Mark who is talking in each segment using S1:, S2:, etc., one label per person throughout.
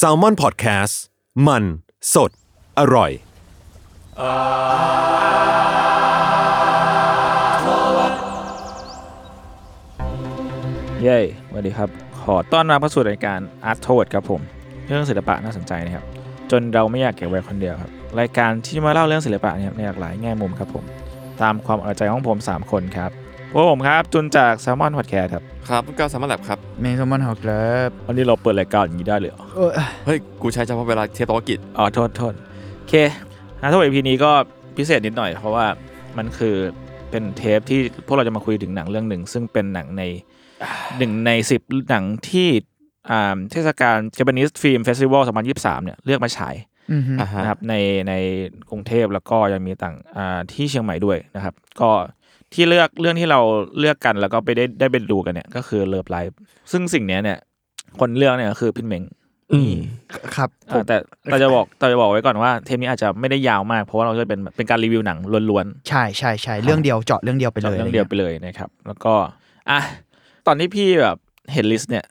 S1: s a l m o n PODCAST มันสดอร่อย
S2: เย้สวัสดีครับ ขอต้อนรับเข้าสู่รายการ Art t o w a r d ครับผม เรื่องศิลปะน่าสนใจนะครับ จนเราไม่อยากเก็บไว้คนเดียวครับ รายการที่มาเล่าเรื่องศิลปะเนี่ยครับในหลากหลายแง่มุมครับผม ตามความเอาใจของผม 3 คนครับพวกผมครับจุนจาก s ซ l m o n Podcast ครับ
S3: ครับก้าวสามารถแลบครับ
S4: เมนโซมอนฮอกครับ
S2: วันนี้เราเปิดรายการอย่างนี้ได้เลยเหรอ
S4: เออ
S3: เฮ้ย กูใช้เฉพาะเวลาเทปธุรกิจ
S2: อ๋อโทษโทษโอเค Art t o w a r d EP นี้ก็พิเศษนิดหน่อย เพราะว่ามันคือเป็นเทปที่พวกเราจะมาคุยถึงหนังเรื่องหนึ่ง ซึ่งเป็นหนังในหนึ่งในสิบหนังที่อ่าเทศกาล Japanese Film Festival 2023เนี่ยเลือกมาฉาย
S4: อือฮึ
S3: อ่าฮะ
S2: นะครับในในกรุงเทพแล้วก็ยังมีต่างอ่าที่เชียงใหม่ด้วยนะครับ ก็ที่เลือกเรื่องที่เราเลือกกันแล้วก็ไปได้ได้ไปดูกันเนี่ยก็คือเลิฟไลฟ์ซึ่งสิ่งเนี้ยเนี่ยคนเลือกเนี่ยก็คือพินเหมง
S3: อืม
S4: ครับผ
S2: อ่ามแต่เราจะบอกเราจะบอกไว้ก่อนว่าเทปนี้อาจจะไม่ได้ยาวมาก เพราะว่าเราจะเป็นเป็นการรีวิวหนังล้วน
S4: ใช่ใช่ใช่เรื่องเดียวเจาะเรื่องเดียวไป
S2: ๆ
S4: เลย
S2: เรื่องเดียวไปเลยนะครับ แล้วก็อ่ะตอนที่พี่แบบเห็นลิสต์เนี่ย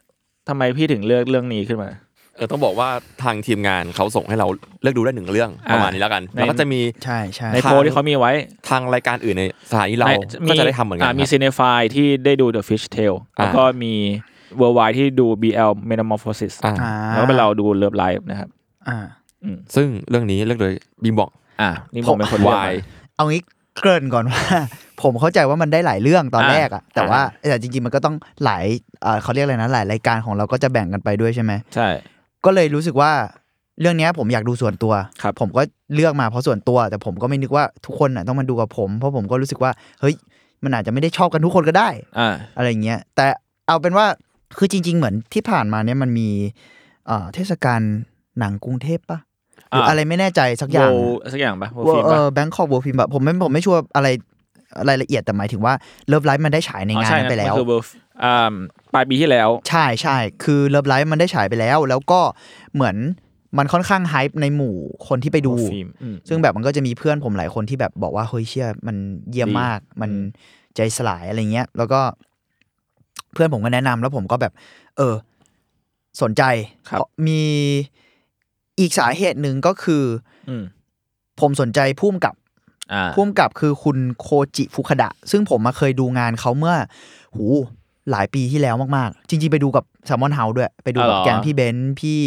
S2: ทำไมพี่ถึงเลือกเรื่องนี้ขึ้นมา
S3: เออ ต้องบอกว่าทางทีมงานเขาส่งให้เราเลือกดูได้หนึ่งเรื่อง
S2: อ่า
S3: ประมาณนี้แล้วกัน
S2: ใน
S3: แล้วก็จะมี
S4: ใช่ใช่
S2: ใน
S3: ครับ
S2: โพลที่เขามีไว้
S3: ทางรายการอื่นในสถานีเรา
S2: ใน
S3: ก็จะได้ทำเหมือนกันา
S2: มี
S3: ครับ
S2: ซีเนฟายที่ได้ดู The Fish Tale
S3: อ่า
S2: แล้วก็มี Worldwide ที่ดู BL Metamorphosis
S3: อ่า
S4: อ่า
S2: แล้วก็เป็นเราดู Love Live นะครับ
S4: อ่า
S3: ซึ่งเรื่องนี้เลือกโดยบีมบอก
S2: อ่า นี่ผมเป็นคน
S3: ผม
S2: เลือก
S3: วาย
S2: นะ
S4: เอางี้เกริ่นก่อนว่า ผมเข้าใจว่ามันได้หลายเรื่องตอน
S2: อ่า
S4: แรกอะแต่ว่าแต่จริง ๆ มันก็ต้องหลายเอ่อเขาเรียกอะไรนะหลายรายการของเราก็จะแบ่งกันไปด้วยใช่ไหม
S2: ใช่
S4: ก็เลยรู้สึกว่าเรื่องเนี้ยผมอยากดูส่วนตัว
S2: ครับ
S4: ผมก็เลือกมาเพราะส่วนตัว แต่ผมก็ไม่นึกว่าทุกคนน่ะต้องมาดูกับผมเพราะผมก็รู้สึกว่าเฮ้ยมันอาจจะไม่ได้ชอบกันทุกคนก็ได้
S2: อ่า
S4: อะไรอย่างเงี้ยแต่เอาเป็นว่าคือจริง ๆ เหมือนที่ผ่านมาเนี่ยมันมีเอ่อเทศกาลหนังกรุงเทพปะหรือ
S2: อ่า
S4: อะไรไม่แน่ใจสักอย่าง
S2: World สักอย่างปะ World
S4: ว่า
S2: Film
S4: เอ
S2: ปะ
S4: อแบงคอกบัวพิมพ์แบบผมไม่ผมไม่ชัวร์อะไรรายละเอียดแต่หมายถึงว่าเลิฟไลฟ์มันได้ฉาย
S2: อ๋อง
S4: ในาน
S2: ช่
S4: นั้นไปแล้ว
S2: มัคือ World อ่าปลายปีที่แล้ว
S4: ใช่ใช่คือเลิฟไลฟ์มันได้ฉายไปแล้ว แล้วก็เหมือนมันค่อนข้างไฮป์ในหมู่คนที่ไปดู
S2: World Film อืม
S4: ซึ่งแบบมันก็จะมีเพื่อนผมหลายคนที่แบบบอกว่าเฮ้ยเชี่ยมันเยี่ยม
S2: ดี
S4: มาก มัน
S2: อืม
S4: ใจสลายอะไรเงี้ย แล้วก็ เพื่อนผมก็แนะนำแล้วผมก็แบบ เออ สนใจ
S2: ครับ
S4: เพราะมีอีกสาเหตุหนึ่งก็คือ
S2: อืม
S4: ผมสนใจพุ่มกับ
S2: อ่า
S4: พุ่มกับคือคุณโคจิฟุคดะ ซึ่งผมมาเคยดูงานเขาเมื่อ หูหลายปีที่แล้วมากๆ จริงๆ ไปดูกับแซมมอนเฮาด้วย ไปดูกับแกงพี่เบนซ์พี่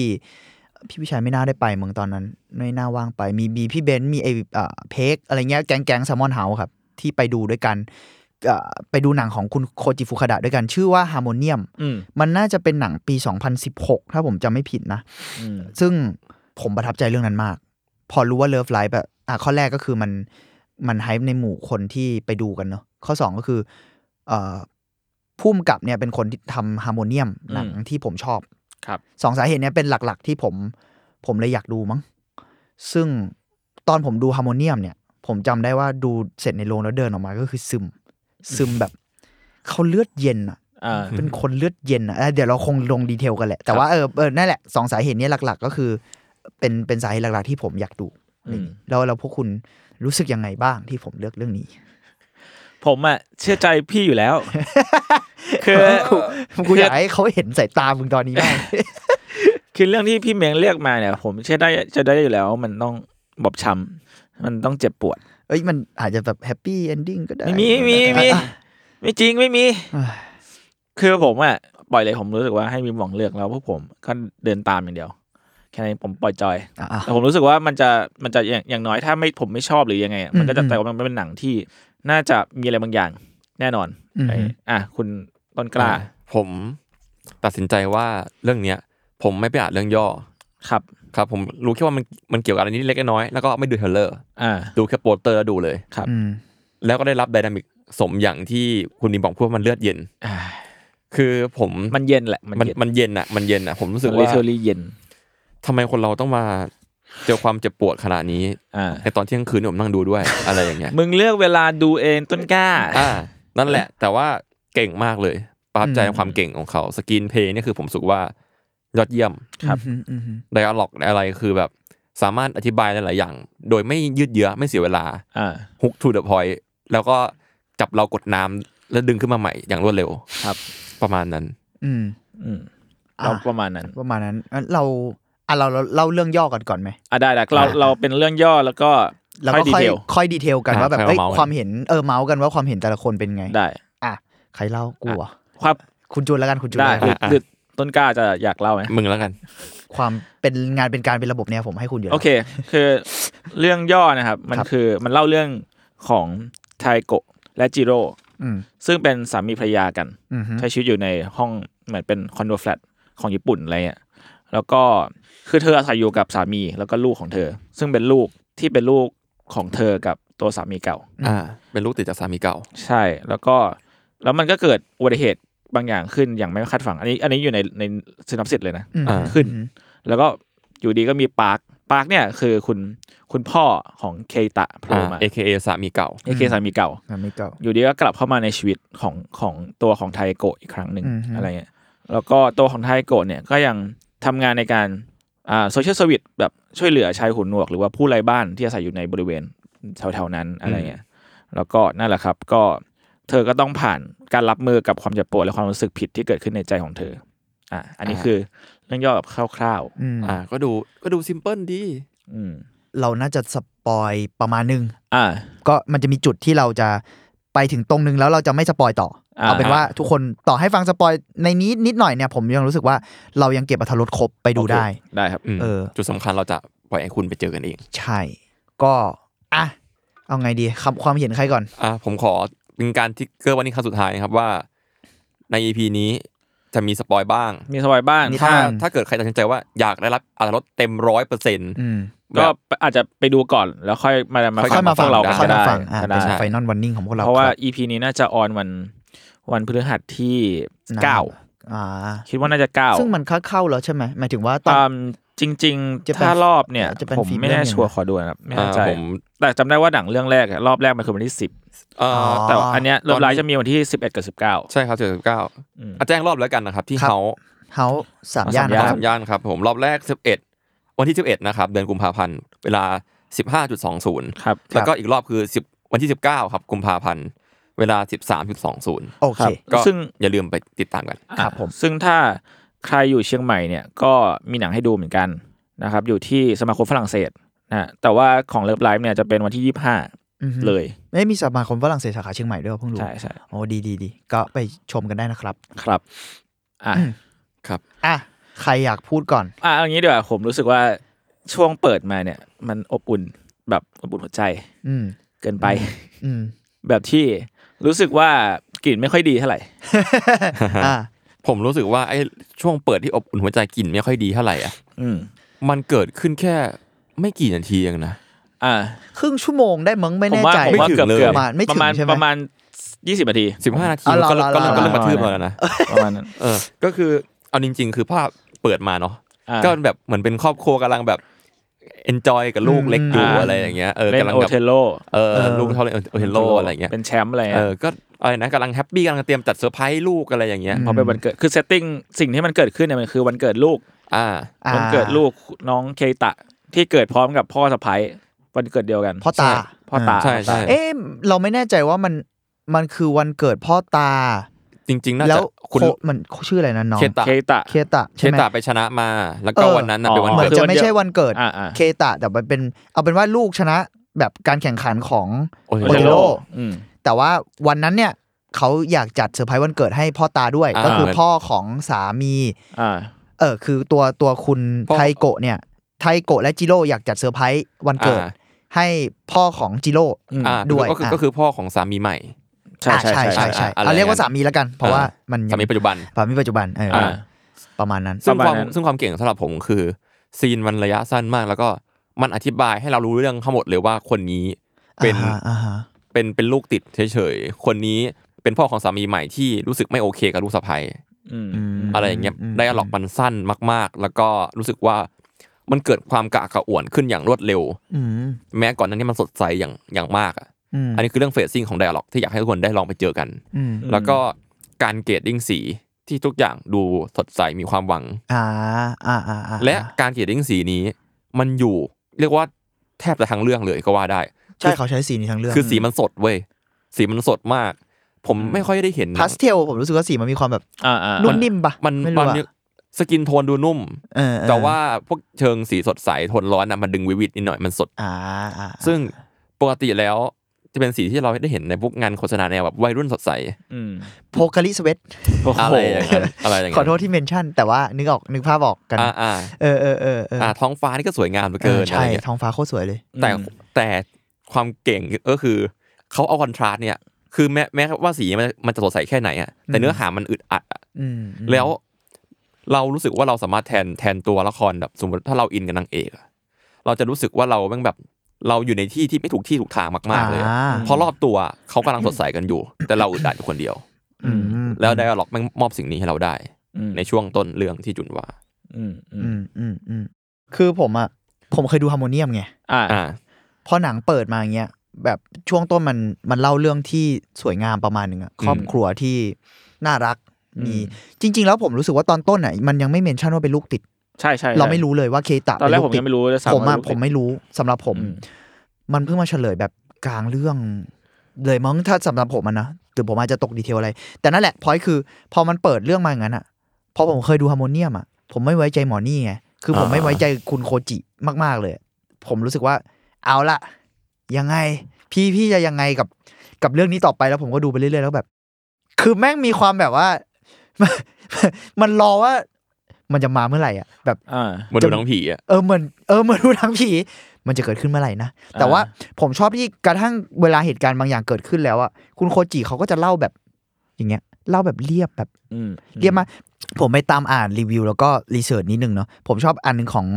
S4: พี่วิชัยไม่น่าได้ไปเมืองตอนนั้น ไม่น่าว่างไป มีบีพี่เบนซ์มีไอเอ่อเพกอะไรเงี้ยแกงแกงแซมมอนเฮาครับ ที่ไปดูด้วยกันเอ่อไปดูหนังของคุณโคจิฟุคดะด้วยกัน ชื่อว่าฮาร์โมเนียม
S2: อืม
S4: มันน่าจะเป็นหนังปี 2016 ถ้าผมจำไม่ผิดนะ
S2: อืม
S4: ซึ่งผมประทับใจเรื่องนั้นมาก พอรู้ว่าเลิฟไลฟ์แบบอ่ะข้อแรกก็คือมันมันไฮในหมู่คนที่ไปดูกันเนาะข้อสองก็คือเอ่อพุ่มกับเนี่ยเป็นคนที่ทำฮาร์โมเนียมหนังที่ผมชอบ
S2: ครับ
S4: สองสาเหตุเนี้ยเป็นหลักๆที่ผมผมเลยอยากดูมั้ง ซึ่งตอนผมดูฮาร์โมเนียมเนี่ย ผมจำได้ว่าดูเสร็จในโรงแล้วเดินออกมาก็คือซึม ซึมแบบเขาเลือดเย็นอะ
S2: อ่า
S4: เป็นคนเลือดเย็นอะเอ่อเดี๋ยวเราคงลงดีเทลกันแหละ แต่ว่าเออเออนั่นแหละสองสาเหตุเนี้ยหลัก ๆ ก็คือ เป็นเป็นสาเหตุหลักๆที่ผมอยากดู
S2: อืม
S4: แล้วแล้วพวกคุณรู้สึกยังไงบ้างที่ผมเลือกเรื่องนี้
S2: ผมอ่ะเชื่อใจพี่อยู่ แล้ว คือ
S4: กูอยากให้เขาเห็นสายตามึงตอนนี้มาก
S2: คือเรื่องที่พี่เมงเรียกมาเนี่ย ผมเชื่อได้จะได้อยู่แล้วว่ามันต้องบอบช้ำมันต้องเจ็บปวด
S4: เอ้ยมันอาจจะแบบแฮปปี้เอนดิ้งก็ได้
S2: ไม่มีไม่มีไม่มี
S4: อ่ะ
S2: ไม่จริงไม่ มี
S4: อ่ะ
S2: คือผมอะปล่อยเลยผมรู้สึกว่าให้มีหวังเลือกแล้วพวกผมก็เดินตามอย่างเดียว แค่นี้ผมปล่อยจอย
S4: อ่ะอ่ะ
S2: แต่ผมรู้สึกว่ามันจะมันจะอย่างอย่างน้อยถ้าไม่ผมไม่ชอบหรือยังไงอะมันก็จะ
S4: อืม
S2: แต่ว่ามันเป็นหนังที่น่าจะมีอะไรบางอย่างแน่นอน
S4: อืม
S2: ไอ้อ่ะคุณต้นกล้า
S3: ผมตัดสินใจว่าเรื่องเนี้ย ผมไม่ไปอ่านเรื่องย่อ
S2: ครับ
S3: ครับ ผมรู้แค่ว่ามันมันเกี่ยวกับอะไรนิดเล็กน้อยแล้วก็ไม่ดูเทรลเลอร์
S2: อ่า
S3: ดูแค่โปสเตอร์แล้วดูเลย
S4: อืม
S3: แล้วก็ได้รับไดนามิกสมอย่างที่คุณบีมบอกพูดว่ามันเลือดเย็น ค คือผม
S2: มันเย็นแหละมัน
S3: มัน
S2: เย็น
S3: มันเย็นอะมันเย็นอะผมรู้สึก
S2: ลิ
S3: ว่า
S2: เทอรี่เย็น
S3: ทำไมคนเราต้องมาเจอความเจ็บปวดขนาด นี้
S2: อ่า
S3: ในตอนเที่ยงคืนที่ผมนั่งดู ด้วย อะไรอย่างเงี้ย
S2: มึงเลือกเวลาดูเองต้นกล้า
S3: อ่า นั่นแหละ แต่ว่าเก่งมากเลยประทับใจ
S4: อืม
S3: ความเก่งของเขาสกรีนเพลย์นี่คือผมรู้สุกว่ายอดเยี่ยม
S2: ครับ
S4: อืมอืมอืม
S3: ไดอะล็อกอะไรคือแบบสามารถอธิบายหลาย ๆ อย่าง โดยไม่ยืดเยื้อไม่เสียเวลา
S2: อ่า
S3: ฮุกทูเดอะพอยแล้วก็จับเรากดน้ำแล้วดึงขึ้นมาใหม่อย่างรวดเร็ว
S2: ครับ
S3: ประมาณนั้น
S4: อืม
S2: อืม
S4: อ่ะ
S2: เราประมาณนั้น
S4: ประมาณนั้นงั้นเราอ่ะเราเราเล่าเรื่องย่อก่อนก่อนไหม
S2: อ่ะได้ละเราเราเป็นเรื่องย่อแล้วก็
S4: แล้ว
S2: ค่อย
S4: ก็
S2: ดีเท
S4: ค่อย
S2: ล
S4: ค่อยดีเทลกัน
S3: อ่ะ
S4: ว่าแบบ
S3: ค่อย
S4: เอ้ย
S3: มาเมาส์กัน
S4: ความเห็นเออเมาส์กันว่าความเห็นแต่ละคนเป็นไง
S2: ได้
S4: อ่ะใครเล่ากูเหรอ่ะ
S2: ครับ
S4: คุณจูนแล้วกันคุณจูน
S2: ได้
S4: แล้ว
S2: หรื
S4: กั
S2: อ
S4: น
S2: หรือต้นกล้าจะอยากเล่าไหม
S3: มึงแล้วกัน
S4: ความเป็นงานเป็นการเป็นระบบเนี่ยผมให้คุณอยู่แล้ว
S2: โอเค คือเรื่องย่อนะครับ มัน
S4: ครับ
S2: คือมันเล่าเรื่องของไทโกะและจิโร่
S4: อืม
S2: ซึ่งเป็นสามีภรรยากัน
S4: อืมฮึ
S2: ใช้ชีวิตอยู่ในห้องเหมือนเป็นคอนโดแฟลตของญี่ปุ่นอะไรเงี้ย แล้วก็คือเธออาศัยอยู่กับสามีแล้วก็ลูกของเธอ ซึ่งเป็นลูกที่เป็นลูกของเธอกับตัวสามีเก่า
S3: อ่า เป็นลูกติดจากสามีเก่า
S2: ใช่แล้วก็แล้วมันก็เกิดอุบัติเหตุบางอย่างขึ้นอย่างไม่คาดฝันอันนี้อันนี้อยู่ในในสินับสิทเลยนะ
S4: ม
S3: อ่า
S2: ขึ้น แล้วก็อยู่ดีก็มีปาร์คปาร์คเนี่ยคือคุณคุณพ่อของเคตะโผล่
S3: อ่า
S2: มา
S3: AKA สามีเก่า
S2: เอเคสามีเก่า
S4: งานไม่เก่า
S2: อยู่ดีก็กลับเข้ามาในชีวิตของของตัวของไทโกะอีกครั้งหนึ่ง
S4: อือฮึ
S2: อะไรเงี้ยแล้วก็ตัวของไทโกะเนี่ยก็ยังทำงานในการอ่าโซเชียลสวิตแบบช่วยเหลือชายหูหนวก หรือว่าผู้ไร้บ้านที่อาศัยอยู่ในบริเวณแถวๆนั้นอะไรเงี้ยแล้วก็นั่นแหละครับก็เธอก็ต้องผ่านการรับมือกับความเจ็บปวดและความรู้สึกผิดที่เกิดขึ้นในใจของเธออ่ะอันนี้
S3: อ่า
S2: คือเรื่องย่อแบบคร่าว
S4: อืม
S3: อ่า ก็ดูก็ดูซิมเพิลดี
S2: ๆอืม
S4: เราน่าจะสปอยประมาณนึง
S2: อ่า
S4: ก็มันจะมีจุดที่เราจะไปถึงตรงนึงแล้วเราจะไม่สปอยต่ออา เอาเป็นว่าทุกคนต่อให้ฟังสปอยในนี้นิดหน่อยเนี่ยผมยังรู้สึกว่าเรายังเก็บอรรถรสครบไปดูได้
S2: ได้ครับ
S3: ม
S4: เออ
S3: จุดสำคัญเราจะปล่อยให้คุณไปเจอกันเอง
S4: ใช่ ก็อ่ะเอาไงดีคำความเห็นใครก่อน
S3: อ่าผมขอเป็นการทิกเกอร์วันนี้ครั้งสุดท้ายนะครับว่า ใน EP นี้จะมีสปอยบ้าง
S2: มีสบายบ้าง
S4: นิ
S3: ถ้า
S4: ทาน
S3: ถ้าเกิดใครตัดสินใจว่าอยากได้รับอรรถรสเต็มร้อยเปอร์เซ็นต์
S4: อืม
S2: ก็อาจจะไปดูก่อนแล้วค่อยมามา
S3: ค่
S2: ฟั
S3: อย
S4: ค่องยมา
S2: พ
S4: ฟั
S2: ว
S4: ง
S2: กเรา
S3: ได้
S4: ค่อยมาฟัง
S2: ก็ได้
S4: อ่ะ
S2: ก็
S4: เป็น
S2: ได้
S4: ไฟนอลวันนิ่งของพวกเรา
S2: เพราะว่า
S4: คบ
S2: EP นี้น่าจะออนวันวันพฤหัสที่
S4: นะ
S2: เก้า
S4: อ่า
S2: คิดว่าน่าจะเก้า
S4: ซึ่งมันเข้าเข้าแล้วใช่ไหมหมายถึงว่าตอ
S2: ตาน มจริงๆ
S4: จะเป็น
S2: ถ้ารอบเนี่ย
S4: จะเป็น
S2: ผม
S4: ฟีด
S2: ไม่แน่
S4: เรื่อง
S2: ชัวร์
S4: ยังไง
S2: ขอดูนะครับ ไม่แน่
S3: อ่า
S2: ใจ
S3: ผม
S2: แต่จำได้ว่าหนังเรื่องแรกอะรอบแรกมันคือวันที่สิบ
S3: เอ่ออ
S4: อ
S2: แต่อันเนี้ยเริ่ม
S3: ตอน
S2: ไล
S3: นี้
S2: ฟ์จะมีวันที่สิบเอ็ดกับสิบเก้า
S3: ใช่ครับเจ็ดสิบเก้า
S2: อืม
S3: อ่ะแจ้งรอบแล้วกันนะครับ ที่
S4: ครับ
S3: เขา
S4: เฮาสาม
S2: เอา
S4: ย่าน
S2: สาม
S4: นะครั
S3: สา
S4: บ
S3: มย่านครับผมรอบแรกสิบเอ็ดวันที่สิบเอ็ดนะครับ เดือนกุมภาพันธ์เวลาสิบห้าจุดสองศูนย์
S2: ครับ
S3: แล้วก็อีกรอบคือสิบวันที่สิบเก้าครับกุมภาพันธ์เวลาสิบสามจุดสองศูนย์
S4: โอเค
S3: ก็
S2: ซึ่ง
S3: อย่าลืมไปติดตามกัน
S4: ครับผม
S2: ซึ่งถ้าใครอยู่เชียงใหม่เนี่ยก็มีหนังให้ดูเหมือนกันนะครับ อยู่ที่สมาคมฝรั่งเศสนะแต่ว่าของเลิฟไลฟ์เนี่ยจะเป็นวันที่ยี่สิบห้า
S4: อือฮึ
S2: เลย
S4: เอ้ยมีสมาคมฝรั่งเศสสาขาเชียงใหม่ด้วยเหรอเพิ่งรู้
S2: ใช่ใช่
S4: โอ้ดีดีดีก็ไปชมกันได้นะครับ
S2: ครับอ่ะ
S4: อืม
S3: ครับ
S4: อ่ะใครอยากพูดก่อน
S2: อ่ะเอางี้ดีกว่าผมรู้สึกว่าช่วงเปิดมาเนี่ย มันอบอุ่นแบบอบอุ่นหัวใจ
S4: อืม
S2: เกินไป
S4: อืม
S2: แบบที่รู้สึกว่ากลิ่นไม่ค่อยดีเท่าไหร่
S4: อ่า
S3: ผมรู้สึกว่าไอ้ช่วงเปิดที่อบอุ่นหัวใจกลิ่นไม่ค่อยดีเท่าไหร่อ่ะ
S2: อืม
S3: มันเกิดขึ้นแค่ไม่กี่นาทีเองนะ
S2: อ่า
S4: ครึ่งชั่วโมงได้มั้งไม่
S2: ผม
S4: แน่
S2: ว่า
S4: ใจ
S2: ผมว่า
S3: ไม่ถึง
S2: เกือบ
S3: เลย
S2: เกือบ
S4: ประมาณไม่ถึ
S2: ประ
S4: ง
S2: มาณ
S4: ใช่ไหม
S2: ประมาณยี่สิบนาที
S3: สิบห้านาที
S4: อ๋อ
S3: มันก็
S4: รอรอ
S3: ก็เริ่ม
S4: รอ
S3: ก็เริ่มกระทืบ
S2: รอ
S3: แล้วนะ
S2: ประมาณนั้น
S3: เออ ก็คือเอาจริง ๆ คือภาพเปิดมาเนาะ
S2: อ่า
S3: ก็แบบเหมือนเป็นครอบครัวกำลังแบบ enjoy กับลูกเล็กอยู่
S2: อืม
S3: อะไรอย่างเงี้ยเออ
S2: เล่น
S3: กำลัง
S2: โอ
S3: แบบ
S2: เทโล
S3: เออลูกเขาเล่นโอเทโลอะไรอย่างเงี้ย
S2: เป็นแชมป์อะไร
S3: เอ
S2: อ่ะ
S3: อก็อะไรนะกำลังแฮปปี้กำลังเตรียมจัดเซอร์ไพรส์ลูกอะไรอย่างเงี้ย
S4: อืม
S2: เพราะเป็นวันเกิดคือเซตติ้งสิ่งที่มันเกิดขึ้นเนี่ยมันคือวันเกิดลูก
S3: อ่า
S4: อ่า
S2: วันเกิดลูกน้องเคตะที่เกิดพร้อมกับพ่อสะพ้ายวันเกิดเดียวกัน
S4: พ่อตา
S2: พ่อตา
S3: ใช่ใช่
S4: เอ๊ะเราไม่แน่ใจว่ามันมันคือวันเกิดพ่อตา
S3: จริง ๆ น่า
S4: แล้
S3: จะ
S4: ว
S3: คุณ
S4: โคมันชื่ออะไรนะน้อง
S3: เคตะ
S2: เคตะ
S4: เคตะ
S3: เค
S4: ใช่ไหม
S3: ตะไปชนะมา แล้วก็วันนั้นน่ะเป็นวัน
S4: เหมือ
S3: เกิด
S4: นจะไม่ใช่วันเกิด
S2: อ่าอ่า
S4: เคตะแต่มันเป็นเอาเป็นว่าลูกชนะแบบการแข่งขันของ
S2: โอ
S4: โอ
S2: เท
S4: เท
S2: โล
S4: โร่
S2: อืม
S4: แต่ว่าวันนั้นเนี่ยเขาอยากจัดเซอร์ไพรส์วันเกิดให้พ่อตาด้วย
S3: อ่า
S4: ก็คือพ่อของสามี
S2: อ่า
S4: เออคือตัวตัวคุณ
S3: พ่อ
S4: ไทโกะเนี่ยไทโกะและจิโร่อยากจัดเซอร์ไพรส์วันเกิด ให้พ่อของจิโร่
S2: อืม
S3: อ่า
S4: ด้วย
S3: ก็คือก็คือพ่อของสามีใหม่
S2: ใช่
S4: อ่ะ
S2: ใช่
S4: ใช่ใช่
S3: อ่ะอะไร
S4: เอาเรียก
S3: อย่า
S4: ว่าง
S3: นั้น
S4: สามีแล้วกัน เพราะว่ามันยั
S3: สาง มีปัจจุบัน
S4: สามีปัจจุบันเอออา ประมาณนั้น
S3: ซึ่ง
S2: ประ
S3: ค
S2: มาณ
S3: วาม
S2: นั้น
S3: ซึ่งความเก่งสำหรับผมคือ ซีนมันระยะสั้นมาก แล้วก็มันอธิบายให้เรารู้เรื่องทั้งหมดเลยว่าคนนี้เป็น
S4: อ่าฮะอ่าฮะ
S3: เป็นเป็นลูกติดเฉยๆ คนนี้ เป็นพ่อของสามีใหม่ที่รู้สึกไม่โอเคกับลูกสะใภ้
S2: อืม
S4: ม
S3: อะไรอย่างเงี้ย
S4: ม
S3: ได้หลอกมันสั้นมาก ๆ แล้วก็รู้สึกว่ามันเกิดความกระอักกระอ่วนขึ้นอย่างรวดเร็ว
S4: อืม
S3: แม้ก่อนหนั้นนี่มันสดใสอย่างอย่างมากอะ
S4: อืม
S3: อันนี้คือเรื่องเฟซซิ่งของไดอะล็อกที่อยากให้ทุกคนได้ลองไปเจอกัน
S4: อืม
S2: อืม
S3: แล้วก็การเกรดดิ้งสีที่ทุกอย่างดูสดใสมีความหวัง
S4: อ่าอ่าอ่าอ่า
S3: และการเกรดดิ้งสีนี้ มันอยู่เรียกว่าแทบจะทั้งเรื่องเลยก็ว่าได้
S4: ใช่เขาใช้สีนี้ทั้งเรื่อง
S3: คือสีมันสดเว้ยสีมันสดมาก ผมไม่ค่อยได้เห็นหนัง
S4: พาสเทลผมรู้สึกว่าสีมันมีความแบบ
S2: อ่าอ่า
S4: นุ่มนิ่มปะ
S3: มัน
S4: ไม่
S3: มั
S4: รู้
S3: น
S4: อะ
S3: สกินโทนดูนุ่ม
S4: เออเออ
S3: แต่ว่าพวกเชิงสีสดใสโทนร้อนนะมันดึงวิวิดนิดหน่อยมันสด
S4: อ่าอ่าอ่า
S3: ซึ่งปกติแล้วจะเป็นสีที่เราได้เห็นในพวกงานโฆษณาแนวแบบวัยรุ่นสดใส
S2: อื ม
S4: โพคาลิสเวต
S2: โอ้โห
S3: อะไรอย่างนั้นอะไรอย่าง
S4: ขอ
S3: นั้น
S4: โทษที่เมนชั่น แต่ว่านึกออกนึกภาพออกกัน
S3: อ่าอ่า
S4: เออเออเออเออ
S3: อ่าท้องฟ้านี่ก็สวยงามเหลือเกิน
S4: ออ
S3: อะไร
S4: ใช่
S3: อย่างเงี้ย
S4: ท้องฟ้าโคตรสวยเลย
S3: แต่แต่ความเก่งก็คือเขาเอาคอนทราสต์เนี่ย คือแม้แม้ว่าสีมันมันจะสดใสแค่ไหนอะแต่เนื้อหามันอึดอัดอะ
S4: อืมอืม
S3: แล้วเรารู้สึกว่าเราสามารถแทนแทนตัวละครแบบสมมติถ้าเราอินกับนางเอกอะเราจะรู้สึกว่าเราแม่งแบบเราอยู่ในที่ที่ไม่ถูกที่ถูกทางมาก ๆ เลยอะ
S4: อ่
S3: เพราะรอบตัวเขากำลังสดใสกันอยู่ แต่เราอึดอัดอยู่คนเดียว
S4: อืม
S3: แล้วไดอะล็อกแม่งมอบสิ่งนี้ให้เราได้
S2: อืม
S3: ในช่วงต้นเรื่องที่จุนว่า
S2: อืมอื
S4: อื
S2: ม
S4: มอืมอืมคือผมอ่ะผมเคยดูฮาร์โมเนียมไง
S2: อ่า
S3: อ่า
S4: พอหนังเปิดมาอย่างเงี้ยแบบช่วงต้นมันมันเล่าเรื่องที่สวยงามประมาณหนึ่งอะครอบครัวที่น่ารักมีจริง ๆ แล้วผมรู้สึกว่าตอนต้นอ่ะมันยังไม่เมนชั่นว่าเป็นลูกติด
S2: ใช่ใช่
S4: เราไม่รู้เลยว่าเคตะ
S2: ตอนแรกผม
S4: เป็
S2: ยัง
S4: ลู
S2: ไม่รู้เลย
S4: ติด
S2: ซ้ำ
S4: ผม
S2: ว่า
S4: อะ
S2: ลูก
S4: ผมไม่รู้สำหรับผม
S2: อื
S4: มันเพิ่งมาเฉลยแบบกลางเรื่อง เลยมั้งถ้าสำหรับผมอะนะหรือผมอาจจะตกดีเทลอะไร แต่นั่นแหละพอยคือ พอมันเปิดเรื่องมาอย่างนั้นอะพอผมเคยดูฮาร์โมเนียมอะผมไม่ไว้ใจหมอนี่ไงคือผม
S3: อ่า
S4: ไม่ไว้ใจคุณโคจิมากๆเลย ผมรู้สึกว่า เอาละยังไง พี่พี่จะยังไงกับกับเรื่องนี้ต่อไปแล้วผมก็ดูไปเรื่อยๆแล้วแบบ คือแม่งมีความแบบว่า มันรอว่า มันจะมาเมื่อไหร่อะแบบ
S2: อ่า
S3: เหมาดูหนังผีอ่ะ
S4: เออเหมือนเออเหมือนดูหนังผี มันจะเกิดขึ้นเมื่อไหร่นะ แต่
S2: อ่า
S4: ว่าผมชอบที่กระทั่งเวลาเหตุการณ์บางอย่างเกิดขึ้นแล้วอะคุณโคจิเขาก็จะเล่าแบบ อย่างเงี้ย เล่าแบบเรียบแบบ
S2: อืม
S4: เรียบมากผมไปตามอ่านรีวิว แล้วก็รีเสิร์ชนิดนึงเนาะผมชอบอันหนึงของ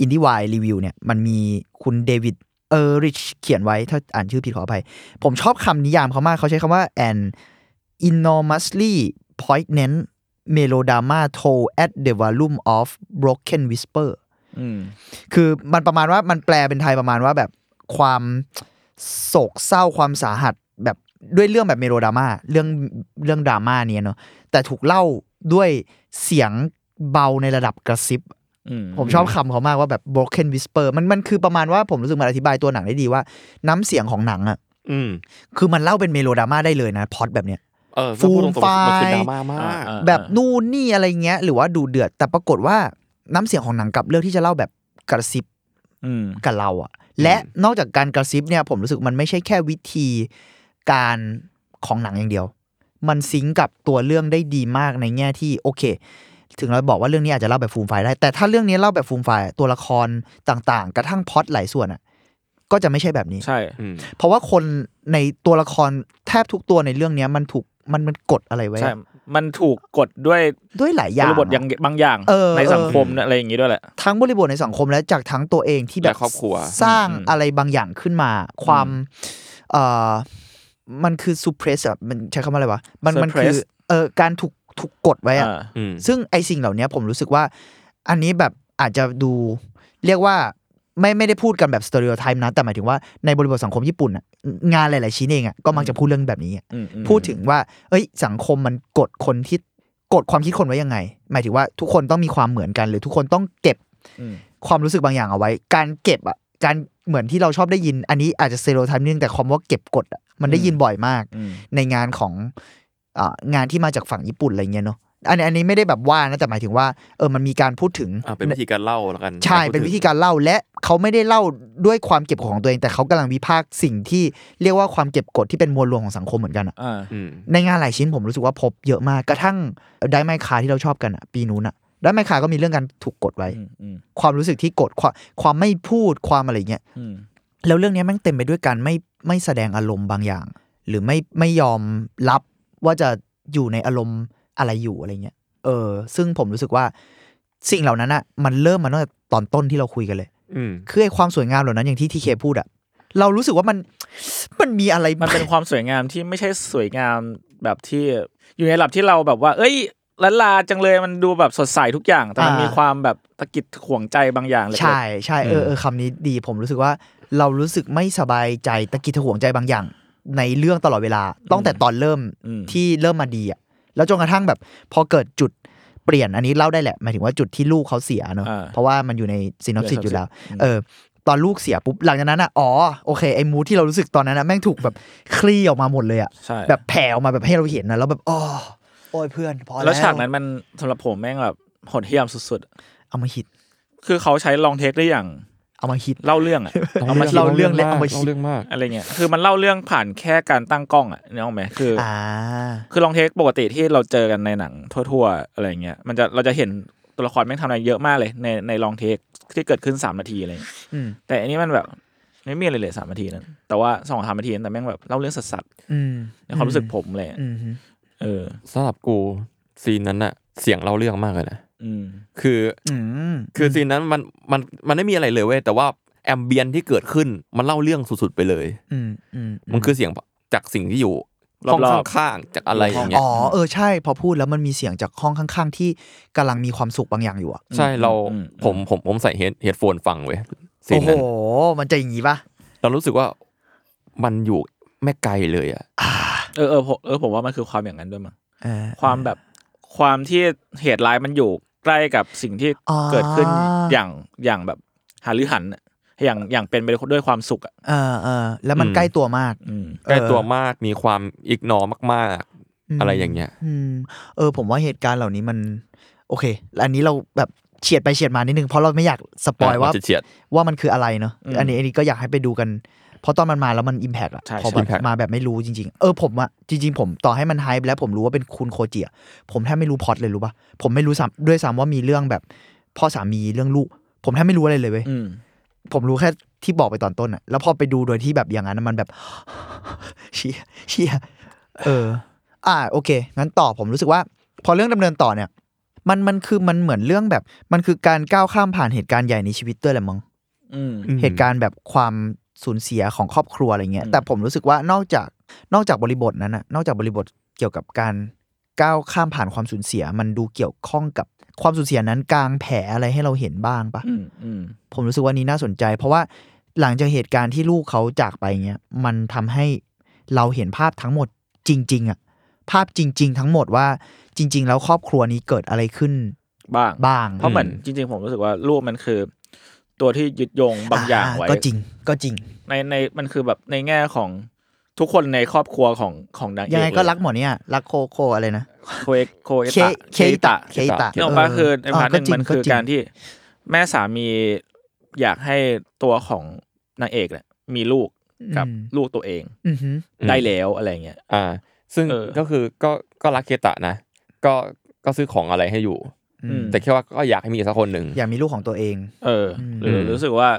S4: อินดี้วายรีวิวเนี่ย มันมีคุณเดวิดเออริชเขียนไว้ถ้าอ่านชื่อผิดขออภัย ผมชอบคำนิยามเขามากเขาใช้คำว่า an enormously poignant melodrama told at the volume of broken whisper
S2: อืม
S4: คือมันประมาณว่ามันแปลเป็นไทยประมาณว่าแบบความโศกเศร้าความสาหัสแบบด้วยเรื่องแบบเมโลดราม่าเรื่องเรื่องดราม่าเนี่ยเนอะแต่ถูกเล่าด้วยเสียงเบาในระดับกระซิบ
S2: อืม
S4: ผมชอบคำเขามากว่าแบบ broken whisper มันมันคือประมาณว่าผมรู้สึกมันอธิบายตัวหนังได้ดีว่า น้ำเสียงของหนังอะ
S3: อืม
S4: คือมันเล่าเป็นเมโลดราม่าได้เลยนะพล็อตแบบเนี้ย
S3: เออถ้าพูดตรง
S4: ฟูมไฟล์
S3: ๆมันคือดราม่ามาก
S2: อ่า
S4: แบบนู่นนี่อะไรเงี้ย หรือว่าดูเดือด แต่ปรากฏว่าน้ำเสียงของหนังกลับเลือกที่จะเล่าแบบกระซิบ
S2: อืม
S4: กับเราอะและนอกจากการกระซิบเนี่ยผมรู้สึกมันไม่ใช่แค่วิธีการของหนังอย่างเดียว มันซิงก์กับตัวเรื่องได้ดีมากในแง่ที่โอเค ถึงเราบอกว่าเรื่องนี้อาจจะเล่าแบบฟูมไฟล์ได้ แต่ถ้าเรื่องนี้เล่าแบบฟูมไฟล์อะตัวละครต่างๆ กระทั่งพล็อตหลายส่วนอะก็จะไม่ใช่แบบนี้
S2: ใช่
S3: อืม
S4: เพราะว่าคนในตัวละครแทบทุกตัวในเรื่องเนี้ยมันถูกมันมันกดอะไรไว้
S2: ใช่
S4: อะ
S2: มันถูกกดด้วย
S4: ด้วยหลายอบ ย่าง
S2: ริบท
S4: อะ
S2: อย่างบางอย่าง
S4: เออ
S2: ในสัง
S4: เออ
S2: คมอะไรอย่างงี้ด้วยแหละ
S4: ทั้งบริบทในสังคมและจากทั้งตัวเองที่แบบ
S3: และครอบครัว
S4: สร้าง
S2: อืม
S4: อะไรบางอย่างขึ้นมา ความเอ่อมันคือ suppress อะมันใช้คำว่าอะไรวะมันมันคือ
S2: Suppress
S4: เอ่อการถูกถูกกดไว้อะ
S2: อ่า
S3: อืม
S4: ซึ่งไอสิ่งเหล่านี้ผมรู้สึกว่า อันนี้แบบอาจจะดูเรียกว่าไม่ไม่ได้พูดกันแบบสเตอริโอไทป์นะ แต่หมายถึงว่าในบริบทสังคมญี่ปุ่นอะงานหลาย ๆ ชิ้นเองอะก็มักจะพูดเรื่องแบบนี้อะ
S2: อืมอืม
S4: พูดถึงว่า เอ้ย สังคมมันกดคนที่กดความคิดคนไว้ยังไง หมายถึงว่าทุกคนต้องมีความเหมือนกัน หรือทุกคนต้องเก็บ
S2: อืม
S4: ความรู้สึกบางอย่างเอาไว้ การเก็บอ่ะ การเหมือนที่เราชอบได้ยิน อันนี้อาจจะเซโรไทป์นิดนึงแต่ความว่าเก็บกดอะมันได้ยินบ่อยมาก
S2: อืม
S4: ในงานของอางานที่มาจากฝั่งญี่ปุ่นอะไรเงี้ยเนาะ อันอันนี้ไม่ได้แบบว่านะแต่หมายถึงว่า เออ มันมีการพูดถึง
S3: อ่าเป็นวิธีการเล่าแล้วกัน
S4: ใช่ เป็นวิธีการเล่าและเขาไม่ได้เล่าด้วยความเก็บกดของตัวเอง แต่เขากำลังวิพากษ์สิ่งที่เรียกว่าความเก็บกดที่เป็นมวลรวมของสังคมเหมือนกันอะ
S2: อ่า
S3: อืม
S4: ในงานหลายชิ้นผมรู้สึกว่าพบเยอะมากกระทั่งได้ไมคาที่เราชอบกันอะปีนู้นอะได้ไมคาก็มีเรื่องการถูกกดไว้
S2: อืมอืม
S4: ความรู้สึกที่กดความความไม่พูดความอะไรเงี้ย
S2: อืม
S4: แล้วเรื่องเนี้ยแมันเต็มไปด้วยการไม่ไม่แสดงอารมณ์บางอย่าง หรือไม่ไม่ยอมรับว่าจะอยู่ในอารมณ์อะไรอยู่อะไรเงี้ยเออ ซึ่งผมรู้สึกว่าสิ่งเหล่านั้นอะมันเริ่มมาตั้งแต่ตอนต้นที่เราคุยกันเลย
S3: อืม
S4: คือไอ้ความสวยงามเหล่านั้นอย่างที่ทีเคพูดอะเรารู้สึกว่ามันมันมีอะไร
S2: มันเป็นความสวยงามที่ไม่ใช่สวยงาม แบบที่อยู่ในระดับที่เราแบบว่า เอ้ยลันลาจังเลยมันดูแบบสดใสทุกอย่าง แต่มัน
S4: อ่ามี
S2: มีความแบบตะกิดข่วงใจบางอย่างเล็กๆ
S4: ใช่ใช่เอ
S2: อื
S4: อ
S2: ม
S4: เออคำนี้ดีผมรู้สึกว่าเรารู้สึกไม่สบายใจตะกิดตะหวงใจบางอย่าง ในเรื่องตลอดเวลาตั้งแต่ตอนเริ่ม
S2: อืม
S4: ที่เริ่มมาดีอ่ะแล้วจนกระทั่งแบบพอเกิดจุดเปลี่ยนอันนี้เล่าได้แหละหมายถึงว่าจุดที่ลูกเขาเสียเนอะ
S2: อ่า
S4: เพราะว่ามันอยู่ในซีนอ s ิส
S2: synopsis
S4: อยู่แล้ว
S2: อืม
S4: เออ ตอนลูกเสียปุ๊บหลังจากนั้นอ่ะอ๋อโอเคไอ้มูที่เรารู้สึกตอนนั้นอ่ะแม่งถูกแบบคลี่ออกมาหมดเลยอ่ะ
S2: ใช่
S4: แบบแผ่ออกมาแบบให้เราเห็นนะแล้วแบบอ๋อโอ้ยเพื่อนพอแล้ว
S2: แล้วฉากนั้นมันสำหรับผมแม่งแบบโหดเหี้ยมสุด
S4: เอามาฮิต
S2: ๆ คือเขาใช้ลองเทคได้อย่าง
S4: เอามาฮิต
S2: เล่าเรื่องอะ
S4: เอามาเล่าเรื่องและเอามา
S3: เล่าเรื่องมาก
S2: อะไรเงี้ย คือมันเล่าเรื่องผ่านแค่การตั้งกล้องอะนึกออกไหมคืออ
S4: อ่า
S2: คือลองเทคปกติที่เราเจอกันในหนังทั่ว ๆ อะไรเงี้ย มันจะเราจะเห็นตัวละครแม่งทำอะไรเยอะมากเลยในในลองเทคที่เกิดขึ้นสามนาทีอะไรเงี้ย
S4: อืม
S2: แต่อันนี้มันแบบไม่มีอะไรเลยสามนาทีนั้น แต่ว่าสองสามนาทีนั้นแต่แม่งแบบเล่าเรื่องสัส
S4: อืม
S2: ๆในความรู้สึกผมเลย
S4: อืมฮึ
S2: เออ
S3: สำหรับกูซีนนั้นอะเสียงเล่าเรื่องมากเลยนะ
S2: อืม
S3: คือ
S4: อืม
S3: คือซีนนั้นมันมันมันไม่มีอะไรเลยเว้ยแต่ว่าแอมเบียนที่เกิดขึ้นมันเล่าเรื่องสุดๆไปเลย
S4: อืมอืม
S3: มันคือเสียงจากสิ่งที่อยู่
S2: รอบๆ
S3: ห้องข้างๆจากอะไรอย่างเงี้ย
S4: อ๋อเออใช่ พอพูดแล้วมันมีเสียงจากห้องข้าง ๆ ที่กำลังมีความสุขบางอย่างอยู่อะ
S3: ใช่เรา
S2: อืม
S3: ผมผมผมใส่เฮดเฮดโฟนฟังเว้ยซี
S4: โอ้
S3: น
S4: โห
S3: นั้น
S4: มันจะอย่างงี้ปะ
S3: เรารู้สึกว่ามันอยู่ไม่ไกลเลยอะ
S2: เออเออผมเออผมว่ามันคือความอย่างนั้นด้วยมั้ง
S4: เออ
S2: ความแบบความที่เหตุร้ายมันอยู่ใกล้กับสิ่งที่
S4: อ๋อ
S2: เกิดขึ้นอย่างอย่างแบบหารือหันน่ะอย่างอย่างเป็นไปด้วยความสุขอ่ะ
S4: เออเออแล้วมันใกล้ตัวมาก
S2: อืม
S3: ใกล้ตัวมากมีความอิกนอมากๆ อะไรอย่างเงี้ย
S4: อืมเออ ผมว่าเหตุการณ์เหล่านี้มัน โอเคแล้วอันนี้เราแบบเฉียดไปเฉียดมานิดนึงเพราะเราไม่อยากสปอยว่า
S3: เฉียด
S4: ว่ามันคืออะไรเนาะ
S2: อืม
S4: อันนี้อันนี้ก็อยากให้ไปดูกัน เพราะตอนมันมาแล้วมันอิมแพกอะ
S2: ใช่
S4: พอ
S2: ใช่
S4: แบบ
S3: impact
S4: มาแบบไม่รู้จริง ๆ เออผมอะจริง ๆ ผมต่อให้มันไฮป์แล้วผมรู้ว่าเป็นคุณโคจิอะผมแทบไม่รู้พล็อตเลยรู้ปะผมไม่รู้ซ้ำด้วยซ้ำว่ามีเรื่องแบบ พ่อสามีเรื่องลูก ผมแทบไม่รู้อะไรเลยเว้ย
S2: อืม
S4: ผมรู้แค่ที่บอกไปตอนต้นอะแล้วพอไปดูโดยที่แบบอย่างนั้นอะมันแบบ เชียเชียเออ อ่าโอเค งั้นต่อผมรู้สึกว่า พอเรื่องดำเนินต่อเนี่ย มันมันคือมันเหมือนเรื่องแบบ มันคือการก้าวข้ามผ่านเหตุการณ์ใหญ่ในชีวิตด้วยแหละมั้ง
S2: อืม
S3: อืม
S4: เหตุการณ์แบบความสูญเสียของครอบครัวอะไรเงี้ย
S2: อืม
S4: แต่ผมรู้สึกว่านอกจากนอกจากบริบทนั้นนะนอกจากบริบทเกี่ยวกับการก้าวข้ามผ่านความสูญเสีย มันดูเกี่ยวข้องกับความสูญเสียนั้นกลางแผลอะไรให้เราเห็นบ้างปะ
S2: อืมอืม
S4: ผมรู้สึกว่านี้น่าสนใจ เพราะว่าหลังจากเหตุการณ์ที่ลูกเขาจากไปเงี้ยมันทำให้เราเห็นภาพทั้งหมดจริง ๆอะภาพจริง ๆ ทั้งหมดว่าจริง ๆ แล้วครอบครัวนี้เกิดอะไรขึ้น
S2: บ้าง
S4: บ้าง
S2: เพราะเหมือนจริง ๆ ผมรู้สึกว่ารูปมันคือ ตัวที่ยึดโยงบางอย่างไว้
S4: ก็จริงก็จริง
S2: ในในมันคือแบบในแง่ของทุกคนในครอบครัวของของนางเอก
S4: ยังไงก็
S2: เลย
S4: รักหมอเนี่ยรักโคโคอะไรนะ
S2: โคเอะโคเอะ
S4: เค
S2: ตะ
S4: เคอิตะ
S2: เค
S4: เคอิตะ
S2: นี่ออกปะ
S4: เออ
S2: คือในพาร์ทหนึ่ง
S4: เออก็จริง
S2: มันคือ
S4: ก็จริง
S2: การที่แม่สามีอยากให้ตัวของนางเอกเนี่ยมีลูก กับ
S4: อืม
S2: ลูกตัวเอง
S4: อือหือ
S3: อืม
S2: ได้แล้วอะไรเงี้ย
S3: อ่า ซึ่ง
S2: เออ
S3: ก็คือก็ก็รักเคตะนะ ก็ก็ซื้อของอะไรให้อยู่
S4: อืม
S3: แต่แค่ว่าก็อยากให้มีสักคนหนึ่ง
S4: อยากมีลูกของตัวเอง
S2: เอออ
S4: ม
S2: หรือรู้สึกว่า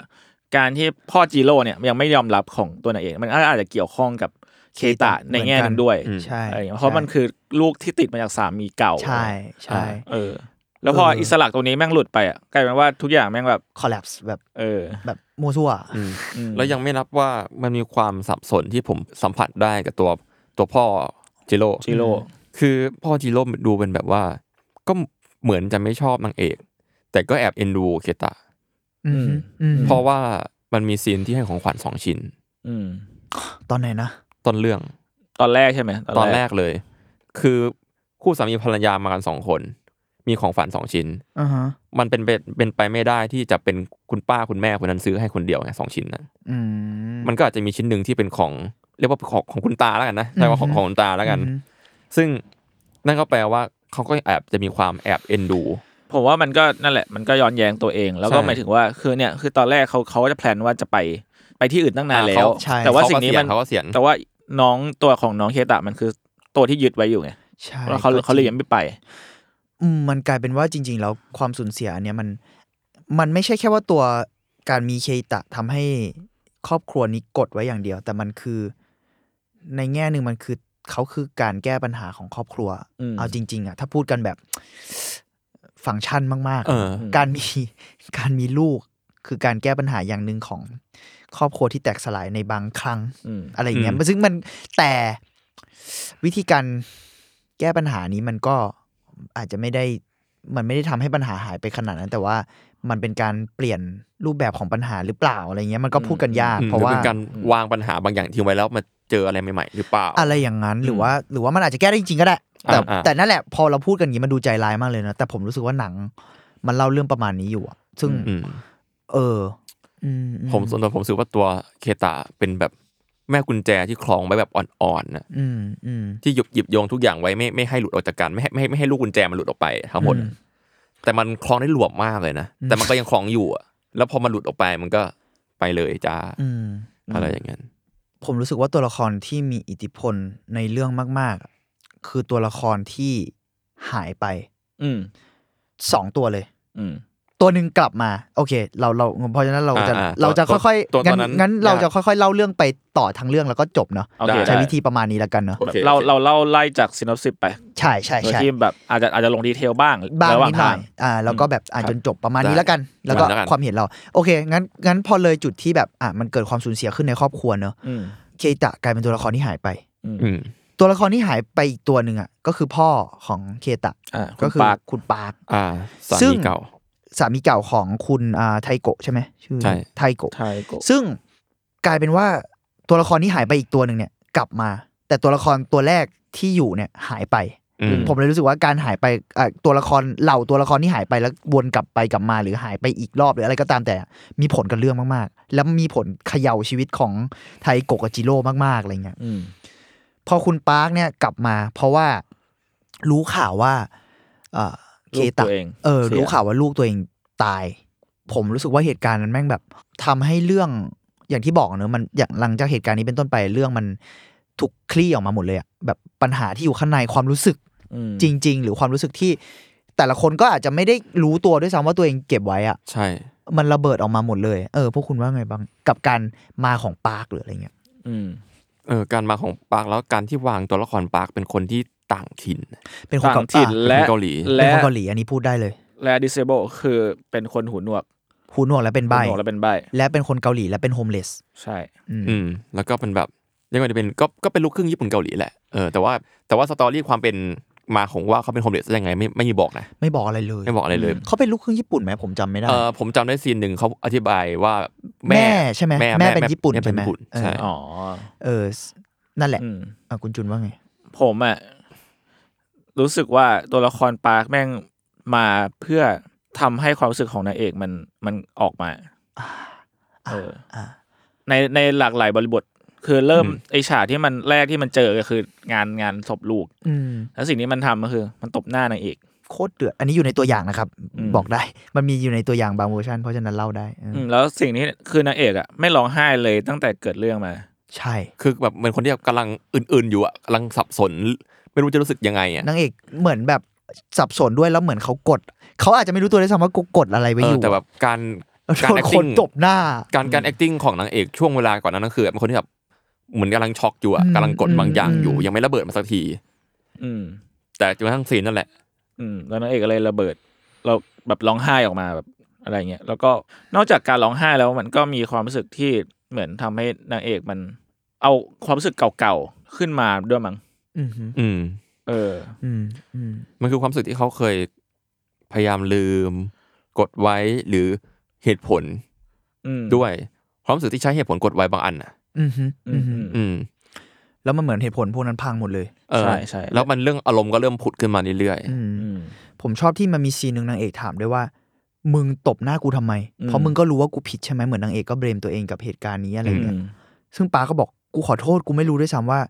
S2: การที่พ่อจิโร่เนี่ยยังไม่ยอมรับของตัวนางเอก มันอาจจะเกี่ยวข้องกับเคตะในแง่หนึงด้วย
S3: อืม
S4: ใช่
S2: อะไรเงี้ยเพราะมันคือลูกที่ติดมาจากสามีเก่า
S4: ใช่ใช่
S2: เออ แล้วพอ
S4: เอออิ
S2: อิสระตรงนี้แม่งหลุดไปอ่ะกลายเป็นว่าทุกอย่างแม่งแบบ
S4: collapse แบบ
S2: เออ
S4: แบบมัวซั่ว
S3: อืม
S2: อืม
S3: แล้วยังไม่นับว่ามันมีความสับสนที่ผมสัมผัสได้กับตัวตัวพ่อจิโร่
S2: จิโร่
S3: คือพ่อจิโร่ดูเป็นแบบว่า ก็เหมือนจะไม่ชอบนางเอก แต่ก็แอบเอ็นดูเคตะ
S4: อืมอืม
S3: เพราะว่ามันมีซีนที่ให้ของขวัญสองชิ้น
S2: อืม
S4: ตอนไหนนะ
S3: ต้นเรื่อง
S2: ตอนแรกใช่ไหม
S3: ตอนแรกเลย คือคู่สามีภรรยามากันสองคน มีของฝันสองชิ้น
S4: อ่าฮะ
S3: มันเป็นไปเป็นไปไม่ได้ที่จะเป็นคุณป้าคุณแม่คนนั้นซื้อให้คนเดียวไงสองชิ้นนั้น
S4: อืม
S3: มันก็อาจจะมีชิ้นหนึ่งที่เป็นของเรียกว่าของของคุณตาแล้วกันนะใช่ว่าของ
S4: อืม
S3: ของคุณตาแล้วกัน
S4: อืม
S3: ซึ่งนั่นก็แปลว่าเขาก็แอบจะมีความแอบเอ็นดู
S2: ผมว่ามันก็นั่นแหละมันก็ย้อนแย้งตัวเอง แล้วก็
S3: ใช่
S2: หมายถึงว่าคือเนี่ยคือตอนแรกเขาเขาก็จะแพลนว่าจะไปไปที่อื่นตั้งนาน
S3: อ่า
S2: แล้
S3: เขา
S2: ว
S3: ใช่
S2: แต่ว่าสิ่งนี้มัน
S3: เขาก็เสียง
S2: แต่ว่าน้องตัวของน้องเคตะมันคือตัวที่ยึดไว้อยู่ไง
S4: ใช่
S2: แล้วเขา
S4: ก็จริง
S2: เขาเลยยังไม่ไป
S4: อืมมันกลายเป็นว่าจริง ๆ แล้วความสูญเสียอันเนี้ยมัน มันไม่ใช่แค่ว่าตัวการมีเคอิตะทำให้ครอบครัวนี้กดไว้อย่างเดียว แต่มันคือ ในแง่หนึ่งมันคือเขาคือการแก้ปัญหาของครอบครัว
S2: อืม
S4: เอาจริง ๆอะถ้าพูดกันแบบ ฟังก์ชันมากๆ
S3: เอ
S4: อะ
S3: อ
S4: การมีการมีลูกคือการแก้ปัญหาอย่างหนึ่งของครอบครัวที่แตกสลายในบางครั้ง
S2: อืม
S4: อะไรอย่างเงี้ย
S3: อืม
S4: ซึ่งมันแต่ วิธีการแก้ปัญหานี้มันก็อาจจะไม่ได้มันไม่ได้ทำให้ปัญหาหายไปขนาดนั้น แต่ว่ามันเป็นการเปลี่ยนรูปแบบของปัญหาหรือเปล่าอะไรเงี้ยมันก็พูดกันยาก
S3: อืม
S4: เพราะ
S3: หอ
S4: ว่า
S3: เป็นการวางปัญหาบางอย่างทิ้งไว้แล้วมาเจออะไรใหม่ ๆ หรือเปล่า
S4: อะไรอย่างนั้นหรือว่า หรือว่ามันอาจจะแก้ได้จริงๆก็ได้ แต่
S3: อ่าๆ
S4: แต่นั่นแหละพอเราพูดกันอย่างนี้มันดูใจร้ายมากเลยนะแต่ผมรู้สึกว่าหนัง มันเล่าเรื่องประมาณนี้อยู่อะซึ่ง
S3: อืม
S4: เอออือื
S3: ผมส่วนตัวผมรู้สึกว่าตัวเคตาเป็นแบบแม่กุญแจที่คล้องไว้แบบอ่อนๆนะ
S4: อืมอืม
S3: ที่หยิบหยิบโยงทุกอย่างไว้ไม่ไม่ให้หลุดออกจากกันไม่ให้ไม่ให้ไม่ให้ลูกกุญแจมันหลุดออกไปทั้งหมด
S4: อืม
S3: แต่มันคล้องได้หลวมมากเลยนะแต่มันก็ยังคล้องอยู่อะแล้วพอมันหลุดออกไปมันก็ไปเลยจ้า
S4: อืม
S3: อะไรอย่างเงี้ย
S4: ผมรู้สึกว่าตัวละครที่มีอิทธิพลในเรื่องมาก ๆอะคือตัวละครที่หายไป
S2: อืม
S4: สองตัวเลย
S2: อืม
S4: ตัวหนึ่งกลับมา โอเค เราเราเพราะฉะนั้นเราจะ
S3: อ่าๆตัว
S4: เราจะ
S3: ตัว
S4: ค่อย
S3: ตัว
S4: งั้
S3: ตอนนั้น
S4: งั้นเรา
S3: ยาก
S4: จะค่อยๆ เล่าเรื่องไปต่อทางเรื่องแล้วก็จบเนาะ
S2: โอเค
S4: ใช้วิธีประมาณนี้แล้วกันเนาะ
S3: โอค
S2: เราเราเล่าไล่จากซินอปซิสไป
S4: ใช่ใช่
S2: โดย
S4: ใช่
S2: ที่แบบอาจจะอาจจะลงดีเทลบ้าง
S4: บ้าง
S2: ระหว่าง
S4: นิดหน่
S2: ทา
S4: อง ยอ่าแล้วก็แบบอ่า
S2: ครับ
S4: จนจบประมาณนี้
S3: ได้
S4: แล้วกัน แล้วก็
S3: แล้วกัน
S4: ความเห็นเรา โอเค งั้นงั้นพอเลยจุดที่แบบอ่ามันเกิดความสูญเสียขึ้นในครอบครัวเนาะ
S2: อืม
S4: เคอิตะกลายเป็นตัวละครที่หายไป
S2: อืม
S3: อืม
S4: ตัวละครที่หายไปอีกตัวหนึ่งอ่ะก็คือพ่อของเคอิตะ
S2: อ่า
S4: ก็
S2: ก็
S4: คื
S2: คือ อปาร์ค
S4: คุณปาร์ค
S3: อ่าสา
S4: ซึ่ง
S3: มีเก่า
S4: สามีเก่าของคุณอ่าไทโกะใช่ไหมชื่อ
S3: ใช่
S4: ไทโกะ
S2: ไทโกะ
S4: ซึ่งกลายเป็นว่าตัวละครที่หายไปอีกตัวหนึ่งเนี่ย กลับมา แต่ตัวละครตัวแรกที่อยู่เนี่ยหายไป
S3: อืม
S4: ผมเลยรู้สึกว่าการหายไปอ่ะตัวละครเหล่าตัวละครที่หายไปแล้ววนกลับไปกลับมาหรือหายไปอีกรอบหรืออะไรก็ตามแต่ มีผลกับเรื่องมากๆ แล้วมีผลเขย่าชีวิตของไทโกะกับจิโร่มากๆอะไรเงี้ย
S2: อืม
S4: พอคุณปาร์คเนี่ยกลับมา เพราะว่ารู้ข่าวว่าอ่าเค
S2: ลูก
S4: ตะ
S2: ตัวเอง
S4: เออ
S2: สีย
S4: รู้ข่าวว่าลูกตัวเองตาย ผมรู้สึกว่าเหตุการณ์นั้นแม่งแบบทำให้เรื่องอย่างที่บอกเนอะมันอย่างหลังจากเหตุการณ์นี้เป็นต้นไปเรื่องมันถูกคลี่ออกมาหมดเลยอะแบบปัญหาที่อยู่ข้างในความรู้สึก
S2: อืม
S4: จริง ๆ หรือความรู้สึกที่ แต่ละคนก็อาจจะไม่ได้รู้ตัวด้วยซ้ำว่าตัวเองเก็บไว้อะ
S3: ใช่
S4: มันระเบิดออกมาหมดเลย เออพวกคุณว่าไงบ้างกับการมาของปาร์คหรืออะไรเงี้ย
S2: อืม
S3: เออการมาของปาร์คแล้วการที่วางตัวละครปาร์คเป็นคนที่ต่างถิ่น
S4: เป็นคน
S2: ต่าง
S4: เกาหลี
S2: ถิ่นและและ
S3: เป็นคนเกาหลี
S4: เป็นคนเกาหลีอันนี้พูดได้เลย
S2: และ disable คือเป็นคนหูหนวก
S4: หูหนวกและเป็น
S2: หู
S4: ใบ
S2: หนวกแล้วเป็นใบ
S4: และเป็นคนเกาหลีและเป็นโฮมเลส
S2: ใช่
S4: อืม
S3: อืมแล้วก็เป็นแบบเรียกว่าจะเป็นก็ก็เป็นลูกครึ่งญี่ปุ่นเกาหลีแหละเออแต่ว่าแต่ว่าสตอรี่ความเป็นมาของว่าเขาเป็นโฮมเลสได้ยังไงไม่ไม่มีบอกนะ
S4: ไม่บอกอะไรเลย
S3: ไม่บอกอะไรเลย
S4: เขาเป็นลูกครึ่งญี่ปุ่นไหมผมจำไม่ได้
S3: เออผมจำได้ซีนหนึ่งเขาอธิบายว่า
S4: แม่ใช่ไหมแม่เป็นญี่ปุ่น
S3: แม่เป็น
S4: ใช่ไหม
S3: ญี่ปุ่น
S4: เออ
S3: ใช่
S2: อ๋อ
S4: เออสนั่นแหละ
S2: อืม
S4: อ่ะคุณจุนว่าไง
S2: ผมอะรู้สึกว่าตัวละครปาร์คแม่งมาเพื่อทำให้ความรู้สึกของนางเอกมันมันออกมาเอออในในหลากหลายบริบท คือเริ่มไอฉากที่มันแรกที่มันเจอก็คืองานงานศพลูก
S4: อืม
S2: แล้วสิ่งที่มันทำก็คือ มันตบหน้านางเอก
S4: โคตรเดือด อันนี้อยู่ในตัวอย่างนะครับ
S2: อืม
S4: บอกได้ มันมีอยู่ในตัวอย่างบางเวอร์ชันเพราะฉะนั้นเล่าได้เอออ
S2: อืมแล้วสิ่งนี้คือนางเอกอะไม่ร้องไห้เลยตั้งแต่เกิดเรื่องมา
S4: ใช่
S3: คือแบบเป็นคนที่กำลังอื่น ๆ อยู่อะกำลังสับสน ไม่รู้จะรู้สึกยังไงอ่ะ
S4: นางเอกเหมือนแบบสับสนด้วยแล้วเหมือนเขากด เขาอาจจะไม่รู้ตัวด้วยซ้ำว่ากูกดอะไรไว้
S3: เอ
S4: อ
S3: อยู่ แต่แบบการ
S4: แล้ว
S3: การ
S4: โดนคน
S3: acting
S4: จบหน้า
S3: การการ acting ของนางเอกช่วงเวลาก่อนนั้นก็คือเป็นคนที่แบบเหมือนกำลังช็อกอยู่อะ
S4: อืม
S3: กำลังกดบางอย่างอยู่
S4: อืม
S3: ยังไม่ระเบิดมาสักที
S2: อืม
S3: แต่จนกระทั่งซีนนั่นแหละ
S2: อืมแล้วนางเอกก็เลยระเบิดเราแบบร้องไห้ออกมาแบบอะไรเงี้ยแล้วก็นอกจากการร้องไห้แล้วมันก็มีความรู้สึกที่เหมือนทำให้นางเอกมันเอาความรู้สึกเก่าๆขึ้นมาด้วยมั้ง
S4: อืมฮึ
S3: อืม
S2: เออ
S4: อืมอืม
S3: มันคือความรู้สึกที่เขาเคยพยายามลืม กดไว้หรือเหตุผล
S2: อืม
S3: ด้วย ความรู้สึกที่ใช้เหตุผลกดไว้บางอันอ่ะ
S4: อืมฮึ
S2: อื
S4: อื
S2: ม
S4: มฮึ
S2: อืม
S3: อืม
S4: แล้วมันเหมือนเหตุผลพวกนั้นพังหมดเลย
S3: เออ
S2: ใช่ใช่
S3: แล้วมันเรื่องอารมณ์ก็เริ่มผุดขึ้นมาเรื่อย
S4: อืม
S2: อืม
S4: ผมชอบที่มันมีซีนหนึ่งนางเอกถามด้วยว่า มึงตบหน้ากูทำไม
S2: อืม
S4: เพราะมึงก็รู้ว่ากูผิดใช่ไหมเหมือนนางเอกก็เบรมตัวเองกับเหตุการณ์นี้อะไร
S2: อื
S4: เงี้ย
S2: ม
S4: ซึ่งป้าก็บอกกูขอโทษกูไม่รู้ด้วยซ้ำว่า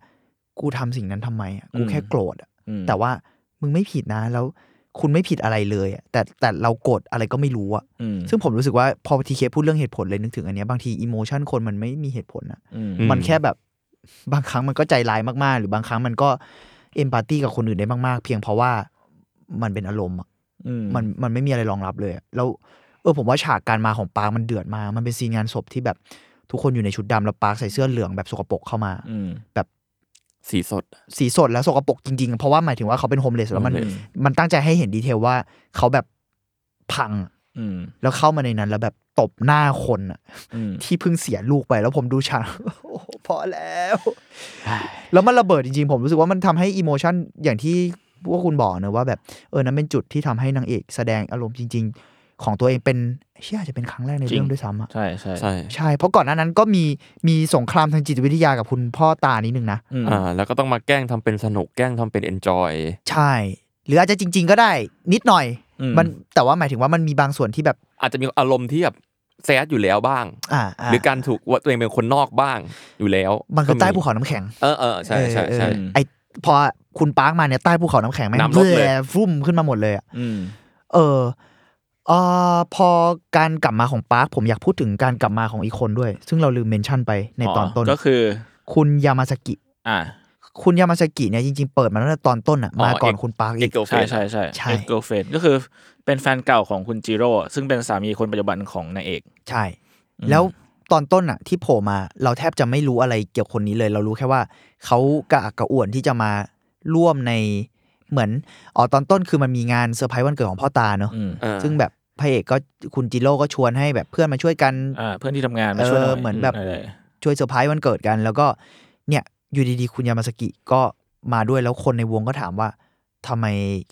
S4: กูทำสิ่งนั้นทำไมอ่ะกู
S2: อืม
S4: แค่โกรธอะ
S2: อืม
S4: แต่ว่ามึงไม่ผิดนะแล้วคุณไม่ผิดอะไรเลยอะแต่แต่เราโกรธอะไรก็ไม่รู้อ่ะ
S2: อืม
S4: ซึ่งผมรู้สึกว่าพอทีเคพูดเรื่องเหตุผลเลยนึกถึงอันเนี้ยบางทีอิโมชันคนมันไม่มีเหตุผลอ่ะ
S2: อืม
S3: ๆอื
S4: มันแค่แบบบางครั้งมันก็ใจร้ายมากๆ หรือบางครั้งมันก็เอมพัตตีกับคนอื่นได้มากๆ เพียงเพราะว่ามันเป็นอารมณ์อะ
S2: อืม
S4: มันมันไม่มีอะไรรองรับเลยอะแล้วเออผมว่าฉากการมาของปาร์คมันเดือดมาก มันเป็นซีนงานศพที่แบบทุกคนอยู่ในชุดดำแล้วปาร์คใส่เสื้อเหลืองแบบสกปรกเข้ามา
S2: อืม
S3: สีสด
S4: สีสดแล้วสกปรกจริงๆ เพราะว่าหมายถึงว่าเขาเป็นโฮมเลสแล้วมัน
S3: homeless
S4: มันตั้งใจให้เห็นดีเทลว่าเขาแบบพังอะ
S2: อืม
S4: แล้วเข้ามาในนั้นแล้วแบบตบหน้าคนอะ
S2: อืม
S4: ที่เพิ่งเสียลูกไป แล้วผมดูฉาก โอ้โห พอแล้ว แล้วมันระเบิดจริงๆ ผมรู้สึกว่ามันทำให้อิโมชันอย่างที่พวกคุณบอกเนอะว่าแบบเออนั้นเป็นจุดที่ทำให้นางเอกแสดงอารมณ์จริง ๆ ของตัวเองเป็นเชื่ออาจจะเป็นครั้งแรกใน
S2: จริง
S4: เรื่องด้วยซ้ำอะ
S2: ใช่ใช่
S3: ใช่
S4: ใช่ เพราะก่อนหน้านั้นก็มีมีสงครามทางจิตวิทยากับคุณพ่อตานิดนึงนะ
S2: อืม
S3: อ่า แล้วก็ต้องมาแกล้งทำเป็นสนุกแกล้งทำเป็นเอนจอย
S4: ใช่ หรืออาจจะจริง ๆ ก็ได้นิดหน่อย
S2: อื
S4: มันแต่ว่าหมายถึงว่ามันมีบางส่วนที่แบบ
S3: อาจจะมีอารมณ์ที่แบบแซดอยู่แล้วบ้าง
S4: อ่าา
S3: หรือการถูกว่าตัวเองเป็นคนนอกบ้างอยู่แล้ว
S4: มันคือ
S3: ก็
S4: ใต้ภูเขาน้ำแข็ง
S3: เออเออใช่ใช่ใช่
S4: เออเออไอพอคุณปาร์คมาเนี่ยใต้ภูเขาน้ำแข็งแม่ง
S3: น้ำลดเลย
S4: แร่ฟุ่มขึ้นมาหมดเลยอะ
S2: อืม
S4: เออเออพอการกลับมาของปาร์คผมอยากพูดถึงการกลับมาของอีกคนด้วย ซึ่งเราลืมเมนชั่นไปในตอนต้น
S2: ก็คือ
S4: คุณยามาสกิ
S2: อ่า
S4: คุณยามาสกิเนี่ยจริงๆเปิดมาตั้งแต่ตอนต้นอ่ะ
S3: อ๋อ
S4: มาก่อน
S3: เอก
S4: คุณปาร์ค
S3: เอ
S4: อีก
S3: กเกิลเฟ
S2: ใช่
S3: น
S2: ใช่ใช่
S4: ใช่
S2: เอ็กโกเฟนก็คือเป็นแฟนเก่าของคุณจิโร่ซึ่งเป็นสามีคนปัจจุบันของนายเอก
S4: ใช่
S2: อืม
S4: แล้วตอนต้นอ่ะ ที่โผล่มาเราแทบจะไม่รู้อะไรเกี่ยวกับคนนี้เลย เรารู้แค่ว่าเขากระอักกระอ่วนที่จะมาร่วมในเหมือนอ๋อตอนต้นคือมันมีงานเซอร์ไพรส์วันเกิดของพ่อตาเนอะ
S2: อืม
S4: ซึ่งแบบพระเอกก็คุณจิโร่ก็ชวนให้แบบเพื่อนมาช่วยกัน
S2: อ่าเพื่อนที่ทำงานมาช่วยหน่
S4: เอ
S2: อ
S4: อย เหมือนแบบ
S2: ะไร
S4: ช่วยเซอร์ไพรส์วันเกิดกัน แล้วก็เนี่ยอยู่ดีๆ คุณยามาสกิก็มาด้วยแล้วคนในวงก็ถามว่าทำไม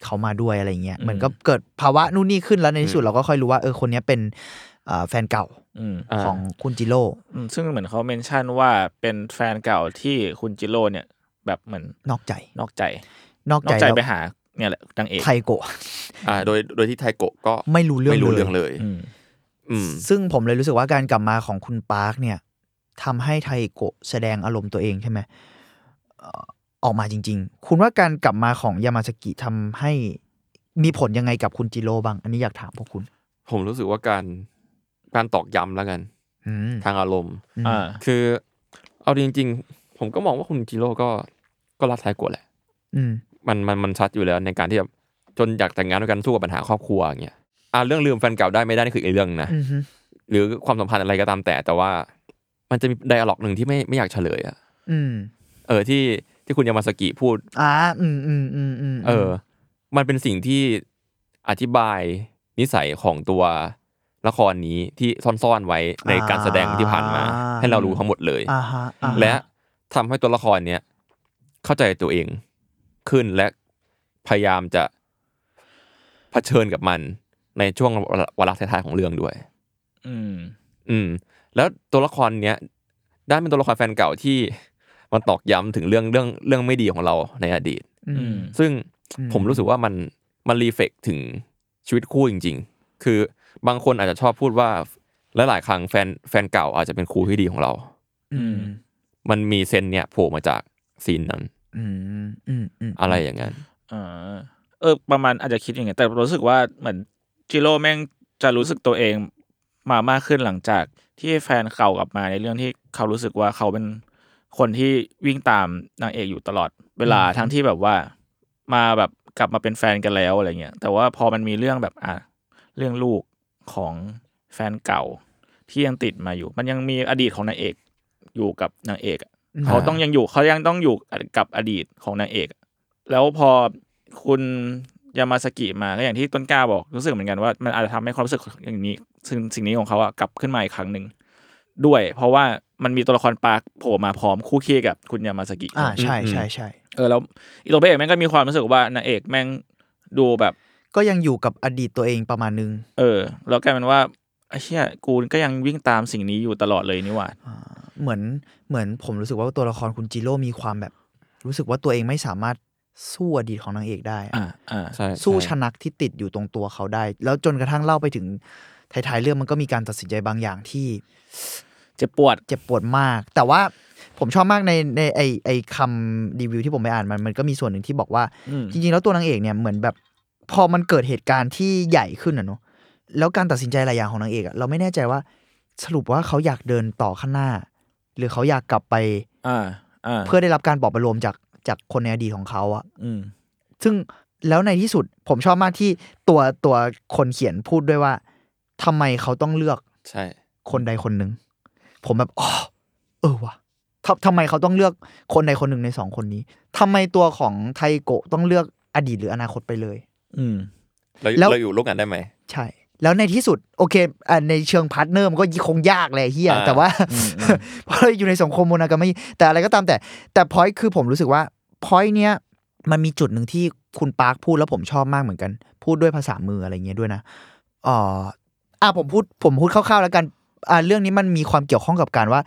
S4: เขามาด้วยอะไรเงี้ยเหมือนก็เกิดภาวะนู่นนี่ขึ้นแล้วในที่สุดเราก็ค่อยรู้ว่าเออคนเนี้ยเป็นเอ่อแฟนเก่า
S2: อืม
S3: า
S4: ของคุณจิโร่
S2: อืมซึ่งเหมือนเขาเมนชั่นว่าเป็นแฟนเก่าที่คุณจิโร่เนี่ย แบบเหมือน
S4: นอกใจ
S2: นอกใจ
S4: นอก
S2: นอ
S4: ใจ
S2: กใจ
S4: แล้ว
S2: ไปหาเนี่ยแหละนางเอก
S4: ไทโกะ
S3: อ่าโดยโดยที่ไทโกะก็
S4: ไม่รู้เรื่อง
S3: ไม่รู้
S4: เลย
S3: เรื่องเลย
S2: อืม
S3: อืม
S4: ซึ่งผมเลยรู้สึกว่าการกลับมาของคุณปาร์คเนี่ยทำให้ไทโกะแสดงอารมณ์ตัวเองใช่ไหมเอ่อออกมาจริง ๆ คุณว่าการกลับมาของยามาสกิทำให้มีผลยังไงกับคุณจิโร่บ้าง อันนี้อยากถามพวกคุณ
S3: ผมรู้สึกว่าการการตอกย้ำแล้วกัน
S4: อืม
S3: ทางอารมณ์
S4: อืม
S2: อ่า
S3: คือ เอาจริง ๆ ผมก็มองว่าคุณจิโร่ก็ก็รักไทโกะแหละ
S4: อืม
S3: มันมันมันชัดอยู่แล้วในการที่แบบจนอยากแต่งงานด้วยกันสู้กับปัญหาครอบครัวอย่างเงี้ยอ่าเรื่องลืมแฟนเก่าได้ไม่ได้นี่คืออีกเรื่องนะ
S4: อืมฮึ
S3: หรือความสัมพันธ์อะไรก็ตามแต่แต่ว่า มันจะมีไดอะล็อกหนึ่งที่ไม่ไม่อยากเฉลยอะ
S4: อืม
S3: เออที่ที่คุณยามาสกิพูด
S4: อ่าอืมอืมอืมอืม
S3: เออ มันเป็นสิ่งที่อธิบายนิสัยของตัวละครนี้ที่ซ่อนๆไว้ในการแสดงที่ผ่านมา ให้เรารู้ทั้งหมดเลย
S4: อ่าฮะอ่าฮ
S3: และทำให้ตัวละครเนี้ยเข้าใจตัวเองขึ้นและพยายามจะเผชิญกับมันในช่วงวาระท้ายๆของเรื่องด้วย
S2: อืม
S3: อืม แล้วตัวละครเนี้ยด้านเป็นตัวละครแฟนเก่าที่มันตอกย้ำถึงเรื่องเรื่องเรื่องไม่ดีของเราในอดีต
S4: อื
S2: อื
S4: ม
S2: ม
S3: ซึ่ง
S4: อื
S3: ผมรู้สึกว่ามันมันรีเฟกถึงชีวิตคู่จริง ๆ คือบางคนอาจจะชอบพูดว่าและหลายๆครั้งแฟนแฟนเก่าอาจจะเป็นครูที่ดีของเรา
S4: อืม
S3: มันมีเซนเนี่ยโผล่มาจากซีนนั้น
S4: อืมอืมอืม
S3: อะไรอย่างนั้น
S2: อ่าเออ ประมาณอาจจะคิดอย่างเงี้ยแต่รู้สึกว่าเหมือนจิโร่แม่งจะรู้สึกตัวเองมามากขึ้นหลังจากที่แฟนเก่ากลับมาในเรื่องที่เขารู้สึกว่าเขาเป็นคนที่วิ่งตามนางเอกอยู่ตลอดเวลาทั้งที่แบบว่ามาแบบกลับมาเป็นแฟนกันแล้วอะไรเงี้ยแต่ว่าพอมันมีเรื่องแบบอ่ะเรื่องลูกของแฟนเก่าที่ยังติดมาอยู่ มันยังมีอดีตของนางเอกอยู่กับนางเอกอะ
S3: อ่า
S2: เขาต้องยังอยู่เขายังต้องอยู่กับอดีตของนางเอก แล้วพอคุณยามาสกิมาก็อย่างที่ต้นกล้าบอกรู้สึกเหมือนกันว่ามันอาจจะทำให้ความรู้สึกอย่างนี้สิ่งสิ่งนี้ของเขาอะกลับขึ้นมาอีกครั้งหนึ่งด้วย เพราะว่ามันมีตัวละครปาร์คโผล่มาพร้อมคู่เคียงกับคุณยามาสกิ
S4: อ่าใช่ใช่ใช่
S2: เออแล้วอีโตวพระเอกแม่งก็มีความรู้สึกว่านางเอกแม่งดูแบบ
S4: ก็ยังอยู่กับอดีตตัวเองประมาณนึง
S2: เออ แล้วกลายเป็นว่าไอ้เชี่ยกูก็ยังวิ่งตามสิ่งนี้อยู่ตลอดเลยนี่หว่า
S4: อ่าเหมือนเหมือนผมรู้สึกว่าตัวละครคุณจิโร่มีความแบบ รู้สึกว่าตัวเองไม่สามารถสู้อดีตของนางเอกได้อะ
S2: อ่าอ่า
S3: ใช่
S4: สู้ช
S3: ใช่
S4: นักที่ติดอยู่ตรงตัวเขาได้ แล้วจนกระทั่งเล่าไปถึงท้ายๆเรื่องมันก็มีการตัดสินใจบางอย่างที่
S2: เจ็บปวด
S4: เจ็บปวดมาก แต่ว่าผมชอบมากในในไอไอคำรีวิวที่ผมไปอ่านมันมันก็มีส่วนหนึ่งที่บอกว่า
S2: อืม
S4: จริงๆแล้วตัวนางเอกเนี่ยเหมือนแบบ พอมันเกิดเหตุการณ์ที่ใหญ่ขึ้นอะเนาะแล้วการตัดสินใจหลายอย่างของนางเอกอะเราไม่แน่ใจว่าสรุปว่าเขาอยากเดินต่อข้างหน้า หรือเขาอยากกลับไป
S2: อ่าอ่า
S4: เพื่อได้รับการปลอบประโลมจากจากคนในอดีตของเขาอะ
S2: อืม
S4: ซึ่งแล้วในที่สุดผมชอบมากที่ตัวตัวคนเขียนพูดด้วยว่าทำไมเขาต้องเลือก
S3: ใช่
S4: คนใดคนหนึ่ง ผมแบบอ๋อเออวะทำทำไมเขาต้องเลือกคนใดคนหนึ่งในสองคนนี้ทำไมตัวของไทโกะต้องเลือกอดีตหรืออนาคตไปเลย
S2: อืม
S3: เรา
S4: แล้ว
S3: เราอยู่ร่วมกันได้ไหม
S4: ใช่ แล้วในที่สุดโอเคอ่ะในเชิงพาร์ทเนอร์มันก็คงยากแหละเฮีย
S3: อ่า
S4: แต่ว่า
S2: อืมอืม
S4: เพราะเราอยู่ในสังคมโมนากามีแต่อะไรก็ตามแต่ แต่พอยคือผมรู้สึกว่าพอยเนี้ยมันมีจุดหนึ่งที่คุณปาร์คพูดแล้วผมชอบมากเหมือนกัน พูดด้วยภาษามืออะไรเงี้ยด้วยนะอ๋ออ่ะผมพูดผมพูดคร่าวๆแล้วกันอ่าเรื่องนี้มันมีความเกี่ยวข้องกับการว่า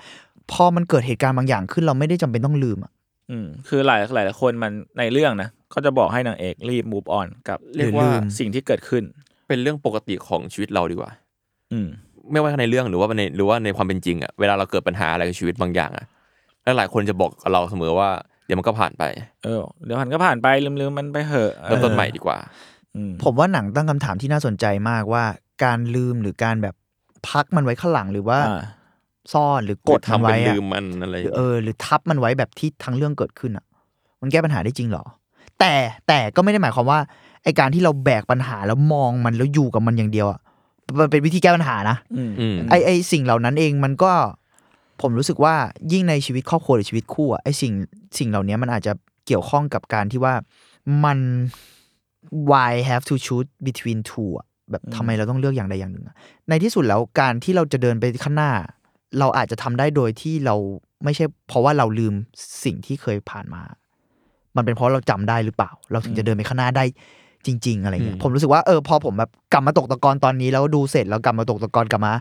S4: พอมันเกิดเหตุการณ์บางอย่างขึ้นเราไม่ได้จำเป็นต้องลืมอะ
S2: อืมคือหลายหลายหลายคนมันในเรื่องนะก็จะบอกให้นางเอกรีบ move on กับ
S3: เรียกว่า
S2: สิ่งที่เกิดขึ้น
S3: เป็นเรื่องปกติของชีวิตเราดีกว่า
S2: อืม
S3: ไม่ว่าในเรื่องหรือว่าในหรือว่าในความเป็นจริงอ่ะเวลาเราเกิดปัญหาอะไรกับชีวิตบางอย่างอ่ะแล้วหลายคนจะบอกกับเราเสมอว่าเดี๋ยวมันก็ผ่านไป
S2: เออ เดี๋ยวมันก็ผ่านไปลืมลืมมันไปเหอะ
S3: เริ่มต้นใหม่ดีกว่า
S2: อืม
S4: ผมว่าหนังตั้งคำถามที่น่าสนใจมากว่าการลืมหรือการแบบพักมันไว้ข้างหลังหรือว่า
S2: อ่า
S4: ซ่อนหรือกด
S3: ทำ
S4: มัน
S3: เป็
S4: ไว้
S3: น
S4: อะ
S3: ลืมมันอะไร
S4: หรือเออหรือทับมันไว้แบบที่ทั้งเรื่องเกิดขึ้นอ่ะ มันแก้ปัญหาได้จริงเหรอ แต่แต่ก็ไม่ได้หมายความว่าไอการที่เราแบกปัญหาแล้วมองมันแล้วอยู่กับมันอย่างเดียวอ่ะมันเป็นวิธีแก้ปัญหานะ
S2: อืม
S3: อืม
S4: ไอไอสิ่งเหล่านั้นเองมันก็ ผมรู้สึกว่ายิ่งในชีวิตครอบครัวหรือชีวิตคู่อ่ะไอสิ่งสิ่งเหล่านี้มันอาจจะเกี่ยวข้องกับการที่ว่ามัน why have to choose between two อะแบบทำไมเราต้องเลือกอย่างใดอย่างหนึ่งอะในที่สุดแล้วการที่เราจะเดินไปข้างหน้า เราอาจจะทำได้โดยที่เราไม่ใช่ เพราะว่าเราลืมสิ่งที่เคยผ่านมา มันเป็นเพราะเราจำได้หรือเปล่า เราถึงจะเดินไปข้างหน้าได้จริง ๆ อะไรเงี้ยผมรู้สึกว่าเออพอผมแบบกลับมาตกตะกอนตอนนี้แล้วดูเสร็จแล้วกลับมาตกตะกอนกลับมา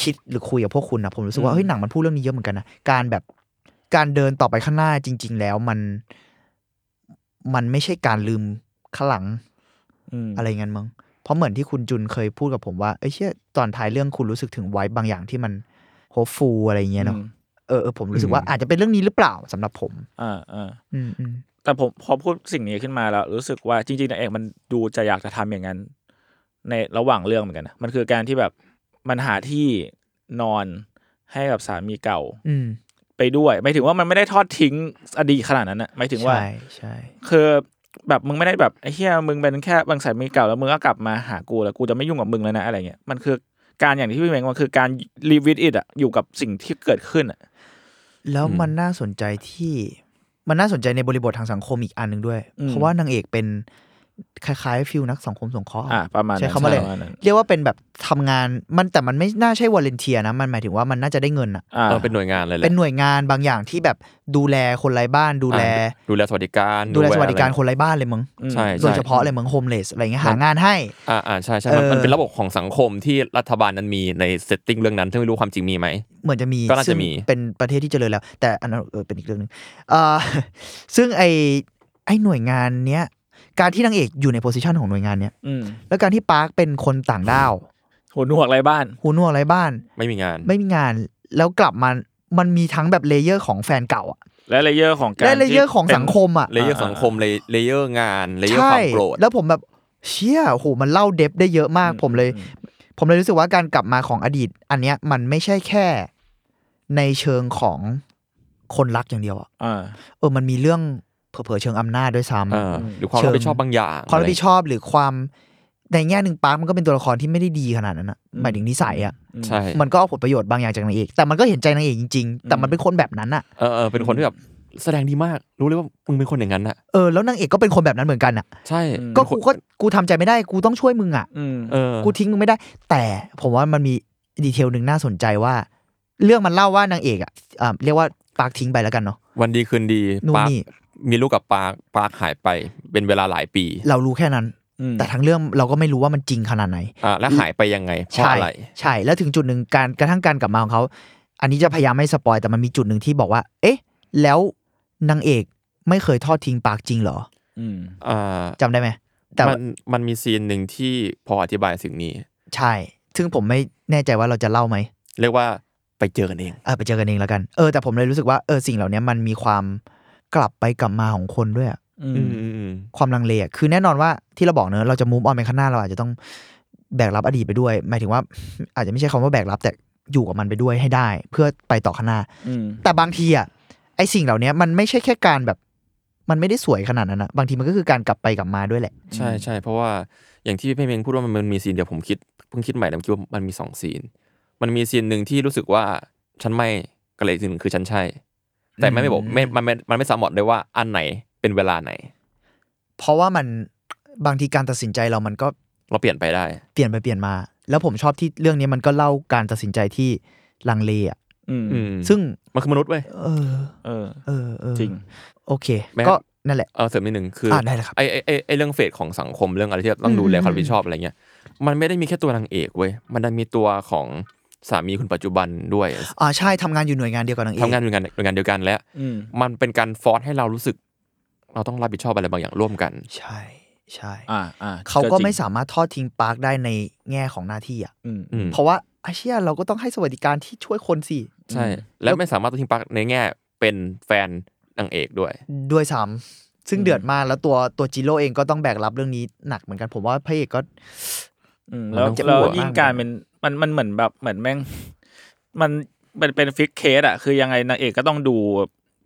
S4: คิดหรือคุยกับพวกคุณนะผมรู้สึกว่าเฮ้ยหนังมันพูดเรื่องนี้เยอะเหมือนกันนะการแบบการเดินต่อไปข้างหน้าจริง ๆ แล้วมัน มันไม่ใช่การลืมข้างหลัง
S2: อืม
S4: อะไรเงี้ยมั้ง เพราะเหมือนที่คุณจุนเคยพูดกับผมว่า เอ้ยเชี่ยตอนท้ายเรื่องคุณรู้สึกถึงไว้บางอย่างที่มันโฮฟูอะไรเงี้ยเนาะ
S2: อืม
S4: เออเออผมรู้สึกว่าอาจจะเป็นเรื่องนี้หรือเปล่าสำหรับผม
S2: อ่าอ่า
S4: อืมอืม
S2: แต่ผมพอพูดสิ่งนี้ขึ้นมาแล้ว รู้สึกว่าจริงๆนางเอกมันดูจะอยากจะทำอย่างนั้น ในระหว่างเรื่องเหมือนกันนะมันคือการที่แบบมันหาที่นอนให้กับสามีเก่า
S4: อืม
S2: ไปด้วยหมายถึงว่ามันไม่ได้ทอดทิ้งอดีตขนาดนั้นนะหมายถึงว่า
S4: ใช่ใช่
S2: คือแบบมึงไม่ได้แบบไอ้เหี้ยมึงเป็นแค่บางสายมีเก่าแล้วมึงก็กลับมาหากูแล้วกูจะไม่ยุ่งกับมึงแล้วนะอะไรเงี้ยมันคือการอย่างที่พี่เมงมันคือการ live with it อะอยู่กับสิ่งที่เกิดขึ้นอะ
S4: แล้วมันน่าสนใจที่ มันน่าสนใจในบริบททางสังคมอีกอันหนึ่งด้วย เพราะว่านางเอกเป็นคล้ายๆฟิลนักสังคมสงเคราะห์อะ
S2: อ่ะประมาณนั้น
S4: ใช้คำว่าอะไร
S2: ประณนั้น
S4: เรียกว่าเป็นแบบทำงานมันแต่มันไม่น่าใช่วอลเนเทียนะมันหมายถึงว่ามันน่าจะได้เงินอะ
S2: อ่า
S3: เออเป็นหน่วยงานเลยแห
S4: เป็
S3: ละ
S4: นหน่วยงานบางอย่างที่แบบดูแลคนไร้บ้านดูแล
S3: อ่าดูแลสวัสดิการ
S4: ดูแล
S3: อะ
S4: ส
S3: ไ
S4: วัสดิการคนไร้บ้านเลยมึง
S2: อืม
S3: ใช่
S4: โดย
S3: ใช่
S4: เฉพาะเลยมึงโฮมเลสอะไรเงี้ยหางานให้
S3: อ่าอ่าใช่ใช่มัน
S4: เออ
S3: มันเป็นระบบของสังคมที่รัฐบาลนั้นมีในเซตติ้งเรื่องนั้นที่งไม่รู้ความจริงมีไหม
S4: เหมือนจะมี
S3: ก็น่าจะ
S4: ซึ่ง
S3: มี
S4: เป็นประเทศที่เจริญแล้ว แต่อันนั้นเออเป็นอีกเรื่องหนึงเอ่อ ซึ่งไอไอหน่วยงานเนี้ยการที่นางเอกอยู่ในโพสิชันของหน่วยงานเนี้ย
S2: อืม
S4: แล้วการที่ปาร์คเป็นคนต่างด้าว
S2: หัวหนวกอะไรบ้าน
S4: หูหนวกไร้บ้าน
S3: ไม่มีงาน
S4: ไม่มีงานแล้วกลับมามันมีทั้งแบบเลเยอร์ของแฟนเก่าอะ
S2: และเลเยอร์ของการ
S4: และเลเยอร์ของ
S2: ที่ป็น
S4: สังคมอ่ะ
S3: เลเยอร์สังคมเลเยอร์งานเลเยอร์ค
S4: ใช่
S3: วามโกรธ
S4: แล้วผมแบบเชี่ยโหมันเล่าเดฟได้เยอะมากผมเลย ผมเลยรู้สึกว่าการกลับมาของอดีต อันเนี้ยมันไม่ใช่แค่ในเชิงของคนรักอย่างเดียวอะ
S2: อ่า
S4: เออมันมีเรื่องเผลอๆเชิงอำนาจด้วยซ้ำ
S3: เออหรือความรับผิดชอบบางอย่าง
S4: ความรับผิดชอบหรือความในแง่หนึ่งปาร์คมันก็เป็นตัวละครที่ไม่ได้ดีขนาดนั้นอะหมายถึงนิสัยอะ
S3: ใช่
S4: มันก็เอาผลประโยชน์บางอย่างจากนางเอกแต่มันก็เห็นใจนางเอกจริงๆ แต่มันเป็นคนแบบนั้นอะ
S3: เออเออเป็นคนที่แบบแสดงดีมากรู้เลยว่ามึงเป็นคนอย่างนั้นอ่ะ
S4: เออแล้วนางเอกก็เป็นคนแบบนั้นเหมือนกันอะ
S3: ใช่
S2: อืม
S4: ก็กูก็กูทำใจไม่ได้กูต้องช่วยมึงอะ
S2: อืม
S3: เออ
S4: กูทิ้งมึงไม่ได้ แต่ผมว่ามันมีดีเทลหนึ่งน่าสนใจว่า เรื่องมันเล่าว่านางเอกอะอ่าเรียกว่าปาร์คทิ้งไปแล้วกันเนาะ
S3: วันดีคืนดี
S4: นู่น
S3: ปาร์ค
S4: นี่
S3: มีลูกกับปาร์คปาร์คหายไปเป็นเวลาหลายปี
S4: เรารู้แค่นั้น
S2: อืม
S4: แต่ทั้งเรื่องเราก็ไม่รู้ว่ามันจริงขนาดไหน
S3: อ่าและหายไปยังไงเพราะ
S4: ใช่
S3: อะไร
S4: ใช่แล้วถึงจุดหนึ่งการกระทั่งการกลับมาของเขา อันนี้จะพยายามไม่สปอยแต่มันมีจุดหนึ่งที่บอกว่า เอ๊ะ แล้วนางเอกไม่เคยทอดทิ้งปาร์คจริงเหรอ
S2: อืม
S3: อ่า
S4: จำได้ไหม แต่
S3: มันมันมีซีนหนึ่งที่พออธิบายสิ่งนี้
S4: ใช่ ซึ่งผมไม่แน่ใจว่าเราจะเล่าไหม
S3: เรียกว่าไปเจอกันเอง
S4: เออไปเจอกันเองแล้วกันเออแต่ผมเลยรู้สึกว่าเออสิ่งเหล่านี้มันมีความกลับไปกลับมาของคนด้วยอะ
S2: อื
S3: อื
S2: ม
S3: มอืมอืม
S4: ความลังเลอะคือแน่นอนว่าที่เราบอกเนอะเราจะมูฟออนไปข้างหน้าเราอาจจะต้องแบกรับอดีตไปด้วย หมายถึงว่า อาจจะไม่ใช่คำว่าแบกรับแต่อยู่กับมันไปด้วยให้ได้ เพื่อไปต่อข้างหน้า
S2: อืม
S4: แต่บางทีอ่ะไอสิ่งเหล่านี้มันไม่ใช่แค่การแบบ มันไม่ได้สวยขนาดนั้นนะบางทีมันก็คือการกลับไปกลับมาด้วยแหละ
S3: ใช่ใช่เพราะว่าอย่างที่พี่เมงพูดว่ามันมันมีซีนเดียวผมคิดเพิ่งคิดใหม่แต่ผมคิดว่ามันมีสองซีน มันมีซีนหนึ่งที่รู้สึกว่าฉันไม่กับเลยซีนหนึ่งคือฉันใช่ แต่ไม่ไม่บอกไม่มันไม่มันไม่สามารถได้ว่าอันไหนเป็นเวลาไหน
S4: เพราะว่ามันบางทีการตัดสินใจเรามันก็
S3: เราเปลี่ยนไปได้
S4: เปลี่ยนไปเปลี่ยนมา แล้วผมชอบที่เรื่องนี้มันก็เล่าการตัดสินใจที่ลังเลอ่ะ
S2: อืม
S3: อืม
S4: ซึ่ง
S3: มันคือมนุษย์เว้ย
S4: เออ
S2: เออ
S4: เออเออ
S2: จริง
S4: โอเค
S3: แม้
S4: ก็นั่นแหละ
S3: เออเสริมนิดหนึ่งคือ
S4: อ่า
S3: อ
S4: ได้เลยครับ
S3: ไอไอ้ไอไอเรื่องเฟสของสังคมเรื่องอะไรที่ต้องดูแล
S4: อืม
S3: ความรับผิดชอบอะไรเงี้ยมันไม่ได้มีแค่ตัวนางเอกเว้ยมันดันมีตัวของสามีคุณปัจจุบันด้วย
S4: อ่าใช่ทำงานอยู่หน่วยงานเดียวกับนางเอก
S3: ทำงานอยู่งานหน่วยงานเดียวกันและ
S2: อืม
S3: มันเป็นการฟอร์สให้เรารู้สึก เราต้องรับผิดชอบอะไรบางอย่างร่วมกัน
S4: ใช่ใช่
S2: อ่าอ่า
S4: เขาก็ไม่
S2: จริง
S4: สามารถทอดทิ้งปาร์คได้ในแง่ของหน้าที่อ่ะ
S2: อืม
S3: อืม
S4: เพราะว่าอาเชียเราก็ต้องให้สวัสดิการที่ช่วยคนสิ
S3: ใช่ แล้วไม่สามารถทิ้งปลักในแง่เป็นแฟนนางเอกด้วย
S4: ด้วยซ้ำซึ่ง
S2: อืม
S4: เดือดมากแล้วตัวตัวจิโร่เองก็ต้องแบกรับเรื่องนี้หนักเหมือนกันผมว่าพระเอกก็
S2: อืม
S3: มัน
S2: แล้ว
S3: ต้อง
S2: แล้ว
S3: สู้อะ
S2: ยิ่งการเป็นมันมันเหมือนแบบเหมือนแม่ง มันเป็นเป็นฟิกเคสอะคือยังไงนางเอกก็ต้องดู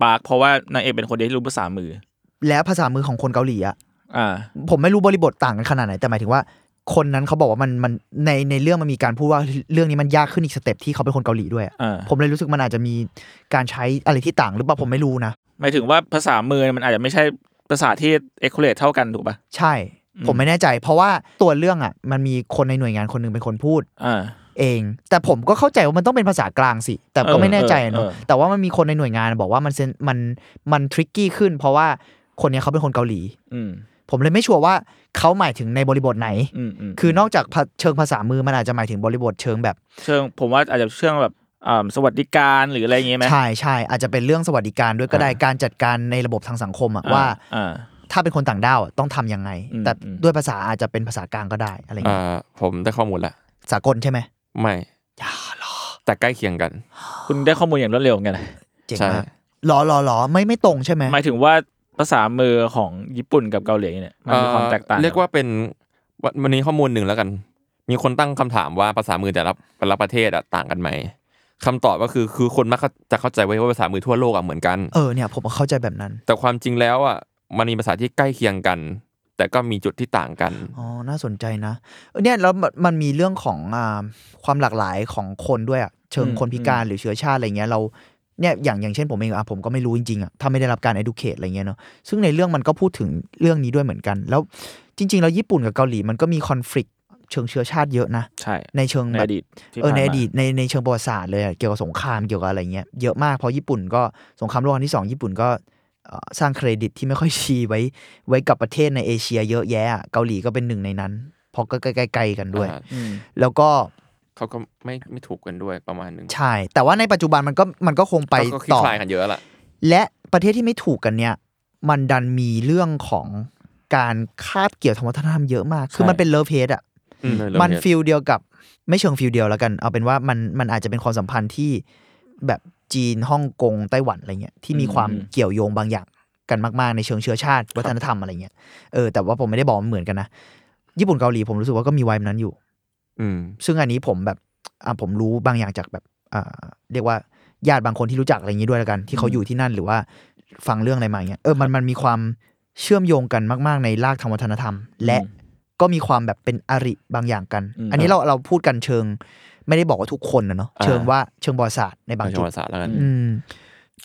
S2: ปาร์คเพราะว่านางเอกเป็นคนเดียวที่รู้ภาษามือ
S4: แล้วภาษามือของคนเกาหลีอ่ะ
S2: อ่า
S4: ผมไม่รู้บริบทต่างกันขนาดไหน แต่หมายถึงว่า คนนั้นเขาบอกว่ามันมันในในเรื่องมันมีการพูดว่าเรื่องนี้มันยากขึ้นอีกสเต็ปที่เขาเป็นคนเกาหลีด้วยอะ
S2: อ่า
S4: ผมเลยรู้สึกมันอาจจะมีการใช้อะไรที่ต่างหรือเปล่าผมไม่รู้นะ
S2: หมายถึงว่าภาษามือมันอาจจะไม่ใช่ภาษาที่เอ็กโคเลตเท่ากันถูกป่ะ
S4: ใช่
S2: อืม
S4: ผมไม่แน่ใจ เพราะว่าตัวเรื่องอ่ะ มันมีคนในหน่วยงานคนหนึ่งเป็นคนพูด
S2: อ่า
S4: เอง แต่ผมก็เข้าใจว่ามันต้องเป็นภาษากลางสิ แต่ก็
S2: เออ
S4: ไม่แน่ใจอะเนอะ
S2: เออเออ
S4: แต่ว่ามันมีคนในหน่วยงานบอกว่ามันเซนมันมันทริกกี้ขึ้น เพราะว่าคนเนี้ยเขาเป็นคนเกาหลี
S2: อืม
S4: ผมเลยไม่ชัวร์ว่าเขาหมายถึงในบริบทไหน
S2: อืมอืม
S4: คือนอกจากภาเชิงภาษามือมันอาจจะหมายถึงบริบทเชิงแบบ
S2: เชิงผมว่าอาจจะเชิงแบบอ่าสวัสดิการหรืออะไรอย่างเงี้ยไหม
S4: ใช่ใช่อาจจะเป็นเรื่องสวัสดิการด้วยก็ได้การจัดการในระบบทางสังคมอะว่า
S2: อ่า
S4: ถ้าเป็นคนต่างด้าวอะต้องทำยังไง
S2: อืม
S4: แต่
S2: อืม
S4: ด้วยภาษาอาจจะเป็นภาษากลางก็ได้อะไร
S3: อ่
S4: เงี้ย
S3: าผมได้ข้อมูลละ
S4: สากลใช่ไหม
S3: ไม่
S4: อย่าหรอ
S3: แต่ใกล้เคียงกัน
S2: คุณได้ข้อมูลอย่างรวดเร็วเหมือนกันนะ
S4: เจ๋ง
S3: ใช่
S4: มากหรอหรอหรอไม่ไม่ตรงใช่ไหม
S2: หมายถึงว่าภาษามือของญี่ปุ่นกับเกาหลีเนี่ยมันมีความแตกต่าง
S3: เรียกว่าเป็นวันวันนี้ข้อมูลหนึ่งแล้วกัน มีคนตั้งคำถามว่าภาษามือแต่ละแต่ละประเทศอะต่างกันไหมคำตอบก็คือคือคนมักจะเข้าใจไว้ว่าภาษามือทั่วโลกอะเหมือนกัน
S4: เออเนี่ยผมก็เข้าใจแบบนั้น
S3: แต่ความจริงแล้วอ่ะมันมีภาษาที่ใกล้เคียงกัน แต่ก็มีจุดที่ต่างกัน
S4: อ๋อน่าสนใจนะเออเนี่ยแล้วมันมันมีเรื่องของอ่าความหลากหลายของคนด้วยอะเชิงคนพิการหรือเชื้อชาติอะไรเงี้ยเราเนี่ยอย่างอย่างเช่นผมเองอะผมก็ไม่รู้จริงๆอะถ้าไม่ได้รับการ educate อะไรเงี้ยเนาะซึ่งในเรื่องมันก็พูดถึงเรื่องนี้ด้วยเหมือนกัน แล้วจริงๆแล้วญี่ปุ่นกับเกาหลีมันก็มีคอน FLICT เชิงเชื้อชาติเยอะนะ
S2: ใช่
S4: ในเชิง
S2: ใน
S4: แบ
S2: อบ ดีตที่
S4: เออ
S2: ผ่า
S4: ใน
S2: มา
S4: อดีตในในเชิงประวัติศาสตร์เลยอะเกี่ยวกับสงครามเกี่ยวกับอะไรเงี้ยเยอะมากเพราะญี่ปุ่นก็สงครามโลกครั้งที่สองญี่ปุ่นก็เอ่อสร้างเครดิตที่ไม่ค่อยชีไว้ไว้กับประเทศในเอเชีย เยอะแยะอะเกาหลีก็เป็นหนึ่งในนั้นเพราะก็ใกล้ๆๆกันด้วย
S3: อ่า
S2: อืม
S4: แล้วก็
S3: เขาก็ไม่ไม่ถูกกันด้วยประมาณหนึ่ง
S4: ใช่แต่ว่าในปัจจุบันมันก็มันก็คงไป
S3: ก็ก็คลี่
S4: ต่อ
S3: คลายกันเยอะละ
S4: และประเทศที่ไม่ถูกกันเนี่ยมันดันมีเรื่องของการคาบเกี่ยวทางวัฒนธรรมเยอะมาก คือ
S2: ใช่
S4: มันเป็นเลิฟเฮดอะ
S3: อืมเริ่
S4: มัน
S3: เห็
S4: ฟิลเดียวกับไม่เชิงฟิลเดียวแล้วกัน เอาเป็นว่ามันมันอาจจะเป็นความสัมพันธ์ที่แบบจีนฮ่องกงไต้หวันอะไรเงี้ยที่มีความ
S2: อืม
S4: เกี่ยวโยงบางอย่างกันมากๆในเชิงเชื้อชาติ วัฒนธรรมอะไรเงี้ยเออแต่ว่าผมไม่ได้บอกมันเหมือนกันนะ ญี่ปุ่นเกาหลีผมรู้สึกว่าก็มีไวบ์นั้นอยู่
S3: อืม
S4: ซึ่งอันนี้ผมแบบอ่ะผมรู้บางอย่างจากแบบอ่าเรียกว่าญาติบางคนที่รู้จักอะไรอย่างนี้ด้วยแล้วกัน ที่เขาอยู่ที่นั่นหรือว่าฟังเรื่องอะไรมาเงี้ยเออมันมันมีความเชื่อมโยงกันมาก ๆ ในรากทางวัฒนธรรม และ
S2: อืม
S4: ก็มีความแบบเป็นอริบางอย่างกัน
S2: อืม
S4: อันนี้เราเราพูดกันเชิง ไม่ได้บอกว่าทุกคนนะเนาะเชิงว่าเชิงบริษัทในบาง
S3: เอ
S4: จุ
S3: ง
S4: ด
S3: ภาษาแล้วกัน
S4: อืม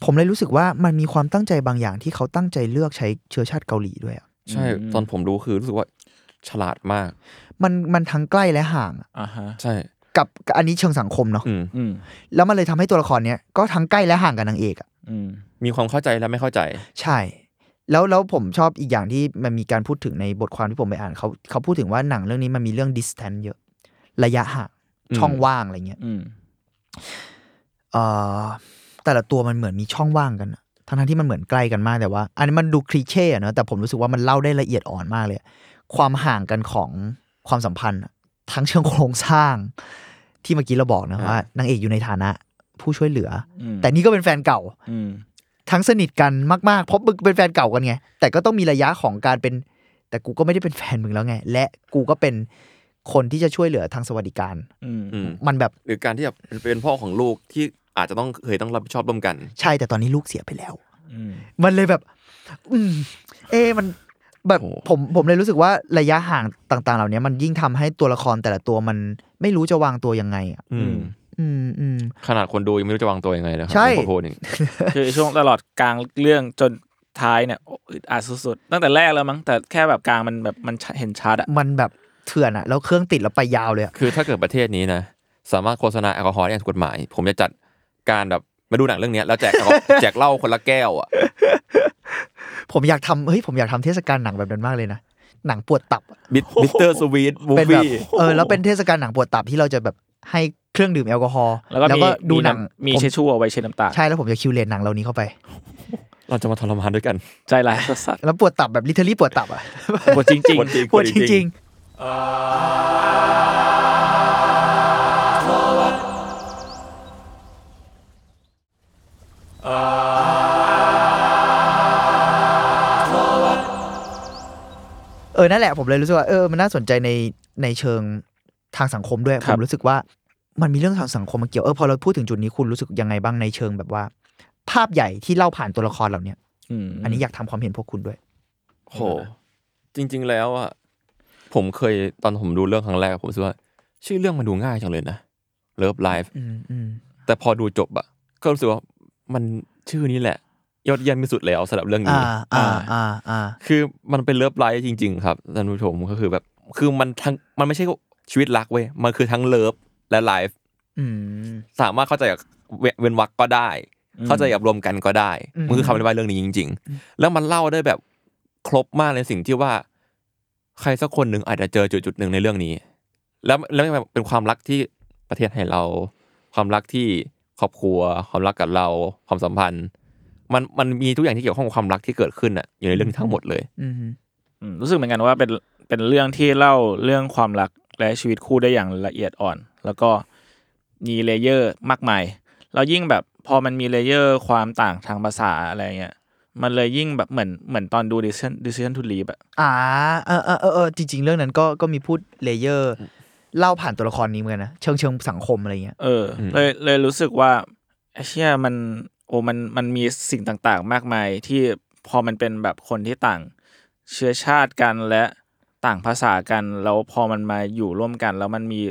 S4: ผมเลยรู้สึกว่ามันมีความตั้งใจบางอย่างที่เขาตั้งใจเลือกใช้เชื้อชาติเกาหลีด้วยอะ
S3: ใช่
S2: อืม
S3: ตอนผมรู้คือรู้สึกว่าฉลาดมาก
S4: มันมันทั้งใกล้และห่างอะ
S2: อ่าฮะ
S3: ใช่
S4: กับกับอันนี้เชิงสังคมเนาะ
S3: อืม
S2: อืม
S4: แล้วมันเลยทำให้ตัวละครเนี้ยก็ทั้งใกล้และห่างกับนางเอกอะ
S2: อืม
S3: มีความเข้าใจและไม่เข้าใจ
S4: ใช่ แล้วแล้วผมชอบอีกอย่างที่มันมีการพูดถึงในบทความที่ผมไปอ่านเขาเขาพูดถึงว่าหนังเรื่องนี้มันมีเรื่อง distance เยอะ ระยะห่าง
S3: อืม
S4: ช่องว่างอะไรเงี้ย
S2: อืม
S4: เอ่อแต่ละตัวมันเหมือนมีช่องว่างกันอะทั้งทั้งๆที่มันเหมือนใกล้กันมากแต่ว่า อันนี้มันดูคลีเช่อะเนอะแต่ผมรู้สึกว่ามันเล่าได้ละเอียดอ่อนมากเลยอะความห่างกันของความสัมพันธ์อะทั้งเชิงโครงสร้าง ที่เมื่อกี้เราบอกนะ
S3: อ่า
S4: ว่านางเอกอยู่ในฐานะ ผู้ช่วยเหลืออ
S2: อืม
S4: แต่นี่ก็เป็นแฟนเก่า
S2: อืม
S4: ทั้งสนิทกันมาก ๆ เพราะมึงเป็นแฟนเก่ากันไง แต่ก็ต้องมีระยะของการเป็น แต่กูก็ไม่ได้เป็นแฟนมึงแล้วไง และกูก็เป็นคนที่จะช่วยเหลือทางสวัสดิการ
S2: อืม
S3: อืม
S4: มันแบบ
S3: หรือการที่แบบเป็นพ่อของลูกที่อาจจะต้องเคยต้องรับผิดชอบร่วมกัน
S4: ใช่แต่ตอนนี้ลูกเสียไปแล้ว
S2: อืม
S4: มันเลยแบบ อืม เอะมันแบบ
S3: โอ้
S4: ผมผมเลยรู้สึกว่าระยะห่างต่าง ๆ เหล่านี้มันยิ่งทำให้ตัวละครแต่ละตัวมันไม่รู้จะวางตัวยังไงอ่ะ
S3: อื
S2: อืม
S3: ม
S4: อืมอืม
S3: ขนาดคนดูยังไม่รู้จะวางตัวยังไงเลยครั
S4: ใช่
S3: ผมขอโทษหนึ่ง
S2: คือช่วงตลอดกลางเรื่องจนท้ายเนี่ยอึดอัดสุดๆตั้งแต่แรกแล้วมั้งแต่แค่แบบกลางมันแบบมันเห็นชัดอะ
S4: มันแบบ เถื่อนอะแล้วเครื่องติดแล้วไปยาวเลยอะ
S3: คือถ้าเกิดประเทศนี้นะ สามารถโฆษณาแอลกอฮอล์ได้อย่างถูกกฎหมาย ผมจะจัดการแบบมาดูหนังเรื่องเนี้ยแล้วแจกแอลกอฮอล์ แจกเหล้าคนละแก้วอ่ะ
S4: ผมอยากทำเฮ้ยผมอยากทำเทศกาลหนังแบบนั้นมากเลยนะหนังปวดตับอะ
S3: บิบิสเตอร์สวีทบู
S4: เป็นแบบ
S3: ฟี่
S4: เออแล้วเป็นเทศกาลหนังปวดตับที่เราจะแบบให้เครื่องดื่มแอลกอฮอล์
S2: แล้วก็มี
S4: ดู
S2: มี
S4: หนัง
S2: น้ำมี
S4: ผม
S2: เชดชูเอาไว้เช็ดน้ำตา
S4: ใช่แล้วผมจะคิวเลนหนังเหล่านี้เข้าไป
S3: เราจะมาทรมานด้วยกัน
S2: ใจร้ายสัส
S4: แล้วปวดตับแบบลิเทอรี่ปวดตับอะ
S2: ๆปวดจริง
S3: ปวดจริง
S4: ปวดจริง ๆ เออ นั่นแหละ ผมเลยรู้สึกว่าเออ มันน่าสนใจในในเชิงทางสังคมด้วย
S2: ค
S4: ผ
S2: รับ
S4: มรู้สึกว่ามันมีเรื่องทางสังคมมาเกี่ยว เออ พอเราพูดถึงจุดนี้คุณรู้สึกยังไงบ้างในเชิงแบบว่า ภาพใหญ่ที่เล่าผ่านตัวละครเหล่าเนี้ย
S2: ๆอืม
S4: อันนี้อยากทำความเห็นพวกคุณด้วย
S3: โห จริง ๆ แล้วอ่ะผมเคยตอนผมดูเรื่องครั้งแรกผมรู้สึกว่า ชื่อเรื่องมันดูง่ายจังเลยนะ Love Life
S4: อืมอืม
S3: แต่พอดูจบอ่ะก็รู้สึกว่ามันชื่อนี้แหละ ยอดเยี่ยมที่สุดแล้วสำหรับเรื่องนี้
S4: อ่าอ่า
S3: อ่า
S4: อ่าอ่า
S3: คือมันเป็นเลิฟไลฟ์จริง ๆ ครับท่านผู้ชมก็คือแบบคือมันทั้งมันไม่ใช่ชีวิตรักเว้ยมันคือทั้งเลิฟและไลฟ์
S4: อืม
S3: สามารถเข้าใจกับเวเว้นวักก็ได้ เข้าใจกับรวมกันก็ได้
S4: อืม
S3: มันคือคำอธิบายเรื่องนี้จริง ๆ แล้วมันเล่าได้แบบครบมากในสิ่งที่ว่า ใครสักคนหนึ่งอาจจะเจอจุดจุดๆหนึ่งในเรื่องนี้ แล้วแล้วมันเป็นความรักที่ประเทศให้เรา ความรักที่ครอบครัว ความรักกับเราความสัมพันธ์ มันมันมีทุกอย่างที่เกี่ยวข้องกับความรักที่เกิดขึ้นอ่ะอยู่ในเรื่องนี้ทั้งหมดเลย
S4: อืม
S2: อืมรู้สึกเหมือนกันว่าเป็นเป็นเรื่องที่เล่าเรื่องความรักและชีวิตคู่ได้อย่างละเอียดอ่อน แล้วก็มีเลเยอร์มากมายแล้วยิ่งแบบพอมันมีเลเยอร์ความต่างทางภาษาอะไรเงี้ยมันเลยยิ่งแบบเหมือนเหมือนตอนดู decision decision to leave อะ
S4: อ่าเออเออเออเออจริง ๆ เรื่องนั้นก็ก็มีพูดเลเยอร์ เล่าผ่านตัวละครนี้เหมือนกันนะ เชิงเชิงสังคมอะไรเงี้ย
S2: เอออ
S3: ม
S2: เลยเลยรู้สึกว่าไอ้เชี่ยมันโอ้มันมันมีสิ่งต่างๆ มากมายที่พอมันเป็นแบบคนที่ต่างเชื้อชาติกันและต่างภาษากันแล้วพอมันมาอยู่ร่วมกัน แล้วมันมี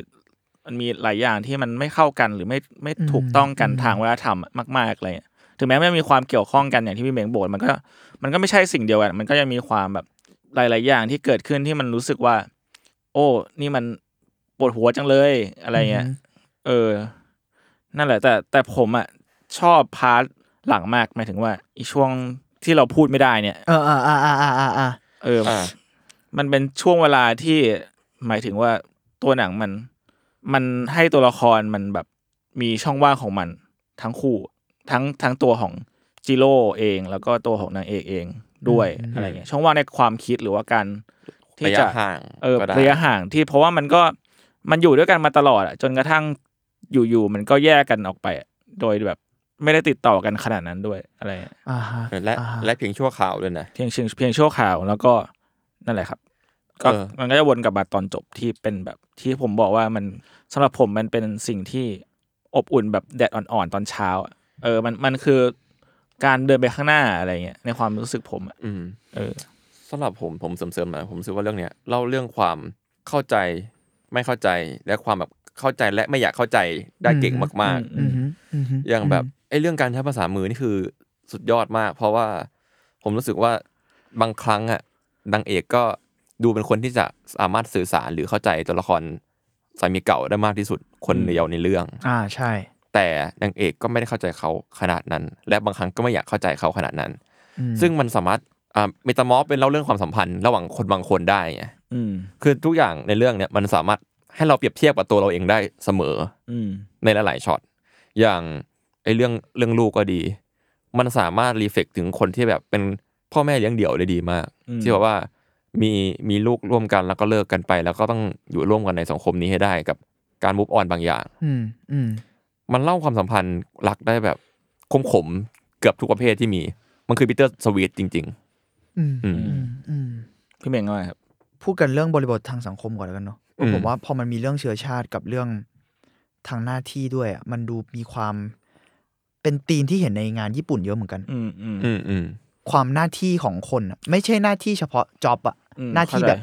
S2: มันมีหลายอย่างที่มันไม่เข้ากันหรือไม่ไม่
S4: อืม
S2: ถูกต้องกัน
S4: อืม
S2: ทางวัฒนธรรมมากๆอะไรเงี้ยถึงแม้ไม่มีความเกี่ยวข้องกันอย่างที่พี่เมงบอกมันก็มันก็ไม่ใช่สิ่งเดียวกัน มันก็ยังมีความแบบหลาย ๆ อย่างที่เกิดขึ้นที่มันรู้สึกว่า โอ้ นี่มันปวดหัวจังเลยอะไรเงี้ย เออ นั่นแหละ แต่แต่ผมอ่ะชอบพาร์ทหลังมากหมายถึงว่าอีช่วงที่เราพูดไม่ได้เนี่ย
S4: เออเออเออเออเออเออ
S2: เออ
S3: อ่า
S2: มันเป็นช่วงเวลาที่หมายถึงว่าตัวหนังมัน มันให้ตัวละครมันแบบมีช่องว่างของมันทั้งคู่ทั้งทั้งตัวของจิโร่เอง แล้วก็ตัวของนางเอกเองด้วยอะไรเงี้ยช่องว่างในความคิดหรือว่าการที่
S3: ระ
S2: จะ
S3: ยะห่าง
S2: เออ
S3: ก็ได้
S2: ระยะห่างที่เพราะว่ามันก็มันอยู่ด้วยกันมาตลอดอะจนกระทั่งอยู่ๆมันก็แยกกันออกไปอะโดยแบบไม่ได้ติดต่อกันขนาดนั้นด้วยอะไรเงี้ย
S4: อ่าฮะ
S3: และ
S4: อ่าฮ
S3: และเพียงชั่วคราวด้วยนะ
S2: เพียงเพียงเพียงชั่วข่าวแล้วก็นั่นแหละครับ ก็
S3: เออ
S2: มันก็จะวนกลับมาตอนจบที่เป็นแบบที่ผมบอกว่ามันสำหรับผมมันเป็นสิ่งที่อบอุ่นแบบแดดอ่อนๆตอนเช้าอะเออมันมันคือการเดินไปข้างหน้าอะไรเงี้ยในความรู้สึกผมอะ
S3: อืม
S2: เออ
S3: สำหรับผมผมเสริมๆนะผมรู้สึกว่าเรื่องเนี้ยเล่าเรื่องความเข้าใจไม่เข้าใจและความแบบเข้าใจและไม่อยากเข้าใจได้เก่งมาก
S2: อื
S4: อืมฮึอืมฮึ
S3: ๆ อย่างแบบไอ้เรื่องการใช้ภาษามือนี่คือสุดยอดมาก เพราะว่าผมรู้สึกว่าบางครั้งอ่ะนางเอกก็ดูเป็นคนที่จะสามารถสื่อสารหรือเข้าใจตัวละครสามีเก่าได้มากที่สุดคนเดียวในเรื่อง
S4: อ่าใช่
S3: แต่นางเอกก็ไม่ได้เข้าใจเขาขนาดนั้น และบางครั้งก็ไม่อยากเข้าใจเขาขนาดนั้น
S4: อืม
S3: ซึ่งมันสามารถอ่าเมตามอฟเป็นเล่าเรื่องความสัมพันธ์ระหว่างคนบางคนได้ไง
S2: อืม
S3: คือทุกอย่างในเรื่องเนี่ยมันสามารถให้เราเปรียบเทียบกับตัวเราเองได้เสมอ
S2: อืม
S3: ในหลายๆช็อตอย่างไอเรื่องเรื่องลูกก็ดี มันสามารถรีเฟกถึงคนที่แบบเป็นพ่อแม่เลี้ยงเดี่ยวได้ดีมาก
S2: อืม
S3: ที่แบบว่ามีมีลูกร่วมกันแล้วก็เลิกกันไป แล้วก็ต้องอยู่ร่วมกันในสังคมนี้ให้ได้กับการมูฟออนบางอย่าง
S4: อืมอืม
S3: มันเล่าความสัมพันธ์รักได้แบบคมขมๆเกือบทุกประเภทที่มี มันคือปีเตอร์สวีทจริง
S4: อืม
S3: ๆ อืม
S4: อืมอืม
S2: พี่เมงว่าไงครับ
S4: พูดกันเรื่องบริบททางสังคมก่อนแล้วกันเนาะ
S3: อืม
S4: ผมว่าพอมันมีเรื่องเชื้อชาติกับเรื่องทางหน้าที่ด้วยอ่ะมันดูมีความเป็นธีมที่เห็นในงานญี่ปุ่นเยอะเหมือนกัน
S2: อืมอืม
S3: อืมอืม
S4: ความหน้าที่ของคนอะไม่ใช่หน้าที่เฉพาะจ็อบอะ
S2: อืม
S4: หน้าที่
S2: เข้าใจ
S4: แบบ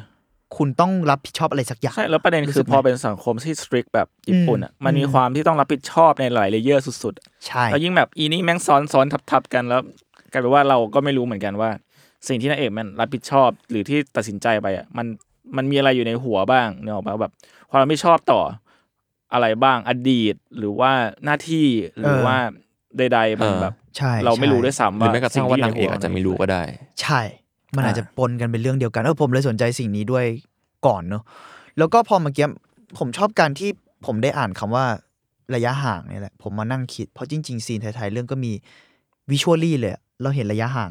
S4: คุณต้องรับผิดชอบอะไรสักอย่าง
S2: ใช่แล้วประเด็น
S4: รู้
S2: คื
S4: สึ
S2: อก
S4: ไหม
S2: พอเป็นสังคมที่สตรีกแบบญี่ปุ่นอ่ะ
S4: อืม
S2: มันมี
S4: อืม
S2: ความที่ต้องรับผิดชอบในหลายเลเยอร์สุด
S4: ใช่
S2: ๆแล้วยิ่งแบบอีนี่แม่งซ้อนซ้อนทับทับๆกันแล้วกลายเป็นว่าเราก็ไม่รู้เหมือนกันว่า สิ่งที่นางเอกมันรับผิดชอบหรือที่ตัดสินใจไปอ่ะมัน มันมีอะไรอยู่ในหัวบ้างเนี่ยออกปะแบบความรับผิดชอบต่ออะไรบ้างอดีตหรือว่าหน้าที่หรือ
S4: เออ
S2: ว่าใดๆมัน
S3: เออ
S2: แบบ
S4: ใช่
S2: เราไม่รู้
S4: ใช่
S2: ด้วยซ้ำ
S3: หรือ
S2: ว่า
S3: แม้กระทั่งว่านางเอกอาจจะไม่รู้ก็ได้
S4: ใช่ มัน
S2: อ่า
S4: อาจจะปนกันเป็นเรื่องเดียวกัน เออผมเลยสนใจสิ่งนี้ด้วยก่อนเนอะแล้วก็พอเมื่อกี้ผมชอบการที่ผมได้อ่านคำว่าระยะห่างเนี่ยแหละ ผมมานั่งคิด เพราะจริง ๆ ซีนไทยๆเรื่องก็มีวิชวลลี่เลยอะเราเห็นระยะห่าง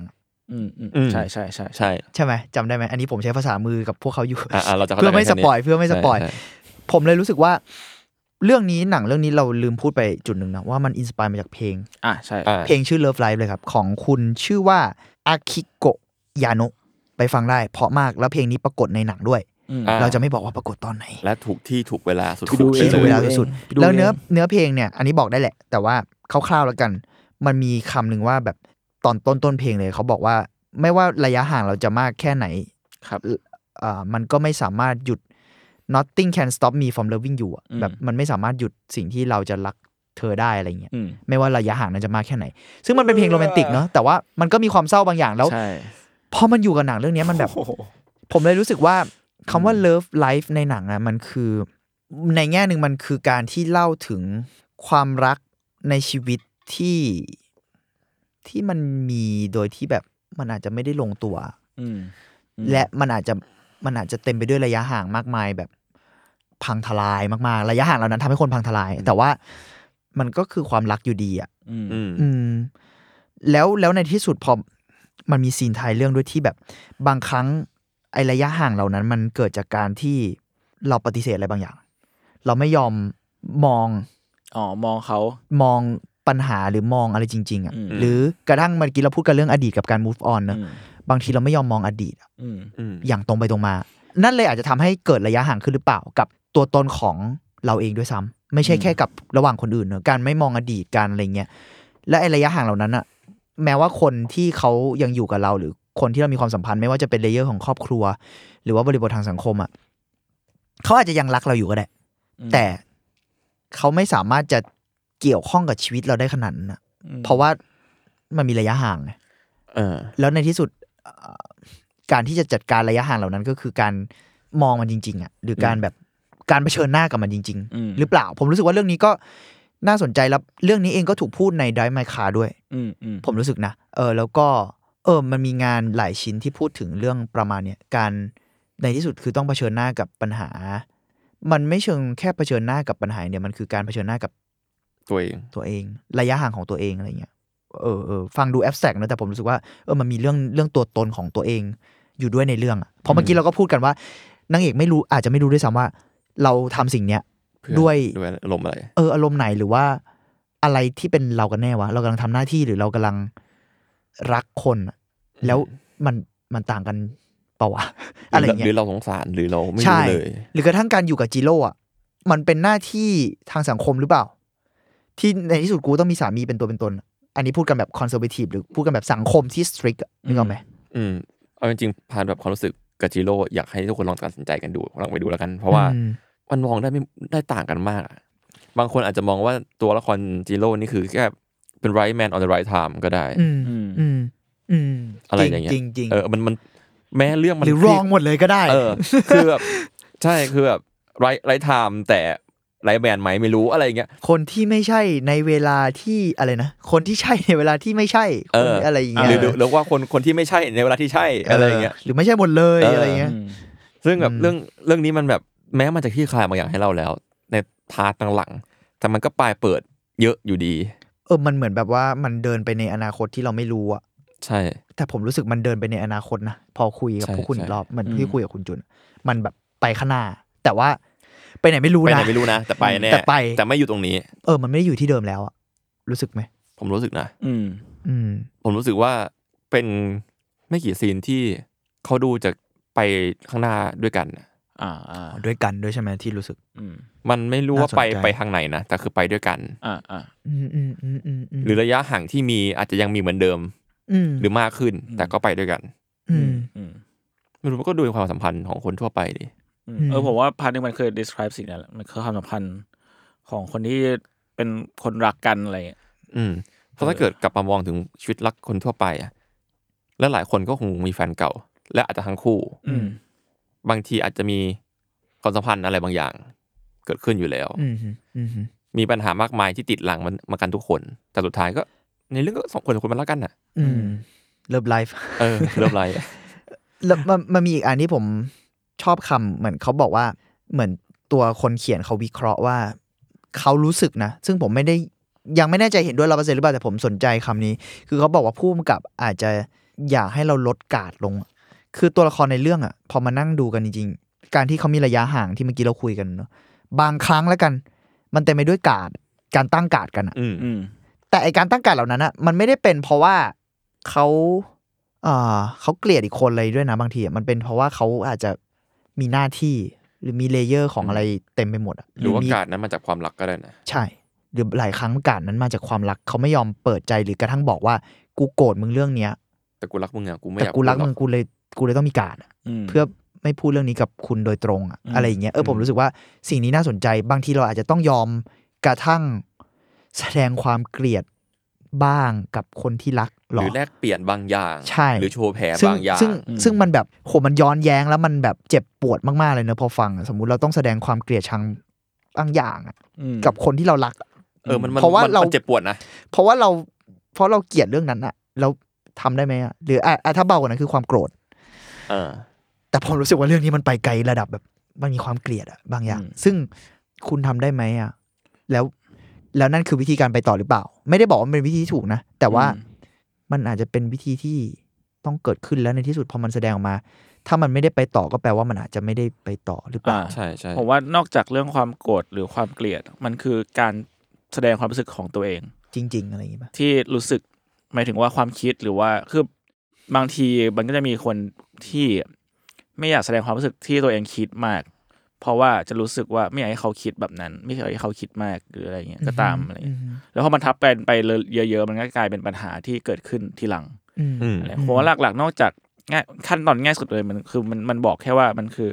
S2: อืมอืม
S3: อืม
S2: ใช่ใช่ใช่ใช่
S3: ใช่
S4: ใช่ไหมจำได้ไหม อันนี้ผมใช้ภาษามือกับพวกเขาอยู่
S3: อ่ะอ่ะเราจะข้าใจ
S4: เพื่อไม่
S3: กัน
S4: ส
S3: แค่นี้
S4: ปอยเพื่อไม่สปอย
S3: ใช่ใช่
S4: ผมเลยรู้สึกว่า เรื่องนี้หนังเรื่องนี้เราลืมพูดไปจุดหนึ่งนะว่ามันอินสปายมาจากเพลง
S2: อ่ะใช่
S3: อ่า
S4: เพลงชื่อ Love Life เลยครับ ของคุณชื่อว่าอากิโกะยาโนะไปฟังได้ เพราะมากแล้วเพลงนี้ปรากฏในหนังด้วย
S2: อืม
S3: อ่า
S4: เราจะไม่บอกว่าปรากฏตอนไหน
S3: และถูกที่ถูกเวลาสุด
S2: ถูกที่
S3: ไป
S4: ถูกเวลา
S3: เลย
S4: สุด
S2: ไปดู
S4: ๆแล้วเนื้อ
S2: เอง
S4: เนื้อเพลงเนี่ย อันนี้บอกได้แหละ แต่ว่าคร่าวๆแล้วกัน มันมีคำหนึ่งว่าแบบตอนต้นต้นเพลงเลย เขาบอกว่าไม่ว่าระยะห่างเราจะมากแค่ไหน
S2: ครับ
S4: อ่ามันก็ไม่สามารถหยุด nothing can stop me from loving you อะ
S2: อืม
S4: แบบมันไม่สามารถหยุดสิ่งที่เราจะรักเธอได้อะไรเงี้ย
S2: อืม
S4: ไม่ว่าระยะห่างนั้นจะมากแค่ไหน ซึ่งมันเป็นเพลงโรแมนติกเนาะแต่ว่ามันก็มีความเศร้าบางอย่างแล้ว
S2: ใช่
S4: พอมันอยู่กับหนังเรื่องเนี้ยมันแบบ
S2: โอ้โห
S4: ผมเลยรู้สึกว่าคำว่า love life ในหนังอะมันคือ ในแง่หนึ่งมันคือการที่เล่าถึงความรักในชีวิตที่ที่มันมีโดยที่แบบมันอาจจะไม่ได้ลงตัว
S2: อืม อืม
S4: และมันอาจจะมันอาจจะเต็มไปด้วยระยะห่างมากมายแบบพังทลายมากๆ ระยะห่างเหล่านั้นทำให้คนพังทลาย แต่ว่ามันก็คือความรักอยู่ดีอะ
S2: อืม
S3: อืม
S4: อืมแล้วแล้วในที่สุดพอมันมีซีนท้ายเรื่องด้วยที่แบบ บางครั้งไอระยะห่างเหล่านั้น มันเกิดจากการที่เราปฏิเสธอะไรบางอย่าง เราไม่ยอมมอง
S2: อ๋อมองเขา
S4: มองปัญหาหรือมองอะไรจริง ๆอะ
S2: อืม
S4: หรือกระทั่งเมื่อกี้เราพูดกันเรื่องอดีตกับการ move on นะ
S2: อืม
S4: บางทีเราไม่ยอมมองอดีตอะ
S2: อืม
S3: อืม
S4: อย่างตรงไปตรงมา นั่นเลยอาจจะทำให้เกิดระยะห่างขึ้นหรือเปล่ากับตัวตนของเราเองด้วยซ้ำไม่ใช่
S2: อืม
S4: แค่กับระหว่างคนอื่นเนอะการไม่มองอดีตการอะไรเงี้ย และไอระยะห่างเหล่านั้นอะแม้ว่าคนที่เขายังอยู่กับเรา หรือคนที่เรามีความสัมพันธ์ไม่ว่าจะเป็นเลเยอร์ของครอบครัว หรือว่าบริบททางสังคมอะเขาอาจจะยังรักเราอยู่ก็ได้
S2: อืม
S4: แต่เขาไม่สามารถจะเกี่ยวข้องกับชีวิตเราได้ขนาดนั้นอะ
S2: อืม
S4: เพราะว่ามันมีระยะห่างไง
S3: เออ
S4: แล้วในที่สุดเอ่อการที่จะจัดการระยะห่างเหล่านั้นก็คือการมองมันจริง ๆอ่ะหรือการแบบการเผชิญหน้ากับมันจริง
S2: อืม
S4: ๆ หรือเปล่า ผมรู้สึกว่าเรื่องนี้ก็น่าสนใจแล้วเรื่องนี้เองก็ถูกพูดในไดมายคาด้วย
S2: อืมอืม
S4: ผมรู้สึกนะ เออ แล้วก็เออมันมีงานหลายชิ้นที่พูดถึงเรื่องประมาณเนี้ยการในที่สุดคือต้องเผชิญหน้ากับปัญหา มันไม่เชิงแค่เผชิญหน้ากับปัญหาเนี่ยมันคือการเผชิญหน้ากับ
S3: ตัวเอง
S4: ตัวเอง ระยะห่างของตัวเองอะไรเงี้ยเออเออฟังดูแอบแสกนะแต่ผมรู้สึกว่าเออมันมีเรื่องเรื่องตัวตนของตัวเองอยู่ด้วยในเรื่องอะเพราะเมื่อกี้เราก็พูดกันว่านางเอกไม่รู้อาจจะไม่รู้ด้วยซ้ำว่า เราทำสิ่งเนี้ย
S3: เพื่อน
S4: ด้วย
S3: ด้วยอารมณ์อะไร
S4: เอออารมณ์ไหนหรือว่าอะไรที่เป็นเรากันแน่วะ เรากำลังทำหน้าที่หรือเรากำลังรักคนอะแล้วมันมันต่างกันเปล่าวะ อะไรอย่า
S3: ห
S4: ง
S3: รื
S4: เงี้
S3: อย เราสงสารหรือเราไม่
S4: ใช่
S3: รู้เลย
S4: หรือกระทั่งการอยู่กับจิโร่อะมันเป็นหน้าที่ทางสังคมหรือเปล่า ที่ในที่สุดกูต้องมีสามีเป็นตัวเป็นตน อันนี้พูดกันแบบคอนเซอร์เวทีฟหรือพูดกันแบบสังคมที่สตริกนึกออกไหม
S3: อืมเอาจริงๆผ่านแบบความรู้สึกกับจิโร่อยากให้ทุกคนลองตัดสินใจกันดูลองไปดูแล้วกัน เพราะว่า
S4: อืม
S3: มันมองได้ไม่ได้ต่างกันมากอะบางคนอาจจะมองว่าตัวละครจิโร่นี่คือแค่เป็น right man on the right time ก็ได้
S4: อืม
S2: อืม
S4: อืมอืม
S3: อะไรอย่างเงี้ย
S4: จริงๆจริงๆ
S3: เออมันมันแม้เรื่องมัน
S4: หรือรองหมดเลยก็ได้
S3: เออ คือแบบใช่คือแบบ right right time แต่ right man ไหมไม่รู้อะไรอย่างเงี้ย
S4: คนที่ไม่ใช่ในเวลาที่อะไรนะ คนที่ใช่ในเวลาที่ไม่ใช่
S3: เอ
S4: คน
S3: อ
S4: อะไรอย่างเงี้ย
S3: หรือหรือหรือว่าคนคนที่ไม่ใช่ในเวลาที่ใช่อะไรอย่างเงี้ย
S4: หรือไม่ใช่หมดเลย
S3: เอออ
S4: อะไรอย่างเงี้ย
S3: ซึ่งแบบ
S4: อืม
S3: เรื่องเรื่องนี้มันแบบแม้มันจะคลี่คลายบางอย่างให้เราแล้ว ในพาร์ทหลังๆแต่มันก็ปลายเปิดเยอะอยู่ดี
S4: เออมันเหมือนแบบว่ามันเดินไปในอนาคตที่เราไม่รู้อะ
S3: ใช่
S4: แต่ผมรู้สึกมันเดินไปในอนาคตนะพอคุยกับ
S3: ใช่
S4: พวกคุณอี
S3: ใช่
S4: กรอบเหมัน
S2: อืม
S4: ที่คุยกับคุณจุน มันแบบไปข้างหน้า แต่ว่าไปไหนไม่รู้
S3: ไป
S4: นะ
S3: ไหนไม่รู้นะ แต่ไปแน่
S4: แต่ไป
S3: แต่ไม่อยู่ตรงนี้
S4: เออมันไม่ได้อยู่ที่เดิมแล้วอะรู้สึกไหม
S3: ผมรู้สึกนะ
S2: อืม
S4: อืม
S3: ผมรู้สึกว่าเป็นไม่กี่ซีนที่เขาดูจะไปข้างหน้าด้วยกันน่ะ
S2: อ่าอ่า
S4: ด้วยกันด้วยใช่ไหมที่รู้สึก
S2: อืม
S3: มันไม่รู้ว่า
S4: น่าสนใจ
S3: ไปไปทางไหนนะแต่คือไปด้วยกัน
S2: อ่าอ่า
S4: อืมอืมอืมอืมอืม
S3: หรือระยะห่างที่มีอาจจะยังมีเหมือนเดิม
S4: อืม
S3: หรือมากขึ้น
S2: อืม
S3: แต่ก็ไปด้วยกัน
S4: อืม
S2: อืม
S3: ไม่รู้มันก็ดูเป็นความสัมพันธ์ของคนทั่วไปดิ
S2: อืม
S4: อืม
S2: เออผมว่าพาร์ทนึงมันเคย describe สิ่งนั้นแหละมันคือความสัมพันธ์ของคนที่เป็นคนรักกันอะไรอย่างเงี้ย
S3: อืมเพราะถ้า
S2: เออ
S3: เกิดกลับมามองถึงชีวิตรักคนทั่วไปอะและหลายคนก็คงมีแฟนเก่า และอาจจะทั้งคู่
S2: อืม
S3: บางทีอาจจะมีความสัมพันธ์อะไรบางอย่าง เกิดขึ้นอยู่แล้ว
S4: อืมฮึอืมฮึ
S3: มีปัญหามากมายที่ติดหลังมันมากันทุกคน แต่สุดท้ายก็ในเรื่องก็สองคนสองคนมันรักกันน่ะ
S4: อืมเลิฟไลฟ์
S3: เออเริ่มไร
S4: แล้วมันมันมีอีกอันที่ผมชอบคำเหมือนเขาบอกว่าเหมือนตัวคนเขียนเขาวิเคราะห์ว่า เขารู้สึกนะ ซึ่งผมไม่ได้ยังไม่แน่ใจเห็นด้วยร้อเปอร์เซ็นต์หรือเปล่าแต่ผมสนใจคำนี้ คือเขาบอกว่าผู้กำกับอาจจะอยากให้เราลดการ์ดลง คือตัวละครในเรื่องอะพอมานั่งดูกันจริงๆ การที่เขามีระยะห่างที่เมื่อกี้เราคุยกันเนอะบางครั้งแล้วกัน มันเต็มไปด้วยการ์ดการตั้งการ์ดกันอะ
S3: อืม
S2: อืม
S4: แต่ไอการตั้งการเหล่านั้นอะมันไม่ได้เป็นเพราะว่าเขาเอ่อเขาเกลียดอีกคนเลยด้วยนะบางทีอะมันเป็นเพราะว่าเขาอาจจะมีหน้าที่หรือมีเลเยอร์ของอะไรเต็มไปหมดอะ
S3: หรือว่า
S4: มี
S3: การนั้นมาจากความรักก็ได้นะ
S4: ใช่ หรือหลายครั้งการนั้นมาจากความรักเขาไม่ยอมเปิดใจหรือกระทั่งบอกว่ากูโกรธมึงเรื่องเนี้ย
S3: แต่กูรักมึงอะกูไม่อ
S4: แต่
S3: ยาก
S4: กูรัก
S3: พูดห
S4: มึงกูเลยกูเลยต้องมีการดอะ
S2: ม
S4: เพื่อไม่พูดเรื่องนี้กับคุณโดยตรงอะ
S2: อืม
S4: อะไรอย่างเงี้ยเออผมรู้สึกว่าสิ่งนี้น่าสนใจ บางทีเราอาจจะต้องยอมกระทั่งแสดงความเกลียดบ้างกับคนที่รักหรอ
S3: รือแลกเปลี่ยนบางอย่าง
S4: ใช่
S3: หรือโชว์แผล
S4: ซึ่ง
S3: บางอย่าง
S4: ซึ่ง
S2: อืม
S4: ซึ่งมันแบบโหมันย้อนแย้งแล้วมันแบบเจ็บปวดมากๆเลยเนอะพอฟังอะสมมุติเราต้องแสดงความเกลียดชังบางอย่างอะ
S2: ม
S4: กับคนที่เรารักอะ
S3: เออ มันมัน
S4: เพราะว่าเรามั
S3: นเจ็บปวดนะ
S4: เพราะว่าเราเพราะเราเกลียดเรื่องนั้นอะเราทำได้ไหมอะหรืออ่ะอ่ะถ้าเบากว่านั้นคือความโกรธ
S3: เออ
S4: แต่ผมรู้สึกว่าเรื่องนี้มันไปไกลระดับแบบมันมีความเกลียดอะบางอย่าง
S2: อืม
S4: ซึ่งคุณทำได้ไหมอะแล้วแล้วนั่นคือวิธีการไปต่อหรือเปล่า ไม่ได้บอกว่ามันเป็นวิธีที่ถูกนะ แต่ว่า มันอาจจะเป็นวิธีที่ต้องเกิดขึ้นแล้วในที่สุดพอมันแสดงออกมา ถ้ามันไม่ได้ไปต่อก็แปลว่ามันอาจจะไม่ได้ไปต่อหรือเป
S2: อ่า
S4: ล่า
S3: ใช่ใช่
S2: ผมว่านอกจากเรื่องความโกรธหรือความเกลียด มันคือการแสดงความรู้สึกของตัวเอง
S4: จริง ๆ อะไรอย่างงี้ป่ะ
S2: ที่รู้สึกหมายถึงว่าความคิดหรือว่าคือบางทีมันก็จะมีคนที่ไม่อยากแสดงความรู้สึกที่ตัวเองคิดมาก เพราะว่าจะรู้สึกว่าไม่อยากให้เขาคิดแบบนั้น ไม่อยากให้เขาคิดมากหรืออะไรเงี้ยก็ตามอะไรเงี้ยแล้วพอมันทับกันไปเยอะๆมันก็กลายเป็นปัญหาที่เกิดขึ้นทีหลัง
S3: อืม
S2: อะไรผมว่าหลักๆ นอกจากง่ายขั้นตอนง่ายสุดเลยมันคือมันมันบอกแค่ว่ามันคือ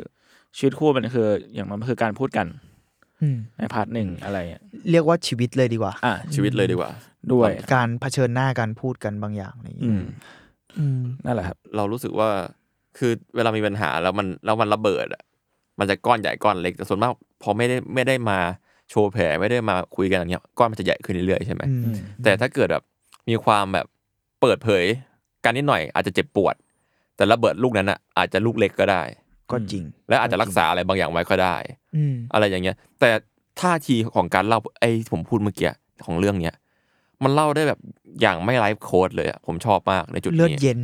S2: ชีวิตคู่มันคือ อย่างมันคือการพูดกันในพาร์ทหนึ่งอะไรอย่างเงี้ย
S4: เรียกว่าชีวิตเลยดีกว่า
S2: อ่ะ
S3: ชีวิตเลยดีกว่า
S2: ด้วย
S4: การเผชิญหน้าการพูดกันบางอย่างอะไรอย่าง
S2: อื
S4: งี้
S2: ม
S4: อืม
S2: นั่นแหละครับ
S3: เรารู้สึกว่า คือเวลามีปัญหาแล้วมันแล้วมันระเบิดอะมันจะก้อนใหญ่ก้อนเล็ก แต่ส่วนมากพอไม่ได้ไม่ได้มาโชว์แผลไม่ได้มาคุยกันอย่างเงี้ย ก้อนมันจะใหญ่ขึ้นเรื่อยๆใช่ไหม
S4: อืม
S3: แต่ถ้าเกิดแบบมีความแบบเปิดเผยกันนิดหน่อยอาจจะเจ็บปวด แต่ระเบิดลูกนั้นอะอาจจะลูกเล็กก็ได้
S4: ก็จริง
S3: และอาจจะรักษาอะไรบางอย่างไว้ก็ได้
S4: อืม
S3: อะไรอย่างเงี้ย แต่ท่าทีของการเล่าไอ้ที่ผมพูดเมื่อกี้ของเรื่องเนี้ยมันเล่าได้แบบอย่างไม่ไลฟ์โค้ดเลยอะผมชอบมากในจุด
S4: เลือด
S3: นี้
S4: เย็น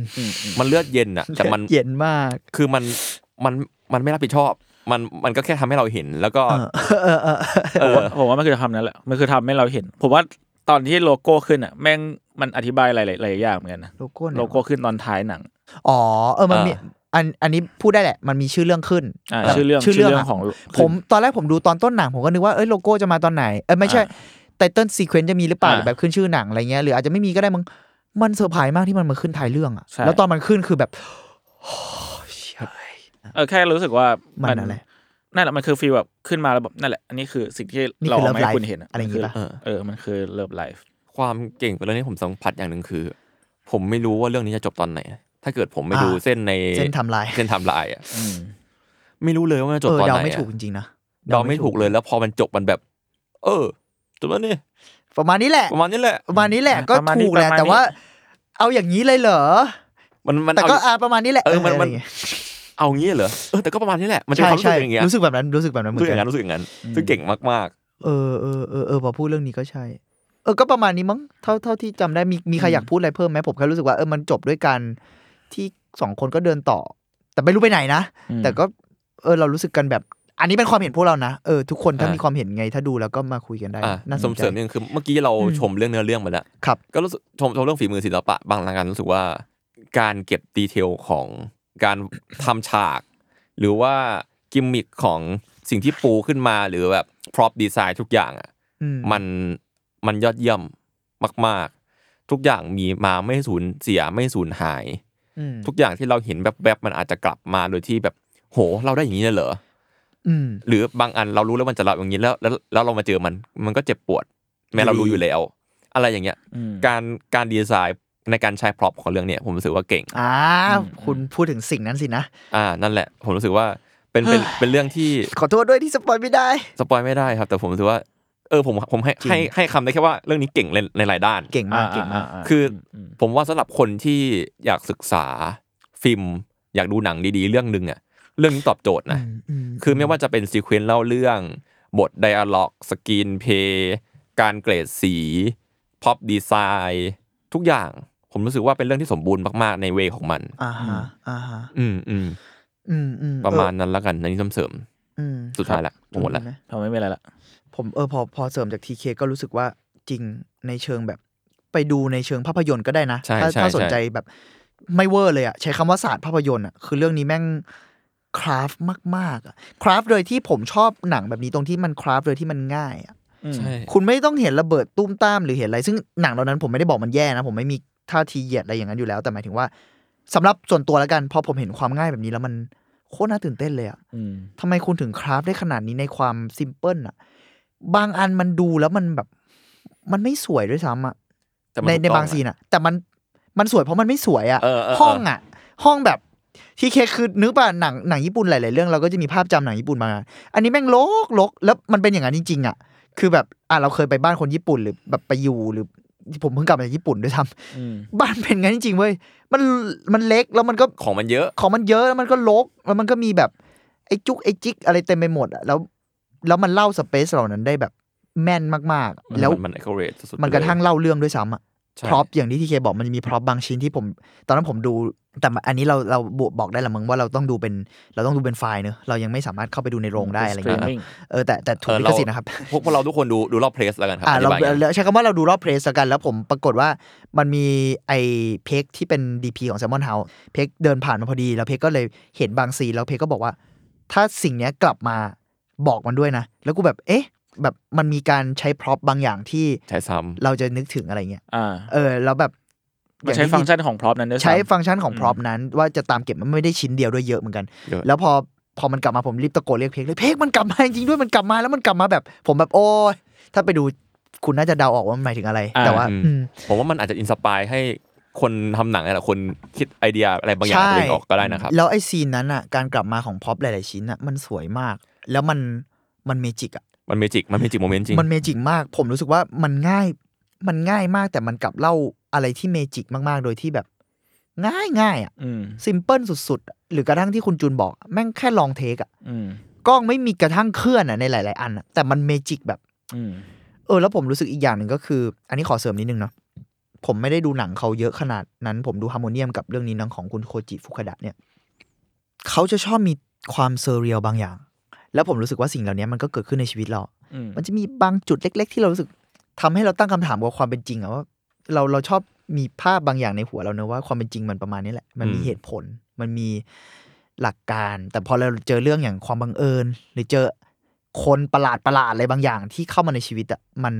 S3: มันเลือดเย็นอะแต่มัน
S4: เลือดเย็นมาก
S3: คือมันมันมันไม่รับผิดชอบ มันมันก็แค่ทำให้เราเห็น แล้วก็
S4: เออเออ
S2: ผ
S3: เอ
S2: ม
S3: อ
S2: ว่าผมว่ามันคือทำนั้นแหละมันคือทำให้เราเห็น ผมว่าตอนที่โลโก้ขึ้นอ่ะแม่งมันอธิบายหลายๆหลายอย่างเหมือนกันนะ
S4: โลโก้เนี่ย
S2: โลโก้ขึ้นตอนท้ายหนัง
S4: อ๋อเออมันมี
S3: อ่า
S4: อันอันนี้พูดได้แหละ มันมีชื่อเรื่องขึ้น
S2: อ่า
S4: แต่
S2: ชื่อเรื่อง
S4: ชื่อเรื่อง
S2: ชื่อเรื่
S4: อะ
S2: องของ
S4: ผมตอนแรกผมดูตอนต้นหนัง ผมก็นึกว่าเอ้ยโลโก้จะมาตอนไหน เอ้ยไม่ใช่ไตเติ้ลซีเควนต์จะมีหรือเปล่า
S2: อ่า
S4: หรือแบบขึ้นชื่อหนังอะไรเงี้ยหรืออาจจะไม่มีก็ได้มึงมันเซอร์ไพรส์มากที่มันมาขึ้นท้ายเรื่องอะ
S2: ใช่
S4: แล้วตอนมันขึ้นคือแบบ
S2: เออแค่รู้สึกว่ามั
S4: มันอะไร
S2: นั่นแหละมันคือฟีลแบบขึ้นมาแล้วแบบนั่นแหละอันนี้คือสิ่งที่
S4: นี่
S2: เรา
S4: คือ
S2: เอามา
S4: love
S2: ให้
S4: life
S2: คุณเห็น
S4: อะไรอย่างงี้
S2: นี้
S4: ปะ
S3: เออ
S2: เออมันคือเลิฟไลฟ์
S3: ความเก่งของเรื่องนี้ผมสัมผัสอย่างหนึ่งคือ ผมไม่รู้ว่าเรื่องนี้จะจบตอนไหน ถ้าเกิดผมไม่ดู
S4: อ่า
S3: เส้นใน
S4: เส้นไทำลาย
S3: เส้นไทำลายอะไม่รู้เลยว่ามันจะจบ
S4: เอ
S3: ต
S4: อ
S3: อน
S4: เดา
S3: ไหน
S4: ไม่ถูก
S3: อะ
S4: จริงๆนะ
S3: เดาไม่ถูกเลยแล้วพอมันจบมันแบบ เออจบแล้วนี่
S4: ประมาณนี้แหละ
S3: ประมาณนี้แหละ
S4: ประมาณนี้แหละก็
S2: ประมาณนี้
S4: ถูกแหละ
S2: ประมาณนี้
S4: แต่ว่า เอาอย่างนี้เลยเหรอ
S3: มันมัน
S4: แต่ก็
S3: เอา
S4: อาประมาณนี้แหละ
S3: เออมันมัน
S4: ะไรย่างเงี้ย
S3: เอางี้เหรอเออแต่ก็ประมาณนี้แหละ มันจะมีค
S4: ใช่
S3: วามรู้
S4: ใช่
S3: สึกอย่างเงี้ย
S4: รู้สึกแบบนั้นรู้สึกแบบนั้นเหมื
S3: รู้สึ
S4: อก
S3: อนย่าง
S4: กั
S3: นั้น นรู้สึกอย่างนั้นซึ่งเก่งมาก
S4: เออเออเออเออพอพูดเรื่องนี้ก็ใช่ เออก็ประมาณนี้มั้งเท่าเท่าที่จำได้มีมีใครอยากพูดอะไรเพิ่มไหมผมแค่รู้สึกว่าเออมันจบด้วยกันที่สองคนก็เดินต่อ แต่ไม่รู้ไปไหนนะ แต่ก็เออเรารู้สึกกันแบบ อันนี้เป็นความเห็นพวกเรานะเออทุกคนถ้ามีความเห็นไง ถ้าดูแล้วก็มาคุยกันได้
S3: ๆอ่ะ
S4: น่าส
S3: สม
S4: นใจ
S3: เสริมนิดนึงคือเมื่อกี้เรา
S4: อืม
S3: ชมเรื่องเนื้อเรื่องมาแล้ว
S4: ครับ
S3: ก็รู้สึกชมชมเรื่องฝีมือศิลปะบางรายการรู้สึกว่า การเก็บดีเทลของการทำฉาก หรือว่ากิมมิคของสิ่งที่ปูขึ้นมาหรือแบบพร็อพดีไซน์ทุกอย่างอ่ะ
S4: อืม
S3: มันมันยอดเยี่ยมมาก ๆ ทุกอย่างมีมาไม่สูญเสียไม่สูญหาย
S4: อืม
S3: ทุกอย่างที่เราเห็นแวบๆมันอาจจะกลับมาโดยที่แบบ โห เราได้อย่างนี้เลยเหรอ
S4: อืม
S3: หรือบางอันเรารู้แล้วมันจะเราอย่างนี้แล้วแล้วแล้วเรามาเจอมันมันก็เจ็บปวด แม้เรารู้อยู่แล้ว อะไรอย่างเงี้ย การการดีไซน์ในการใช้พร็อพของเรื่องเนี่ยผมรู้สึกว่าเก่ง
S4: อ่าคุณพูดถึงสิ่งนั้นสินะ
S3: อ่านั่นแหละ ผมรู้สึกว่า เป็นเป็นเป็นเรื่องที่
S4: ขอโทษด้วยที่สปอยไม่ได้
S3: สปอยไม่ได้ครับ แต่ผมรู้สึกว่า เออผมผมให้
S4: จริง
S3: ให้ให้คำได้แค่ว่าเรื่องนี้เก่งในในหลายด้าน
S4: เก่งมากเก่งมาก
S3: คืออ
S2: ม
S3: ผมว่าสำหรับคนที่อยากศึกษาฟิล์มอยากดูหนังดีๆ เรื่องหนึ่งอ่ะเรื่องนี้ตอบโจทย์นะ คือไม่ว่าจะเป็นซีเควนต์เล่าเรื่องบทไดอะล็อกสกรีนเพย์การเกรดสีพ o อ d ดีไซน์ทุกอย่างผมรู้สึกว่าเป็นเรื่องที่สมบูรณ์มากๆ ในเวของมัน
S4: อ่าฮะอ่าฮะ
S3: อืมอืม
S4: อืมอืม
S3: ประมาณ
S4: เออ
S3: นั้นละกันอันนี้เสริม
S4: อืม
S3: ๆสุดท้ายละผมหมดละ
S4: ไ
S2: ทำไมไม่เป็นไรละ
S4: ผมเออพอพอเสริมจากทีเคก็รู้สึกว่าจริงในเชิงแบบไปดูในเชิงภาพยนตร์ก็ได้นะ
S3: ใช่
S4: ถ้า
S3: ใช่
S4: ถ้าสน
S3: ใช่
S4: ใจแบบไม่เวอร์เลยอะใช้คำว่าศาสตร์ภาพยนตร์อะคือเรื่องนี้แม่งคราฟมากๆอะคราฟโดยที่ผมชอบหนังแบบนี้ตรงที่มันคราฟโดยที่มันง่ายอะ
S3: ใช่
S4: คุณไม่ต้องเห็นระเบิดตุ้มตามหรือเห็นอะไร ซึ่งหนังเหล่านั้นผมไม่ได้บอกมันแย่นะ ผมไม่มีท่าทีเหยียดอะไรอย่างนั้นอยู่แล้ว แต่หมายถึงว่าสำหรับส่วนตัวแล้วกันพอผมเห็นความง่ายแบบนี้แล้วมันโคตรน่าตื่นเต้นเลยอะ
S2: อืม
S4: ทำไมคุณถึงคราฟได้ขนาดนี้ในความซิมเพิลอะบางอันมันดูแล้วมันแบบ มันไม่สวยด้วยซ้ำอะ
S3: แต่มั
S4: ใน
S3: ถูก
S4: ในบาง
S3: ต้องะ
S4: ซีนอะแต่มันมันสวยเพราะมันไม่สวยอะ
S3: เออเออเออ
S4: ห้องอะห้องแบบที่เคคือนึกป่ะหนังหนังญี่ปุ่นหลาย ๆ เรื่องเราก็จะมีภาพจำหนังญี่ปุ่นมา อันนี้แม่งลกลกแล้วมันเป็นอย่างนั้นจริงๆอะคือแบบอ่ะเราเคยไปบ้านคนญี่ปุ่นหรือแบบไปอยู่หรือผมเพิ่งกลับมาจากญี่ปุ่นด้วยซ้
S2: อืม
S4: ำบ้านเป็นงั้นจริงๆเว้ยมันมันเล็กแล้วมันก็
S3: ของมันเยอะ
S4: ของมันเยอะแล้วมันก็ลกแล้วมันก็มีแบบไอ้จุกไอ้จิกอะไรเต็มไปหมดอะแล้วแล้วมันเล่าสเปซเหล่านั้นได้แบบแม่นมากๆ แล้ว
S3: มัน accurate สุดๆ
S4: มันกระทั่ง
S3: เลย
S4: เล่าเรื่องด้วยซ้ำอะ
S3: ใช่
S4: พร็อพอย่างที่ทีเคบอกมันจะมีพร็อพบางชิ้นที่ผม ตอนนั้นผมดูแต่อันนี้เราเราบอกได้ละมึงว่าเราต้องดูเป็นเราต้องดูเป็นไฟล์เนอะเรายังไม่สามารถเข้าไปดูในโรงได้อะไรเงี้ย
S2: Streaming
S4: เออแต่แต่ถูกลิขสิทธิ์นะครับ
S3: พวกพวกเราทุกคนดูดูรอบเพลสแล้วกันครับ
S4: อ่า
S3: อธิ
S4: เรา
S3: บายกัน
S4: เราใช้คำว่าเราดูรอบเพลสกัน แล้วผมปรากฏว่ามันมีไอ้เพกที่เป็น DP ของแซมมอนเฮาเพกเดินผ่านมาพอดี แล้วเพกก็เลยเห็นบางซีนแล้วเพกก็บอกว่า ถ้าสิ่งเนี้ยกลับมาบอกมันด้วยนะ แล้วกูแบบเอ๊ะ แบบมันมีการใช้พร็อพบางอย่างที่
S3: ใช้ซ้
S4: เราจะนึกถึงอะไรเงี้ย
S2: อ่า
S4: เออแล้วแบบ
S2: มันใช้
S4: อย่าที่
S2: ฟังก์ชันของพร็อพนั้นด้วยซ้ำ
S4: ใช้ฟังก์ชันของ
S2: อืม
S4: พร็อพนั้นว่าจะตามเก็บมันไม่ได้ชิ้นเดียวด้วยเยอะเหมือนกัน
S3: ำเยอะ
S4: แล้วพอพอมันกลับมาผมรีบตะโกนเรียกเพกเลยเพกมันกลับมาจริงๆด้วยมันกลับมาแล้วมันกลับมาแบบ ผมแบบโอ้ยถ้าไปดูคุณน่าจะเดาออกว่ามันหมายถึงอะไร
S2: อ่า
S4: แต่ว่าอืม
S3: ผมว่ามันอาจจะอินสปายให้คนทำหนังแต่ละคนคิดไอเดียอะไรบางอย่างของตัวเองออกก็ได้นะครับ
S4: แล้วไอซีนนั้นอ่ะการกลับมาของพ็อปหลาย ๆ ชิ้นอ่ะมันสวยมาก แล้วมันมันเมจิกอ่ะ
S3: มันเมจิกมันเมจิกโมเมนต์จริง
S4: มันเมจิกมาก ผมรู้สึกว่ามันง่ายมันง่ายมากแต่มันกลับเล่าอะไรที่เมจิกมาก ๆ โดยที่แบบ ง่ายง่ายๆอ่ะ
S2: อืม
S4: ซิมเพิลสุด ๆอะหรือกระทั่งที่คุณจูนบอกอะแม่งแค่ลองเทคอ่ะ
S2: อืม
S4: กล้องไม่มีกระทั่งเคลื่อนอ่ะในหลาย ๆ อันอะแต่มันเมจิกแบบ
S2: อืม
S4: เออแล้วผมรู้สึกอีกอย่างหนึ่งก็คือ อันนี้ขอเสริมนิดนึงเนาะผมไม่ได้ดูหนังเขาเยอะขนาดนั้น ผมดูฮาร์โมเนียมกับเรื่องนี้หนังของคุณโคจิฟุคดะเนี่ยเขาจะชอบมีความเซอร์เรียลบางอย่าง แล้วผมรู้สึกว่าสิ่งเหล่านี้มันก็เกิดขึ้นในชีวิตเรา
S2: อืม
S4: มันจะมีบางจุดเล็ก ๆ ที่เรารู้สึกทำให้เราตั้งคำถามกับความเป็นจริงอะว่าเราเราชอบมีภาพบางอย่างในหัวเราเนอะว่าความเป็นจริงมันประมาณนี้แหละ มันมี
S3: อืม
S4: เหตุผล มันมีหลักการ แต่พอเราเจอเรื่องอย่างความบังเอิญ หรือเจอคนประหลาดประหลาดอะไรบางอย่างที่เข้ามาในชีวิตอะมัน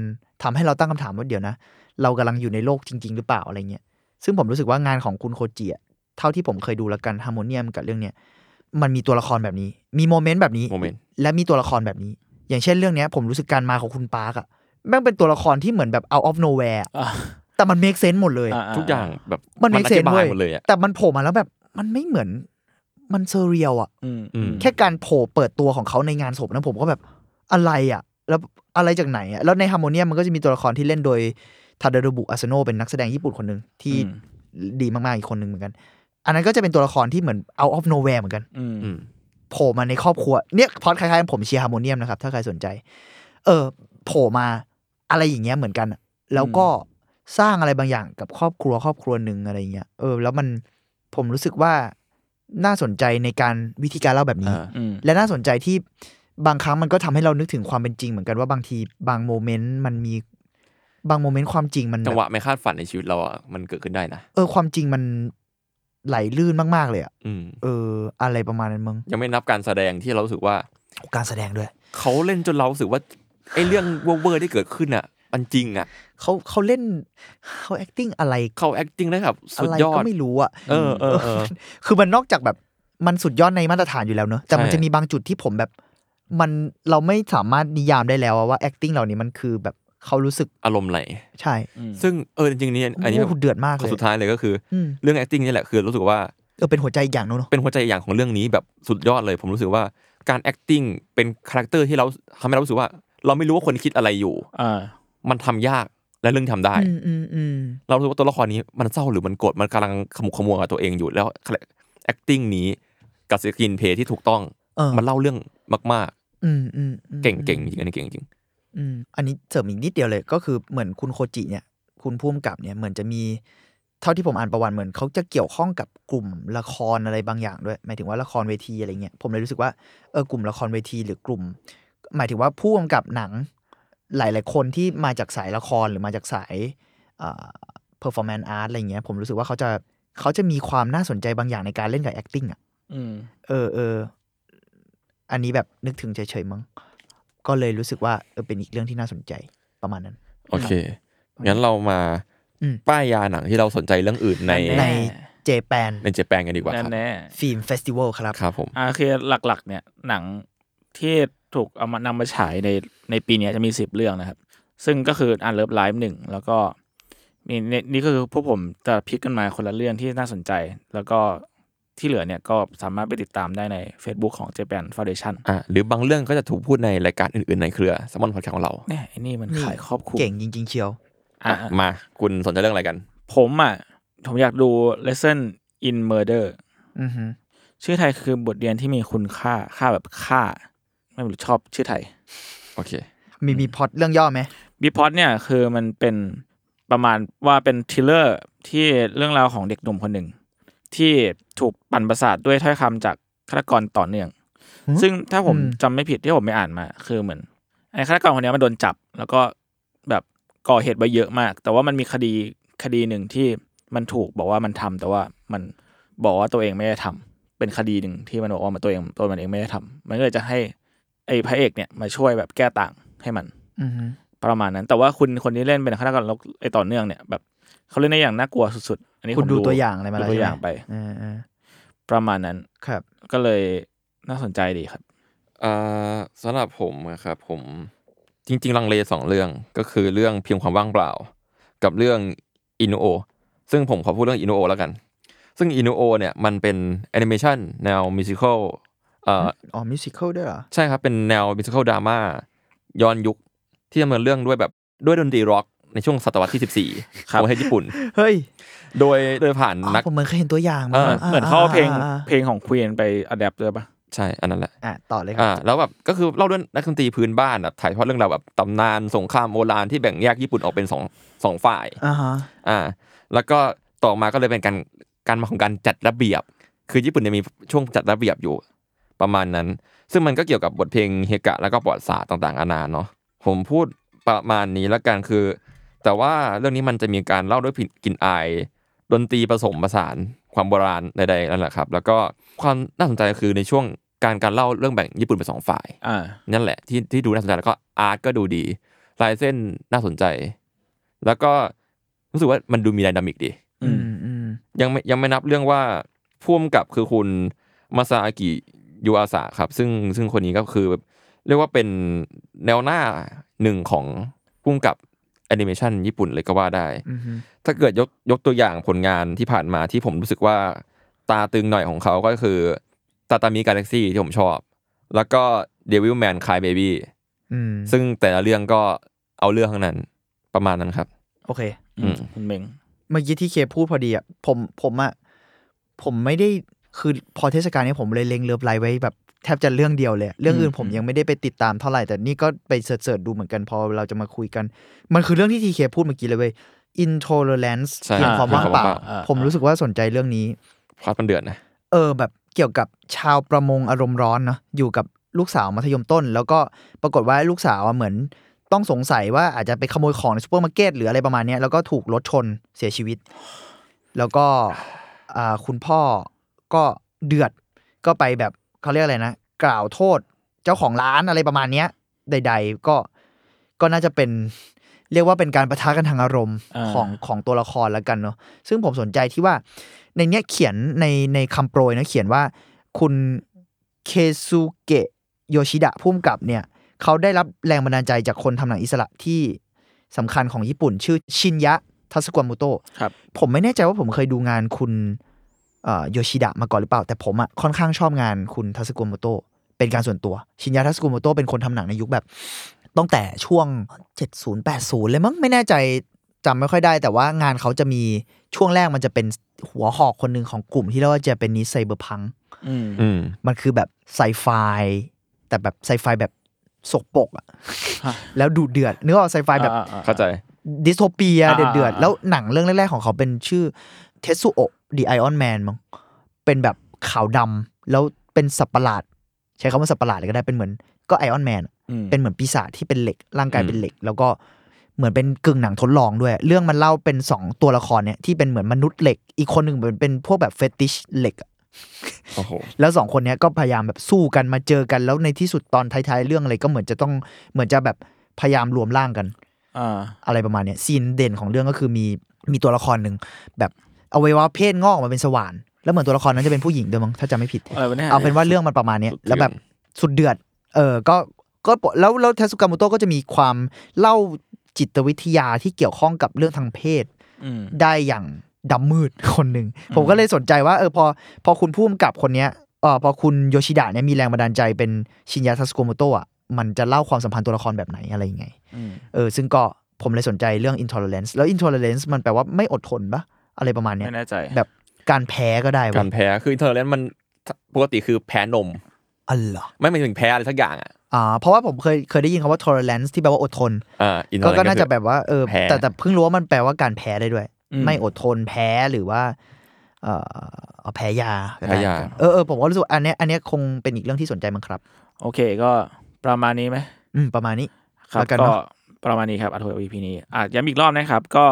S4: ทำให้เราตั้งคำถามว่าเดี๋ยวนะ เรากำลังอยู่ในโลกจริง ๆ หรือเปล่าอะไรเงี้ยซึ่งผมรู้สึกว่างานของคุณโคจิอะเท่าที่ผมเคยดูแล้วกันฮาร์โมเนียมกับเรื่องเนี้ยมันมีตัวละครแบบนี้ มีโมเมนต์แบบนี้
S3: โมเมนต์
S4: และมีตัวละครแบบนี้ อย่างเช่นเรื่องเนี้ยผมรู้สึกการมาของคุณปาร์กอะแม่งเป็นตัวละครที่เหมือนแบบ out of nowhere อะ
S2: อ่า
S4: แต่มัน make sense หมดเลย
S3: ทุกอย่างแบบ
S4: มัน make
S3: อ
S4: sense
S3: ธิบา
S4: เว้
S3: ย
S4: ย
S3: หมดเลยอ่ะ
S4: แต่มันโผล่มาแล้วแบบมันไม่เหมือนมันเซเรียลอะ
S2: อืม
S3: อืม
S4: แค่การโผล่เปิดตัวของเขาในงานศพนะผมก็แบบอะไรอะแล้วอะไรจากไหนอะแล้วในฮาร์โมเนียมันก็จะมีตัวละครที่เล่นโดยทาดาโดบุอาซโนเป็นนักแสดงญี่ปุ่นคนหนึ่งที่
S2: อืม
S4: ดีมาก ๆ อีกคนหนึ่งเหมือนกัน อันนั้นก็จะเป็นตัวละครที่เหมือน out of nowhere เหมือนกัน
S2: อืม
S3: อืม
S4: โผล่มาในครอบครัวเนี่ยพอดคล้ายๆผมเชียร์ฮาร์โมเนียมนะครับ ถ้าใครสนใจ เออโผล่มาอะไรอย่างเงี้ยเหมือนกันอะแล้วก็สร้างอะไรบางอย่างกับครอบครัวครอบครัวหนึ่งอะไรอย่างเงี้ยเออแล้วมันผมรู้สึกว่าน่าสนใจในการวิธีการเล่าแบบนี้
S3: อ่า
S2: อืม
S4: และน่าสนใจที่บางครั้งมันก็ทำให้เรานึกถึงความเป็นจริงเหมือนกันว่าบางทีบางโมเมนต์มันมีบางโมเมนต์ความจริงมันแบบ
S3: จังหวะไม่คาดฝันในชีวิตเราอ่ะมันเกิดขึ้นได้นะ
S4: เออความจริงมันไหลลื่นมากๆเลยอะ
S3: อืม
S4: เออ อะไรประมาณนั้นมึง
S3: ยังไม่นับการแสดงที่เรารู้สึกว่า
S4: การแสดงด้วย
S3: เขาเล่นจนเรารู้สึกว่าไอ้เรื่องเวอร์ๆที่เกิดขึ้นอ่ะ มันจริงอ่ะ
S4: เขาเขาเล่นเขา acting อะไร
S3: เขา acting ได้แบบสุ
S4: อะ
S3: ด
S4: ไร
S3: ยอ
S4: ก็
S3: ด
S4: ไม่รู้อะ
S3: เออเออเออ
S4: คือมันนอกจากแบบมันสุดยอดในมาตรฐานอยู่แล้วเนอะแต่มัน
S3: ใช่
S4: จะมีบางจุดที่ผมแบบ มันเราไม่สามารถนิยามได้แล้วอะว่า acting เหล่านี้มันคือแบบเขารู้สึก
S3: อารมณ์ไหล
S4: ใช่
S2: อืม
S3: ซึ่งเออจริงๆนี่อันนี้
S4: โโหเดือดมากเลย
S3: สุดท้ายเลยก็คือ
S4: อืม
S3: เรื่อง acting นี่แหละคือรู้สึกว่า
S4: เออเป็นหัวใจอีกอย่างเนอะเนอะ
S3: เป็นหัวใจอย่างของเรื่องนี้แบบสุดยอดเลย ผมรู้สึกว่าการ acting เป็นคาแรคเตอร์ที่เราทำให้เรารู้สึกว่า เราไม่รู้ว่าคนคิดอะไรอยู่
S2: อ่า
S3: มันทำยากและเรื่องทำได้
S4: อืมอืมอืม
S3: เรารู้สึกว่าตัวละครนี้มันเศร้าหรือมันโกรธมันกำลังขมุกขมัวกับตัวเองอยู่แล้ว acting นี้กับสกินเพย์ที่ถูกต้อง
S4: เออ
S3: มันเล่าเรื่องมาก
S4: อืมอืมอืม
S3: ๆ เก่งๆจริงๆอันนี้เก่งจริง
S4: อืมอันนี้เสริมอีกนิดเดียวเลยก็คือเหมือนคุณโคจิเนี่ย คุณพุ่มกับเนี่ยเหมือนจะมี เท่าที่ผมอ่านประวัติเหมือนเขาจะเกี่ยวข้องกับกลุ่มละครอะไรบางอย่างด้วยหมายถึงว่าละครเวทีอะไรเงี้ยผมเลยรู้สึกว่าเออกลุ่มละครเวทีหรือกลุ่ม หมายถึงว่าผู้กำกับหนังหลาย ๆ คนที่มาจากสายละครหรือมาจากสายเอ่อ performance art อะไรเงี้ยผมรู้สึกว่าเขาจะเขาจะมีความน่าสนใจบางอย่างในการเล่นกับ acting อ่ะ
S2: อืม
S4: เออเออ อันนี้แบบนึกถึงเฉยๆมั้ง ก็เลยรู้สึกว่าเออเป็นอีกเรื่องที่น่าสนใจประมาณนั้น
S3: โอเค งั้นเรามา
S4: อืม
S3: ป้ายยาหนังที่เราสนใจเรื่องอื่นใน
S2: แน่
S4: ในเจแปน
S3: ในเจแปนกันดีกว่า
S2: แน่
S3: ครับ
S2: แน่
S4: ฟิล์มเฟสติวัลครับ
S3: ครับผม
S2: ๆอ่าคือหลักๆ เนี่ยหนังที่ถูกเอามานำมาฉายในในปีเนี้ยจะมีสิบเรื่องนะครับ ซึ่งก็คืออันเลิฟไลฟ์หนึ่งแล้วก็มีนี่นี่ก็คือพวกผมจะพลิกกันมาคนละเรื่องที่น่าสนใจ แล้วก็ที่เหลือเนี่ยก็สามารถไปติดตามได้ใน Facebook ของ Japan Foundation
S3: อ่ะหรือบางเรื่องก็จะถูกพูดในรายการอื่นๆในเครือสมอนพอดแคสต์ของเรา
S2: เนี่ยไอ้นี่มัน
S4: นี่
S2: ขายครอบครัว
S4: เก่งจริง ๆ เชียว
S2: อ่ะ
S3: อ่ะมาคุณสนใจเรื่องอะไรกัน
S2: ผมอ่ะ ผมอยากดู Lesson in Murder
S4: อือหือ
S2: ชื่อไทยคือบทเรียนที่มีคุณค่าค่าแบบค่า ไม่รู้ชอบชื่อไทย
S3: โอเค
S4: มีมีพล็อตเรื่องย่อไหม
S2: บิพอตเนี่ยคือมันเป็นประมาณว่าเป็นทริลเลอร์ที่เรื่องราวของเด็กหนุ่มคนหนึ่ง ที่ถูกปั่นประสาทด้วยถ้อยคำจากฆาตกรต่อเนื่อง
S4: หือ
S2: ซึ่งถ้าผม
S4: อืม
S2: จำไม่ผิดที่ผมไปอ่านมา คือเหมือนไอ้ฆาตกรคนเนี้ยมันโดนจับ แล้วก็แบบก่อเหตุไว้เยอะมาก แต่ว่ามันมีคดีคดีหนึ่งที่มันถูกบอกว่ามันทำแต่ว่ามันบอกว่าตัวเองไม่ได้ทำเป็นคดีหนึ่งที่มันบอกว่ามันตัวเองตัวมันเองไม่ได้ทำมันก็เลยจะให้ไอ้พระเอกเนี่ยมาช่วยแบบแก้ต่างให้มัน
S4: อือหือ
S2: ประมาณนั้น แต่ว่าคุณคนที่เล่นเป็นฆาตกรโรคไอต่อเนื่องเนี่ยแบบเขาเล่นได้อย่างน่ากลัวสุดๆ อันนี้
S4: คุณ
S2: ผม
S4: ดูตัวอย่างอะไรมา
S2: ดู
S4: แล้ว
S2: ตัว
S4: ใช่
S2: อย่าง
S4: หม
S2: ไป
S4: เออเออ
S2: ประมาณนั้น
S4: ครับ
S2: ก็เลยน่าสนใจดีครับ
S3: อ่าสำหรับผมนะครับผมจริง ๆ ลังเลสองเรื่องก็คือเรื่องเพียงความว่างเปล่า กับเรื่องอินโอซึ่งผมขอพูดเรื่องอินโอแล้วกัน ซึ่งอินโอเนี่ยมันเป็นแอนิเมชันแนวมิวสิควลเอ่อ
S4: อ๋อมิวสิควลด้วยเหรอ
S3: ใช่ครับ เป็นแนวมิวสิควลดราม่าย้อนยุคที่ดำเนินเรื่องด้วยแบบด้วยดนตรีร็อกในช่วงศตวรรษที่ 14ของประเทศญี่ปุ่น
S4: เฮ้ย
S3: โดยโดยผ่าน
S4: อ๋อ
S3: นัก
S4: ผมเหมือนเคยเห็นตัวอย่างมา
S3: เออ
S2: เหมือนเขาเอาเพลง
S4: อ่า
S2: เพลงของควีนไปอัดแอปเลยปะ
S3: ใช่ อันนั้นแหละ
S4: อ่าต่อเลยครั
S3: อ่า
S4: บ
S3: แล้วแบบก็คือเล่าเรื่องนักดนตรีพื้นบ้านแบบถ่ายทอดเรื่องราวแบบตำนานสงครามโบราณที่แบ่งแยกญี่ปุ่นออกเป็นสองสองฝ่าย
S4: อ่าฮะ
S3: อ่าแล้วก็ต่อมาก็เลยเป็นการการมาของการจัดระเบียบ คือญี่ปุ่นเนี่ยมีช่วงจัดระเบียบอยู่ประมาณนั้น ซึ่งมันก็เกี่ยวกับบทเพลงเฮกะแล้วก็ประวัติศาสตร์ต่างๆนานาเนาะผมพูดประมาณนี้แล้วกันคือ แต่ว่าเรื่องนี้มันจะมีการเล่าด้วยกลิ่นอายดนตรีผสมผสานความโบราณใดๆนั่นแหละครับ แล้วก็ความน่าสนใจก็คือในช่วงการการเล่าเรื่องแบ่งญี่ปุ่นเป็นสองฝ่าย
S2: อ่า
S3: นั่นแหละที่ที่ดูน่าสนใจแล้วก็อาร์ตก็ดูดี ลายเส้นน่าสนใจ แล้วก็รู้สึกว่ามันดูมีไดนามิกดี
S2: อื
S4: อื
S2: ม
S4: มอืม
S3: ยังไม่ยังไม่นับเรื่องว่าพ่วมกับคือคุณมาซาอากิยูอาสะครับ ซึ่งซึ่งคนนี้ก็คือแบบเรียกว่าเป็นแนวหน้าหนึ่งของพ่วมกับแอนิเมชันญี่ปุ่นเลยก็ว่าได้
S4: อืมอืม
S3: ถ้าเกิดยกยกตัวอย่างผลงานที่ผ่านมาที่ผมรู้สึกว่าตาตึงหน่อยของเขาก็คือตาตามิกาแล็กซี่ที่ผมชอบ แล้วก็เดวิลแมนคายเบบี้
S4: อืม
S3: ซึ่งแต่ละเรื่องก็เอาเรื่องทั้งนั้นประมาณนั้นครับ
S4: โอเค
S3: อืม
S2: คุณเมง
S4: เมื่อกี้ที่เคพูดพอดีอ่ะผมผมอ่ะผมไม่ได้คือพอเทศกาลนี้ผมเลยเล็งเลิฟไลน์ไว้แบบแทบจะเรื่องเดียวเลยอะเรื่องอื่นผมยังไม่ได้ไปติดตามเท่าไหร่ แต่นี่ก็ไปเสิร์ชๆดูเหมือนกันพอเราจะมาคุยกัน มันคือเรื่องที่ทีเคพูดเมื่อกี้เลยเว้ย intolerance
S3: ใช่
S4: เพียงความว่างเปล่า
S2: อ่า
S4: ผมรู้สึกว่าสนใจเรื่องนี้
S3: พล็อดมันเดือดนะ
S4: เออแบบเกี่ยวกับชาวประมงอารมณ์ร้อนเนาะอยู่กับลูกสาวมัธยมต้น แล้วก็ปรากฏว่าลูกสาวอะเหมือนต้องสงสัยว่าอาจจะไปขโมยของในซูเปอร์มาร์เก็ตหรืออะไรประมาณเนี้ยแล้วก็ถูกรถชนเสียชีวิต แล้วก็อ่าคุณพ่อก็เดือดก็ไปแบบเขาเรียกอะไรนะ กล่าวโทษเจ้าของร้านอะไรประมาณเนี้ย ใด ๆ ก็ก็น่าจะเป็นเรียกว่าเป็นการประทะกันทางอารมณ์
S2: อ่า
S4: ของของตัวละครแล้วกันเนาะ ซึ่งผมสนใจที่ว่าในเนี้ยเขียนในในคำโปรยนะเขียนว่าคุณเคซูเกะโยชิดะพุ่มกับเนี่ย เขาได้รับแรงบันดาลใจจากคนทำหนังอิสระที่สำคัญของญี่ปุ่น ชื่อชินยะทัสกวามุโตะ
S2: ครับ
S4: ผมไม่แน่ใจว่าผมเคยดูงานคุณ โยชิดะมาก่อนหรือเปล่า แต่ผมอะค่อนข้างชอบงานคุณทัสกุโมโตะเป็นการส่วนตัว ชินยาทัสกุโมโตะเป็นคนทำหนังในยุคแบบตั้งแต่ช่วง 70 80 เลยมั้งไม่แน่ใจจำไม่ค่อยได้ แต่ว่างานเขาจะมีช่วงแรกมันจะเป็นหัวหอกคนหนึ่งของกลุ่มที่เรียกว่าจะเป็นนิไซเบอร์พัง
S2: อืม
S3: อืม
S4: มันคือแบบไซไฟแต่แบบไซไฟแบบสกปรกอะ แล้วดูเดือดนึกว่าไซไฟแบบ
S2: อ่อ่อ่
S3: เข้าใจ
S4: ดิสโทเปีย
S2: อ่า
S4: เดือด
S2: อ่า
S4: ๆแล้วหนังเรื่องแรก ๆ ของเขาเป็นชื่อเทสุโอ The Iron Man มั้งเป็นแบบขาวดำแล้วเป็นสับประหลาด ใช้คำว่าสับประหลาดเลยก็ได้เป็นเหมือนก็ไอออนแมน
S2: อืม
S4: เป็นเหมือนปีศาจที่เป็นเหล็กร่างกาย
S3: อืม
S4: เป็นเหล็ก แล้วก็เหมือนเป็นกึ่งหนังทดลองด้วย เรื่องมันเล่าเป็นสองตัวละครเนี่ยที่เป็นเหมือนมนุษย์เหล็ก อีกคนหนึ่งเหมือนเป็นพวกแบบเฟติชเหล็กอะ
S3: โอ้โห
S4: แล้วสองคนเนี้ยก็พยายามแบบสู้กันมาเจอกัน แล้วในที่สุดตอนท้ายๆเรื่องอะไรก็เหมือนจะต้องเหมือนจะแบบพยายามรวมร่างกัน
S2: อ่า
S4: อะไรประมาณเนี้ยซีนเด่นของเรื่องก็คือมีมีตัวละครหนึ่งแบบอวัยวะเพศงอกออกมาเป็นสว่าน แล้วเหมือนตัวละครนั้นจะเป็นผู้หญิงด้วยมั้งถ้าจำไม่ผิด
S2: อะไรวะเนี่ย
S4: เอาเป็นว่าเรื่องมันประมาณเนี้ย
S3: สุดเดือด
S4: แล้วแบบสุดเดือด เออก็ก็ปะแล้วแล้วเทสุกาโมโตะก็จะมีความเล่าจิตวิทยาที่เกี่ยวข้องกับเรื่องทางเพศ
S2: อืม
S4: ได้อย่างดำมืด คนหนึ่ง ผมก็เลยสนใจว่าเออพอพอคุณพุ่มกับคนเนี้ยเออพอคุณโยชิดะเนี่ยมีแรงบันดาลใจเป็นชินยาทัสโกโมโตะอะมันจะเล่าความสัมพันธ์ตัวละครแบบไหนอะไรยังไง
S2: อืม
S4: เออซึ่งก็ผมเลยสนใจเรื่อง intolerance แล้ว intolerance มันแปลว่าไม่อดทนปะอะไรประมาณเนี้ย
S2: ไม่แน่ใจ
S4: แบบการแพ้ก็ได้
S3: กา
S4: เว่ะ
S3: รแพ้คืออินเทอร์เน็ตมันปกติคือแพ้นม
S4: อ๋อเหรอ
S3: ไม่หมายถึงแพ้อะไรสักอย่างอ่ะ
S4: อ่าเพราะว่าผมเคยเคยได้ยินคำว่า tolerance ที่แปลว่าอดทน
S3: อ่าอินเทอ
S4: ก็
S3: ร์เน็ต
S4: ก็น่าจะแบบว่าเออ
S3: แพ้
S4: แต่แต่เพิ่งรู้ว่ามันแปลว่าการแพ้ได้ด้วย
S2: อืม
S4: ไม่อดทนแพ้หรือว่า เอ่อแพ้ยาก็
S3: พ
S4: ได้
S3: ยา
S4: เออเออผมก็รู้สึกว่าอันเนี้ยอันเนี้ยคงเป็นอีกเรื่องที่สนใจมั้งครับ
S2: โอเคก็ประมาณนี้ไหม
S4: อืมประมาณนี้
S2: ครับ
S4: แล้วกัน
S2: ก็
S4: เนอะ
S2: ประมาณนี้ครับอัทวี EP นี้อ่ะย้ำอีกรอบนะครับ ก็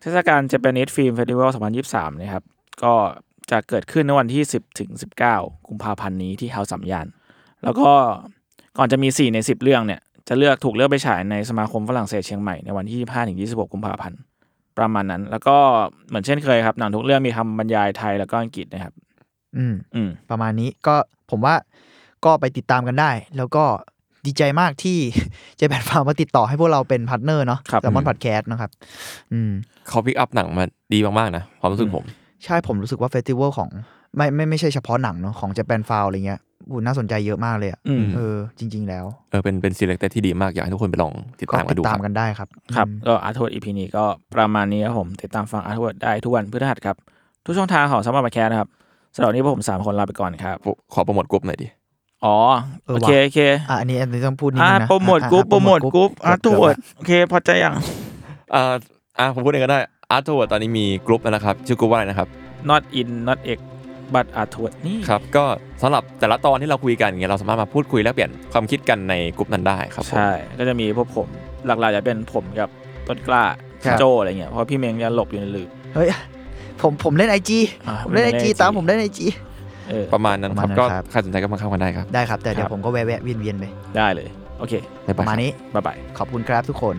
S2: เทศกาล Japanese Film Festival 2023 นะครับ ก็จะเกิดขึ้นในวันที่ 10 ถึง 19 กุมภาพันธ์นี้ที่เฮาสัมยาน แล้วก็ก่อนจะมี 4 ใน 10 เรื่องเนี่ย จะเลือกถูกเลือกไปฉายในสมาคมฝรั่งเศสเชียงใหม่ ในวันที่ 25 ถึง 26 กุมภาพันธ์ประมาณนั้น แล้วก็เหมือนเช่นเคยครับหนังทุกเรื่องมีคำบรรยายไทยแล้วก็อังกฤษนะครับ
S4: อืม
S2: อืม
S4: ประมาณนี้ก็ผมว่าก็ไปติดตามกันได้ แล้วก็ดีใจมากที่ เจแปนฟาร์มมาติดต่อให้พวกเราเป็นพาร์ทเนอร์เนาะ
S2: ครับ
S4: แซมมอนพอดแคสต์นะครับ อืม
S3: เขาพิกอัพหนังมาดีมากๆนะความรู้สึกผม
S4: ใช่ผมรู้สึกว่าเฟสติวัลของไม่ไม่ไม่ใช่เฉพาะหนังเนาะของเจแปนฟาวอะไรเงี้ยอู้น่าสนใจเยอะมากเลยอะ
S2: อืม
S4: เออจริง ๆ แล้ว
S3: เออเป็นเป็นซีเล็กเต็ที่ดีมากอยากให้ทุกคนไปลองติด
S4: ก็
S3: ตาม
S4: ติ
S3: กัน
S4: ด
S3: ดูค
S4: ตา
S3: รั
S4: ม
S3: บ
S4: กันได้ครับ
S2: ครับ
S4: อืม
S2: ก็อาร์ทวดอีพีนี้ก็ประมาณนี้ครับผม ติดตามฟังอาร์ทวดได้ทุกวันพฤหัสครับ ทุกช่องทางของสมาร์ทแคร์นะครับสำหรับวันนี้พวกผมสามคนลาไปก่อนครับ
S3: ขอโปรโมทกลุ่มหน่อยดิ
S2: อ๋อ
S4: เออ
S2: โอ
S4: ว่ะ
S2: เค โอเค
S4: อ่ะอันนี้อันนี้ต้องพูดนิด
S2: อ่า
S4: นึงนะ
S2: โปรโมท
S4: อ่ะ
S2: กรุ๊ป
S4: อ่ะ
S2: โปรโมทกรุ๊ปอาร์ทว
S4: เกืบ
S2: ดโอเค พอใจยัง
S3: อ่าอ่าผมพูดเองก็ได้อาร์ทเวิร์ดตอนนี้มีกลุ่มแล้วนะครับ ชื่อกลุ่มว่าอะไรนะครับ
S2: not in not ex but อาร์ทวดนี่
S3: ครับ ก็สำหรับแต่ละตอนที่เราคุยกันอย่างเงี้ยเราสามารถมาพูดคุยแลกเปลี่ยนความคิดกันในกลุ่มนั้นได้ครับผม
S2: ใช่ ก็จะมีพวกผมหลักๆจะเป็นผมกับต้นกล้า
S4: ครับ
S2: โจอะไรเงี้ยเพราะพี่เมงจะหลบอยู่ในหลืบ
S4: เฮ้ยผมผมเล่นไอจี
S2: อ่ะ
S4: ผมเล่นไอ
S2: ผมเล่น
S4: จี
S2: IG
S4: ตามผมเล่นไอจี
S2: เออ
S3: ประมาณนั้นครับ
S4: ป
S3: ก็
S4: ระมาณนั้นครับ
S3: ใครสนใจก็มาเข้ากันได้ครับ
S4: ได้ครับ แต่เดี๋ย
S2: ครับ
S4: วผมก็แวะแวะเวียนเวียนๆไป
S2: ได้เลย โอเค
S3: บ๊าย
S4: ป
S3: บายค
S4: ระมา
S3: รั
S4: ณ
S3: บ
S4: นี้
S2: บ๊ายบาย
S4: ขอบคุณครับทุกคน